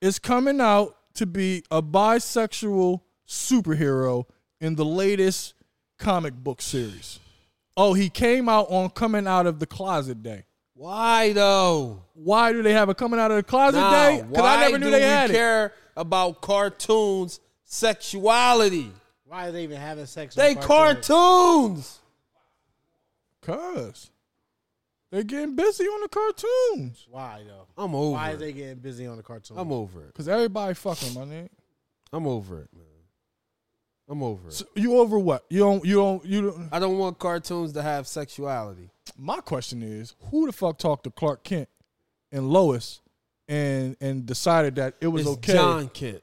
A: is coming out to be a bisexual superhero in the latest comic book series. Oh, he came out on Coming Out of the Closet Day.
E: Why though?
A: Why do they have a Coming Out of the Closet
E: Nah,
A: Day? Because I
E: why
A: never knew
E: do
A: they
E: we
A: had it.
E: care about cartoons sexuality?
D: Why are they even having sex? on
E: They
D: cartoons?
E: cartoons.
A: Because they're getting busy on the cartoons.
D: Why though?
E: I'm over.
D: Why is
E: it.
D: they getting busy on the cartoon?
E: I'm over it.
A: Because everybody fucking, my nigga.
E: I'm over it, man. I'm over it.
A: So you over what? You don't, you don't, you don't.
E: I don't want cartoons to have sexuality.
A: my question is, who the fuck talked to Clark Kent and Lois and and decided that it was
E: It's
A: okay?
E: John Kent.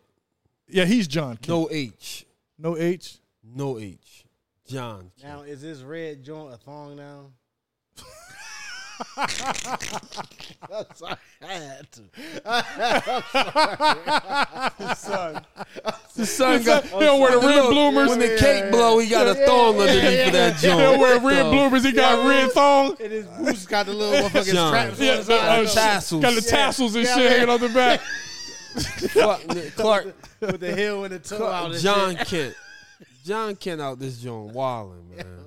A: Yeah, he's John Kent.
E: No H.
A: No H.
E: No H. John. Kent.
D: Now is this red joint a thong now? I'm sorry, I had to.
E: The sun
A: got- he don't wear the red bloomers.
E: When the cake blow, he got a thong underneath for that
A: He
E: joint.
A: don't wear red
E: So,
A: bloomers. He got red thong.
D: And his boots got the little motherfucking
E: John.
D: straps on
A: Yeah,
D: the side.
A: uh,
E: tassels.
A: Got the
E: Yeah.
A: tassels and shit hanging on the back.
E: Clark, Clark
D: with the heel and the toe out. And
E: John
D: shit.
E: Kent. John Kent out this joint wilding, man.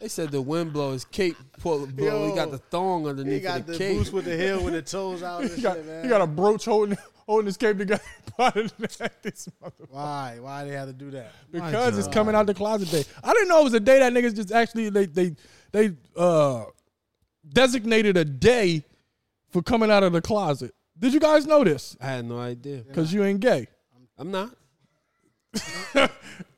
E: They said the wind blow his cape pull blow. he got
D: Yo,
E: the thong underneath
D: He
E: for
D: got
E: the,
D: the
E: cape.
D: boots with the heel and the toes out. And
A: He got,
D: shit, man.
A: he got a brooch holding holding his cape together. This mother-
D: Why? Why they had to do that?
A: because it's coming out the closet day. I didn't know it was a day that niggas just actually they they they uh designated a day for coming out of the closet. Did you guys know this?
E: I had no idea.
A: Because you ain't gay.
E: I'm not.
A: why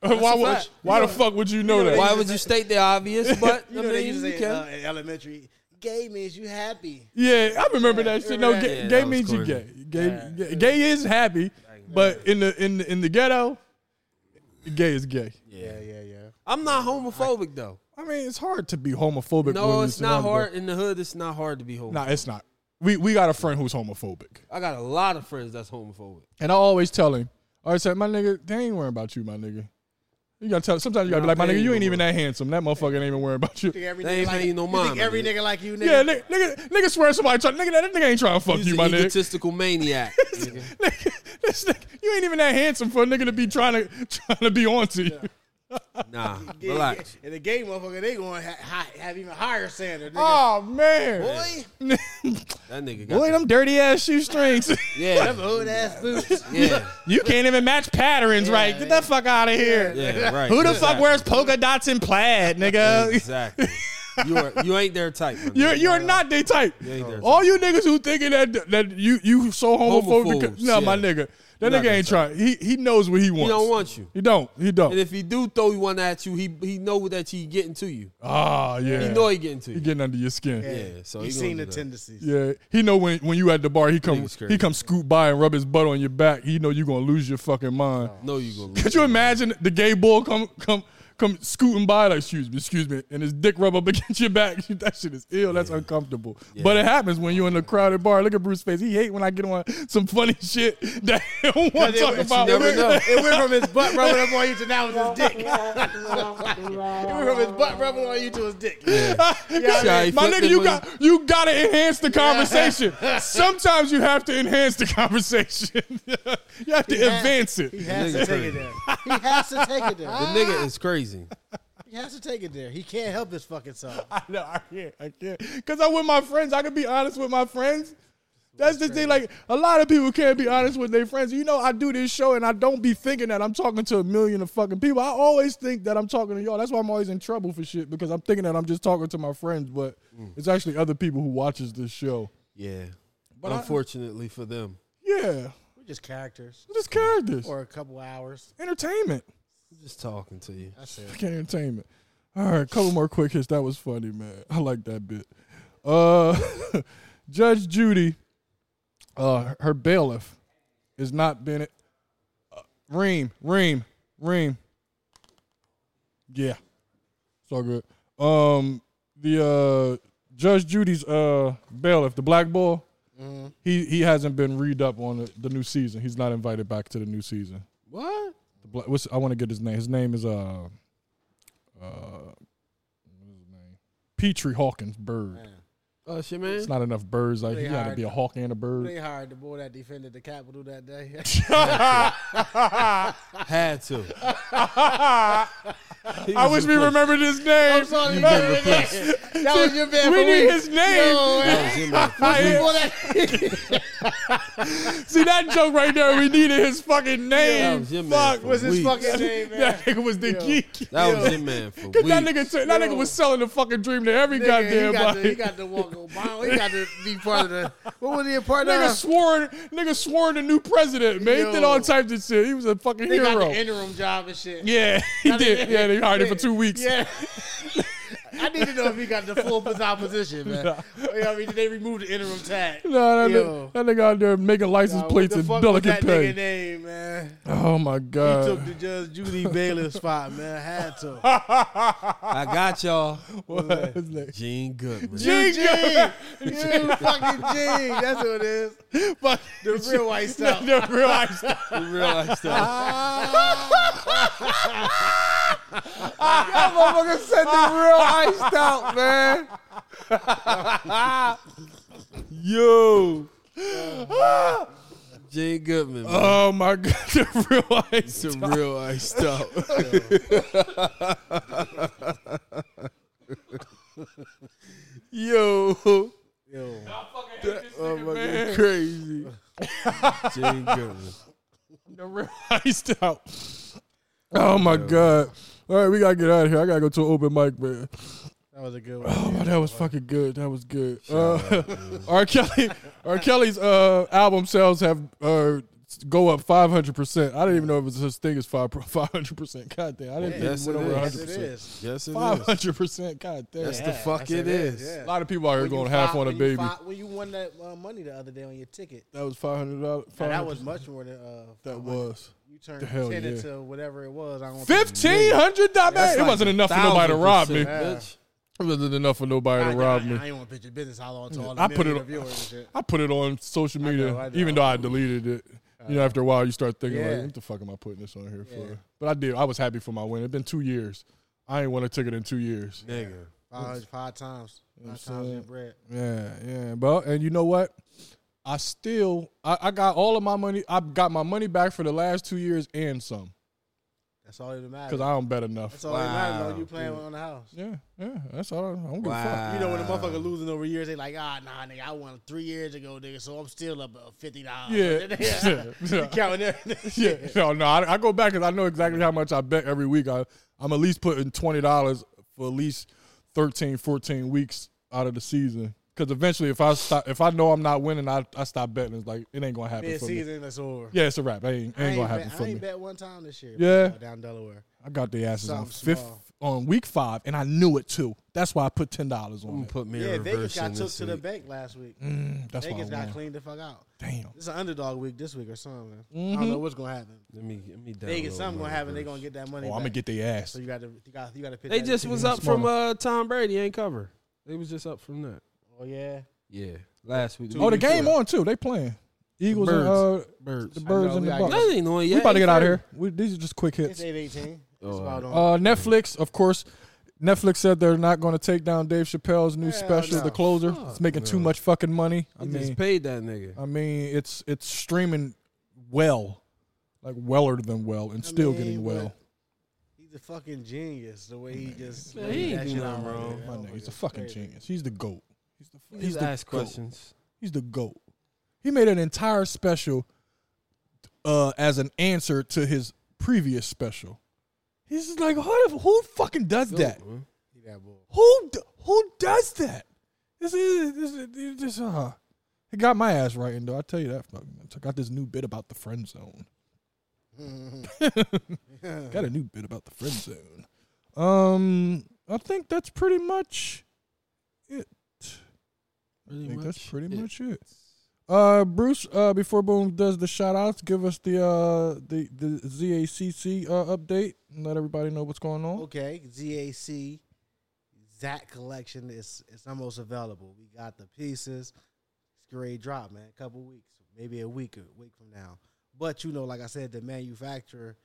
E: a
A: would,
E: fact.
A: why the fuck would you know, that?
E: Why would you state the obvious? But
D: You
E: I
D: know they
E: mean,
D: used
E: you
D: to say
E: can.
D: uh, in elementary, gay means you happy.
A: yeah, I remember that shit. No,
D: Yeah,
A: gay,
E: that
A: gay
E: was
A: means you
E: corny.
A: gay. Gay, gay. gay is happy, but in the in the, in the ghetto, gay is gay.
D: Yeah, yeah, yeah.
E: I'm not homophobic though.
A: I mean, it's hard to be homophobic. when
E: No,
A: you're
E: it's not
A: surrounded by-
E: hard in the hood. It's not hard to be homophobic.
A: Nah, it's not. We we got a friend who's homophobic.
E: I got a lot of friends that's homophobic.
A: And I always tell him, I always say, my nigga, they ain't worrying about you, my nigga. You gotta tell. Sometimes you gotta be like, my
E: they
A: nigga,
E: ain't
A: you ain't
E: even
A: even that handsome. That motherfucker ain't even worrying about you.
D: Think every
E: They
D: nigga
E: ain't
D: like,
E: paying no
D: you
E: mind,
D: Think every
E: man.
D: nigga like you, nigga.
A: Yeah, nigga, nigga, nigga swear somebody try, nigga, that nigga ain't trying to fuck
E: He's
A: you,
E: an
A: my nigga.
E: egotistical maniac. nigga.
A: Nigga, this nigga. You ain't even that handsome for a nigga to be trying to trying to be onto you.
E: Nah,
D: Yeah,
E: relax.
D: yeah. And the gay motherfucker, they going ha- hi- have even higher standard. Nigga.
A: Oh man,
D: Boy,
E: That nigga got
A: boy,
E: the-
A: them dirty ass shoestrings.
E: yeah,
D: them old ass boots.
E: yeah,
A: you can't even match patterns, right? Get that fuck out of here.
E: yeah. Right.
A: Who the fuck
E: Exactly.
A: wears polka dots and plaid, nigga?
E: Exactly. You are you ain't their type. my
A: You're
E: nigga.
A: you're not they type.
E: ain't their
A: All you niggas who thinking that that you you so homophobic.
E: Homophobes,
A: no, my
E: yeah.
A: nigga, that
E: Not
A: nigga
E: their
A: ain't trying. He he knows what he wants.
E: He don't want you.
A: He don't. He
E: And
A: don't.
E: if he do throw one at you, he he know that he getting to you.
A: Ah, yeah.
E: He know he getting to
A: He
E: you.
A: getting under your skin. Yeah.
E: Yeah, so
D: you
E: he
D: seen the
E: gonna do that.
D: tendencies.
A: He know when when you at the bar, he come
E: Nigga's crazy.
A: he come scoot by and rub his butt on your back. He know you gonna lose your fucking mind.
E: No, you gonna.
A: Could you imagine the gay boy come come come scooting by like excuse me, excuse me, and his dick rub up against your back? that shit is ill. That's uncomfortable. But it happens when you're in a crowded bar. Look at Bruce face. He hate when I get on some funny shit that I don't want to talk about.
E: never
A: Look,
E: know.
D: It went from his butt rubbing up on you to now it's his dick. it went from his butt rubbing on you to his dick.
A: God,
E: Yeah, he
A: my
E: flipped
A: nigga,
E: it
A: you
E: when-
A: got you gotta enhance the conversation. Sometimes you have to enhance the conversation. you have to advance it.
D: He has
E: Nigga
D: to take it there. He has to take it
E: The
D: there.
E: nigga is crazy.
D: He has to take it there. He can't help his fucking self.
A: I know I can't. I can't. Cause I'm with my friends. I can be honest with my friends. That's the thing. Like a lot of people can't be honest with their friends. You know, I do this show and I don't be thinking that I'm talking to a million of fucking people. I always think that I'm talking to y'all. That's why I'm always in trouble for shit because I'm thinking that I'm just talking to my friends, but it's actually other people who watches this show.
E: Yeah. Unfortunately for them,
A: Yeah.
D: We're just characters
A: Just characters.
D: for a couple hours.
A: Entertainment.
E: I'm just talking to you.
D: That's it.
A: Fucking entertainment. All right, couple more quick hits. That was funny, man. I like that bit. Uh, Judge Judy, uh, her bailiff is not Bennett. Uh, Reem, Reem, Reem. Yeah, it's all good. Um, the uh, Judge Judy's uh bailiff, the black ball, he he hasn't been read up on the, the new season. He's not invited back to the new season.
E: What?
A: The black, what's I want to get his name. His name is uh Petrie Hawkins bird.
E: Oh shit, man.
A: It's not enough birds. Like
D: They
A: you got to
D: hired
A: be a hawk and a bird.
D: They hired the boy that defended the Capitol that day.
E: Had to.
A: I wish we remembered his name.
D: Sorry, man. that was your bad.
A: we need his name. See that joke right there? We needed his fucking
E: That
A: name.
E: was your man.
A: Fuck,
E: for
A: was his
E: weeks.
D: fucking name, man?
A: that nigga was the geek.
E: That was your man for
A: Cause that
E: weeks.
A: nigga, took- that nigga was selling the fucking dream to every
D: Nigga,
A: goddamn
D: he got
A: body.
D: to, he got to walk Obama. He got to be part of the. What was he a part
A: Nigga
D: of?
A: swore, nigga swore the new president, man. He did all
D: Yo.
A: types of shit. He was a fucking
D: They got
A: hero.
D: the interim job and shit.
A: yeah, he did. Yeah, they hired him for two weeks.
D: Yeah. I need to know if he got the full opposition, man. You know what I mean, they removed the interim tag.
A: Nah, that,
D: Yo.
A: nigga, that nigga out there making license
D: Nah, what
A: plates
D: the
A: and
D: fuck was
A: delicate
D: that nigga
A: pay.
D: name, man?
A: Oh my
D: He
A: god.
D: took the Judge Judy Bailiff spot, man. Had to.
E: I got y'all.
A: What is that?
E: Gene Goodman.
D: Gene, you fucking Gene. That's what it is.
A: Fuck.
D: The real white stuff.
A: The real ice stuff.
E: You realize that?
A: That motherfucker said the real iced out, man.
E: Yo. Gene Goodman. man.
A: Oh my god, the real iced
E: It's a real iced out. Yo.
D: Yo,
E: Oh my god, crazy. Gene Goodman.
A: The real iced out. Oh my god. All right, we gotta get out of here. I gotta go to an open mic, man.
D: that was a good one.
A: Oh, that was fucking good. That was good. Uh, R. Kelly, R. Kelly's uh, album sales have uh, go up five hundred percent. I didn't even know it was such thing as five hundred percent. God damn, I didn't think
E: Yes,
A: it went
E: it
A: over
E: is.
A: hundred
D: Yes, it
A: percent.
D: is.
E: Yes, it is.
A: Five hundred percent. God damn,
E: That's the
D: Yeah,
E: fuck
D: that's
E: it
D: it
E: is.
D: is, yeah.
A: a lot of people out here
D: When you
A: going
D: fi-
A: half on a
D: when you
A: baby.
D: fi- When you won that uh, money the other day on your ticket,
A: That was five hundred dollars.
D: Now, that was much more than uh,
A: That
D: 500.
A: was
D: You turned
A: The hell
D: ten
A: yeah.
D: into whatever it was. I don't think-
A: fifteen hundred dollars.
E: That's
A: It
E: like
A: wasn't enough for nobody to rob me. It
E: 1000%, bitch.
A: wasn't enough for nobody
D: I,
A: to rob
D: I,
A: me.
D: I ain't want to pitch your business. I lost all the
A: I
D: I
A: put
D: put
A: it on-
D: viewers and shit.
A: I put it on social media,
D: I know. Uh,
A: even though I deleted it. You know, after a while, you start thinking,
D: Yeah.
A: like, what the fuck am I putting this on here for? But I did. I was happy for my win. It's been two years. I ain't won a ticket in two years.
E: Nigga.
D: Five hundred- five times.
A: I'm
D: Five times
A: saying?
D: your bread.
A: Yeah, yeah. But and you know what? I still I, I got all of my money. I got my money back for the last two years and some
D: That's all that matters.
A: because I don't bet enough.
D: That's all that matters.
E: Wow.
D: though. You playing on the house.
A: Yeah, yeah. That's all. I I don't give a
E: Wow.
A: fuck.
D: You know when the motherfucker losing over years, they like, ah, nah, nigga, I won three years ago, nigga, so I'm still up uh, fifty dollars.
A: Yeah, yeah.
D: you counting everything.
A: Yeah, no, no. I, I go back because I know exactly how much I bet every week. I, I'm at least putting twenty dollars for at least 13, 14 weeks out of the season. Because eventually, if I stop, if I know I'm not winning, I, I stop betting. It's like it ain't gonna happen
D: Mid
A: for me.
D: season, that's over.
A: Yeah, it's a wrap. It ain't, it
D: I
A: ain't gonna
D: bet-
A: happen for
D: I
A: me.
D: ain't bet one time this year.
A: Yeah.
D: uh, down Delaware.
A: I got the asses on
D: Something
A: fifth
D: small.
A: on week five, and I knew it too. That's why I put ten dollars
E: I'm
A: on
E: gonna
A: it.
E: put me
D: Yeah,
E: in reverse
D: Vegas got
E: in
D: took
E: this
D: to the
E: week.
D: bank last week.
A: Mm, that's why I
D: Vegas got
A: won.
D: cleaned the fuck out.
A: Damn.
D: It's an underdog week this week or something. man. I
E: Mm-hmm.
D: don't know what's gonna happen.
E: Let me, let me
D: Vegas,
E: download
D: something
E: my
D: gonna happen. They
E: reverse.
D: gonna get that money.
A: Oh, I'm gonna
D: back.
A: get the ass.
D: So you got to, you got, you got to pick.
E: They
D: that
E: just
D: ticket
E: was
D: up.
E: up from uh, Tom Brady. Ain't cover. They was just up from that.
D: Oh yeah.
E: Yeah, last week.
A: Oh, the
E: week
A: game
E: before.
A: on too. They playing Eagles
E: Birds.
A: and uh,
E: Birds.
A: the birds
D: know,
A: and
D: we
A: the
D: gotta
A: bucks.
D: get
E: That ain't on yet.
A: We about to get out of
E: Eight
A: here. We, these are just quick
D: It's
A: hits.
D: eight eighteen. It's
E: Oh,
D: about on.
A: Uh, Netflix, of course. Netflix said they're not going to take down Dave Chappelle's new
D: Hell
A: special,
D: no.
A: The Closer. It's making too much fucking money. I
E: He
A: mean,
E: just paid that nigga.
A: I mean, it's it's streaming well, like weller than well, and still
D: mean,
A: getting
D: but-
A: well.
D: He's a fucking genius. The way he just
E: Man, he ain't
D: that
E: do
D: shit out
E: nothing
D: right
E: wrong.
D: there.
A: My
D: Oh
A: nigga, he's a
D: goodness,
A: fucking
D: crazy.
A: genius. He's the goat. He's the fu-
E: He's
A: the
E: ask
A: goat.
E: questions.
A: He's the goat. He made an entire special uh, as an answer to his previous special. He's just like, who, who fucking does that?
D: He that boy.
A: Who d- who does that? This is this is this, uh, It got my ass writing though. I tell you that. for a- I got this new bit about the friend zone. got a new bit about the friend zone. Um, I think that's pretty much it. I think that's pretty much it. Uh, Bruce, uh, before Boom does the shout outs, give us the uh the the ZACC uh, update and let everybody know what's going on.
D: Okay, ZAC, that collection is it's almost available. We got the pieces. It's great drop, man. A couple weeks, maybe a week, a week from now. But you know, like I said, the manufacturer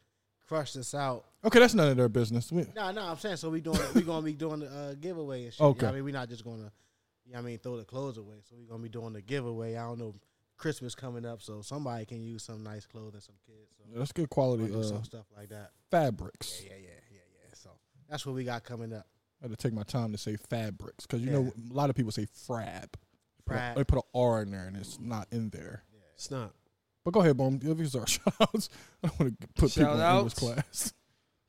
D: crushed us out.
A: Okay, that's none of their business. We,
D: No, no, I'm saying so we doing we gonna be doing the uh, giveaway and shit. You know
A: Okay.
D: what I mean, we're not just gonna, you know what I mean, throw the clothes away. So we're gonna be doing the giveaway. I don't know, Christmas coming up, so somebody can use some nice clothing, some kids. So
A: that's good
D: we're
A: quality
D: gonna do
A: uh,
D: some stuff like that.
A: fabrics.
D: Yeah, yeah, yeah, yeah, yeah. So that's what we got coming up.
A: I had to take my time to say fabrics because you
D: Yeah.
A: know a lot of people say frab. They put a-
D: Frab.
A: They put an R in there and it's not in there.
E: It's not.
A: But go ahead, Boom. Give us our shoutouts. I don't want to put people in English
E: Shout-outs.
A: class.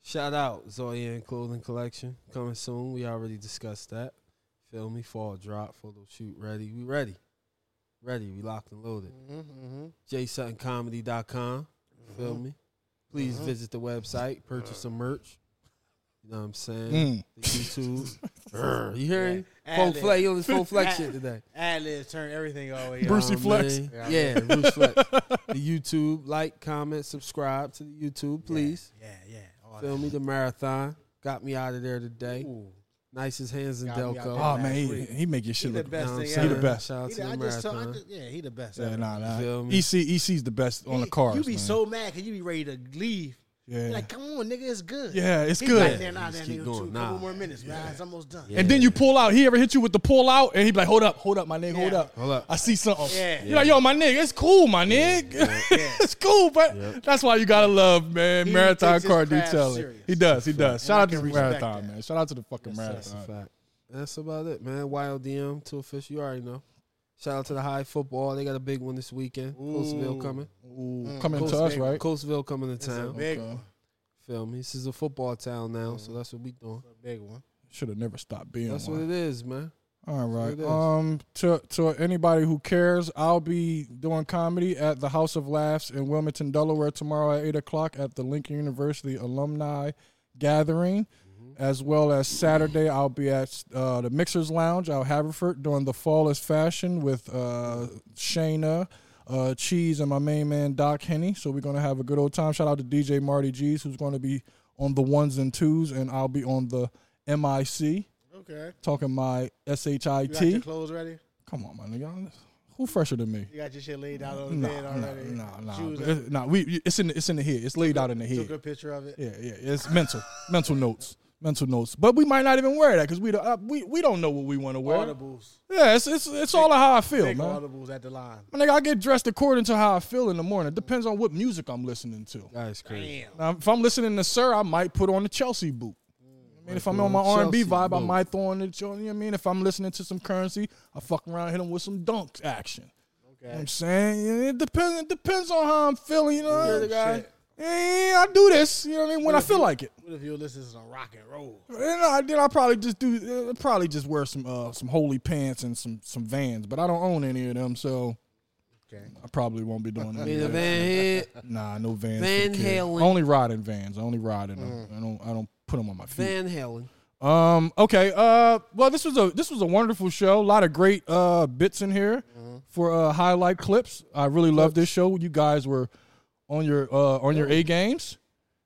E: Shout out Zoyan Clothing Collection coming soon. We already discussed that. Feel me? Fall drop, photo shoot, ready. We ready. Ready. We locked and loaded.
D: Mm-hmm,
E: jsuttoncomedy.com. Feel me? Please
D: Mm-hmm.
E: visit the website, purchase some merch. You know what I'm saying?
A: Mm.
E: The YouTube. Urgh, you hearing?
D: Yeah.
E: Full
D: Ad-lib.
E: flex. You on this full flex
D: Ad-
E: shit today.
D: Ad libs turn everything all the way up.
A: Brucey
E: Nah,
A: Flex.
E: man.
D: Yeah.
E: Yeah, Bruce Flex.
A: Oh,
E: The YouTube. Like, comment, subscribe to the YouTube, please.
D: Yeah, yeah. All
E: Feel
D: that.
E: me? The marathon. Got me out of there today.
D: Ooh.
E: Nicest hands in
D: Got me out
E: Delco.
D: there.
A: Oh man,
D: Last
A: he,
D: week.
A: he make your shit
D: the
A: look.
D: best.
E: You know what I'm
D: thing
E: saying?
A: ever. He the best.
E: Shout out
D: He
E: to
D: the-
E: the
D: I just told, I
E: marathon.
D: just, yeah, he the best.
A: Yeah,
D: ever.
A: nah, nah. E
E: feel me?
A: EC EC's the best on the
D: He-
A: cars.
D: You be
A: man.
D: so mad because you be ready to leave.
A: yeah.
D: Like, come on, nigga, it's good.
A: Yeah, it's
D: He
A: good.
D: Like, there, nah,
E: Just
D: that
E: keep
D: nigga,
E: going.
D: two,
E: Nah.
D: couple more minutes, man. It's almost done.
A: And then you pull out. He ever hit you with the pull out, and he be like, "Hold up, hold up, my nigga, hold
D: Yeah.
A: up,
E: Hold up.
A: I see something."
D: Yeah.
A: You're like, "Yo, my nigga, it's cool, my nigga, it's cool." But that's why you gotta love, man.
D: He
A: marathon
D: takes his
A: car
D: craft
A: detailing.
D: serious.
A: He does, he does. Shout
D: I
A: out to
D: can
A: the
D: respect
A: marathon,
D: that.
A: man. Shout out to the fucking
E: That's a
A: marathon.
E: fact. That's about it, man. Wild DM to official. You already know. Shout out to the high football. They got a big one this weekend. Coastville coming.
A: Ooh, coming
E: Coast-
A: to us, right?
E: Coastville coming to
D: It's a
E: town.
D: big
A: Okay.
D: one.
E: Feel me? This is a football town now,
D: Mm-hmm.
E: so that's what we doing.
D: A big one.
A: Should have never stopped being
E: That's what
A: one.
E: it is, man.
A: All right.
E: it is.
A: Um, to to anybody who cares, I'll be doing comedy at the House of Laughs in Wilmington, Delaware, tomorrow at eight o'clock at the Lincoln University Alumni Gathering, as well as Saturday I'll be at uh, the Mixers Lounge out Haverford doing the Fall is Fashion with uh, Shayna. Uh, Cheese and my main man Doc Henny. So we're gonna have a good old time. Shout out to DJ Marty G's, who's gonna be on the ones and twos, and I'll be on the MIC
D: Okay.
A: talking my S H I
D: You got your
A: T.
D: clothes ready?
A: Come on, my nigga. Who fresher than me?
D: You got your shit laid out on the bed
A: Nah, nah,
D: already?
A: nah, nah.
D: Shoes
A: It- nah. We it's in the, it's in the head. It's laid out in the
D: up? Took
A: head.
D: a picture of it.
A: Yeah, yeah. It's mental, mental notes, mental notes. But we might not even wear that because we don't- uh, we we don't know what we want to wear.
D: Audibles.
A: Yeah, it's it's it's all how I feel,
D: Big
A: man.
D: audibles at the line.
A: My nigga, I get dressed according to how I feel in the morning. Depends on what music I'm listening to.
E: That's crazy.
D: Damn.
A: Now, if I'm listening to Sir, I might put on the Chelsea boot. I mean, if I'm on my R and B
E: Chelsea
A: vibe, I
E: boot.
A: might throw on the. You know what I mean? If I'm listening to some currency, I fuck around, hit him with some dunk action. You know what I'm saying Yeah, it depends. It depends on how I'm feeling. You know,
D: Oh,
A: the guy.
D: shit.
A: Yeah, yeah, I do this. You know what I mean? When I feel like it,
D: What if you listen to some rock and roll?
A: and I, then I probably just do. uh, Probably just wear some uh, some holy pants and some some Vans. But I don't own any of them, so
D: Okay.
A: I probably won't be doing
E: Me and the
A: that.
E: Van Head,
A: Nah, no Vans.
E: Van
A: for the kids.
E: Halen.
A: I only ride in Vans. I only ride in them. I don't. I don't put them on my feet.
E: Van Halen.
A: Um. Okay. Uh. Well, this was a this was a wonderful show. A lot of great uh bits in here for uh highlight clips. I really love this show. You guys were on your uh on your A games.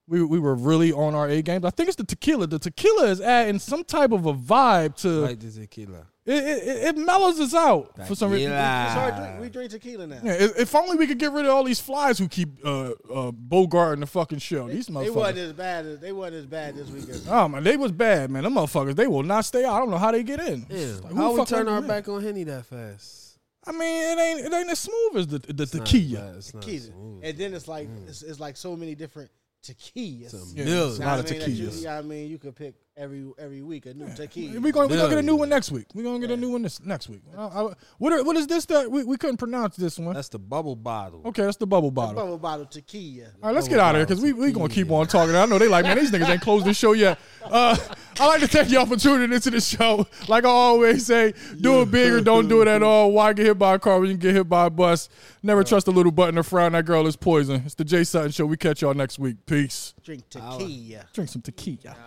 A: We we were really on our A games. I think it's the tequila. The tequila is adding some type of a vibe to
E: Like the tequila.
A: it, it. it- It mellows us out for some reason. Yeah,
D: It's hard
E: Tequila.
D: drink. We drink tequila now.
A: if if only we could get rid of all these flies who keep uh uh bogarting the fucking show. These
D: They
A: motherfuckers.
D: wasn't as bad as they wasn't as bad this weekend.
A: Oh man, they was bad, man. Them motherfuckers, they will not stay out. I don't know how they get in.
E: Damn.
A: Like, who
E: How
A: the
E: we
A: fuck
E: turn
A: let
E: our
A: them in?
E: back on Henny that fast?
A: I mean, it ain't it ain't as smooth as the the
E: Nah,
A: tequila.
E: nah, it's not
D: tequila.
E: smooth.
D: And then it's like it's, it's like so many different tequilas.
E: It's a
A: Yeah,
E: million.
A: Mm. it's a lot of
D: I mean, that you,
A: tequilas.
D: yeah, I mean, you could pick every every week a new tequila.
A: We gonna we gonna get a new
E: Yeah.
A: one next week. We gonna get a new one this next week. I, I, what are, what is this that we, we couldn't pronounce this one?
E: That's the bubble bottle.
A: okay, that's the bubble bottle.
D: Bubble bottle tequila.
A: All right, let's get out of here because we we gonna keep on talking. I know they like man, these niggas ain't closed the show yet. Uh, I like to thank y'all for tuning into the show. Like I always say, do it big or don't do it at all. Why get hit by a car when you can get hit by a bus? Never trust a little button or frown. That girl is poison. It's the Jay Sutton Show. We catch y'all next week. Peace.
D: Drink tequila.
A: Drink some tequila.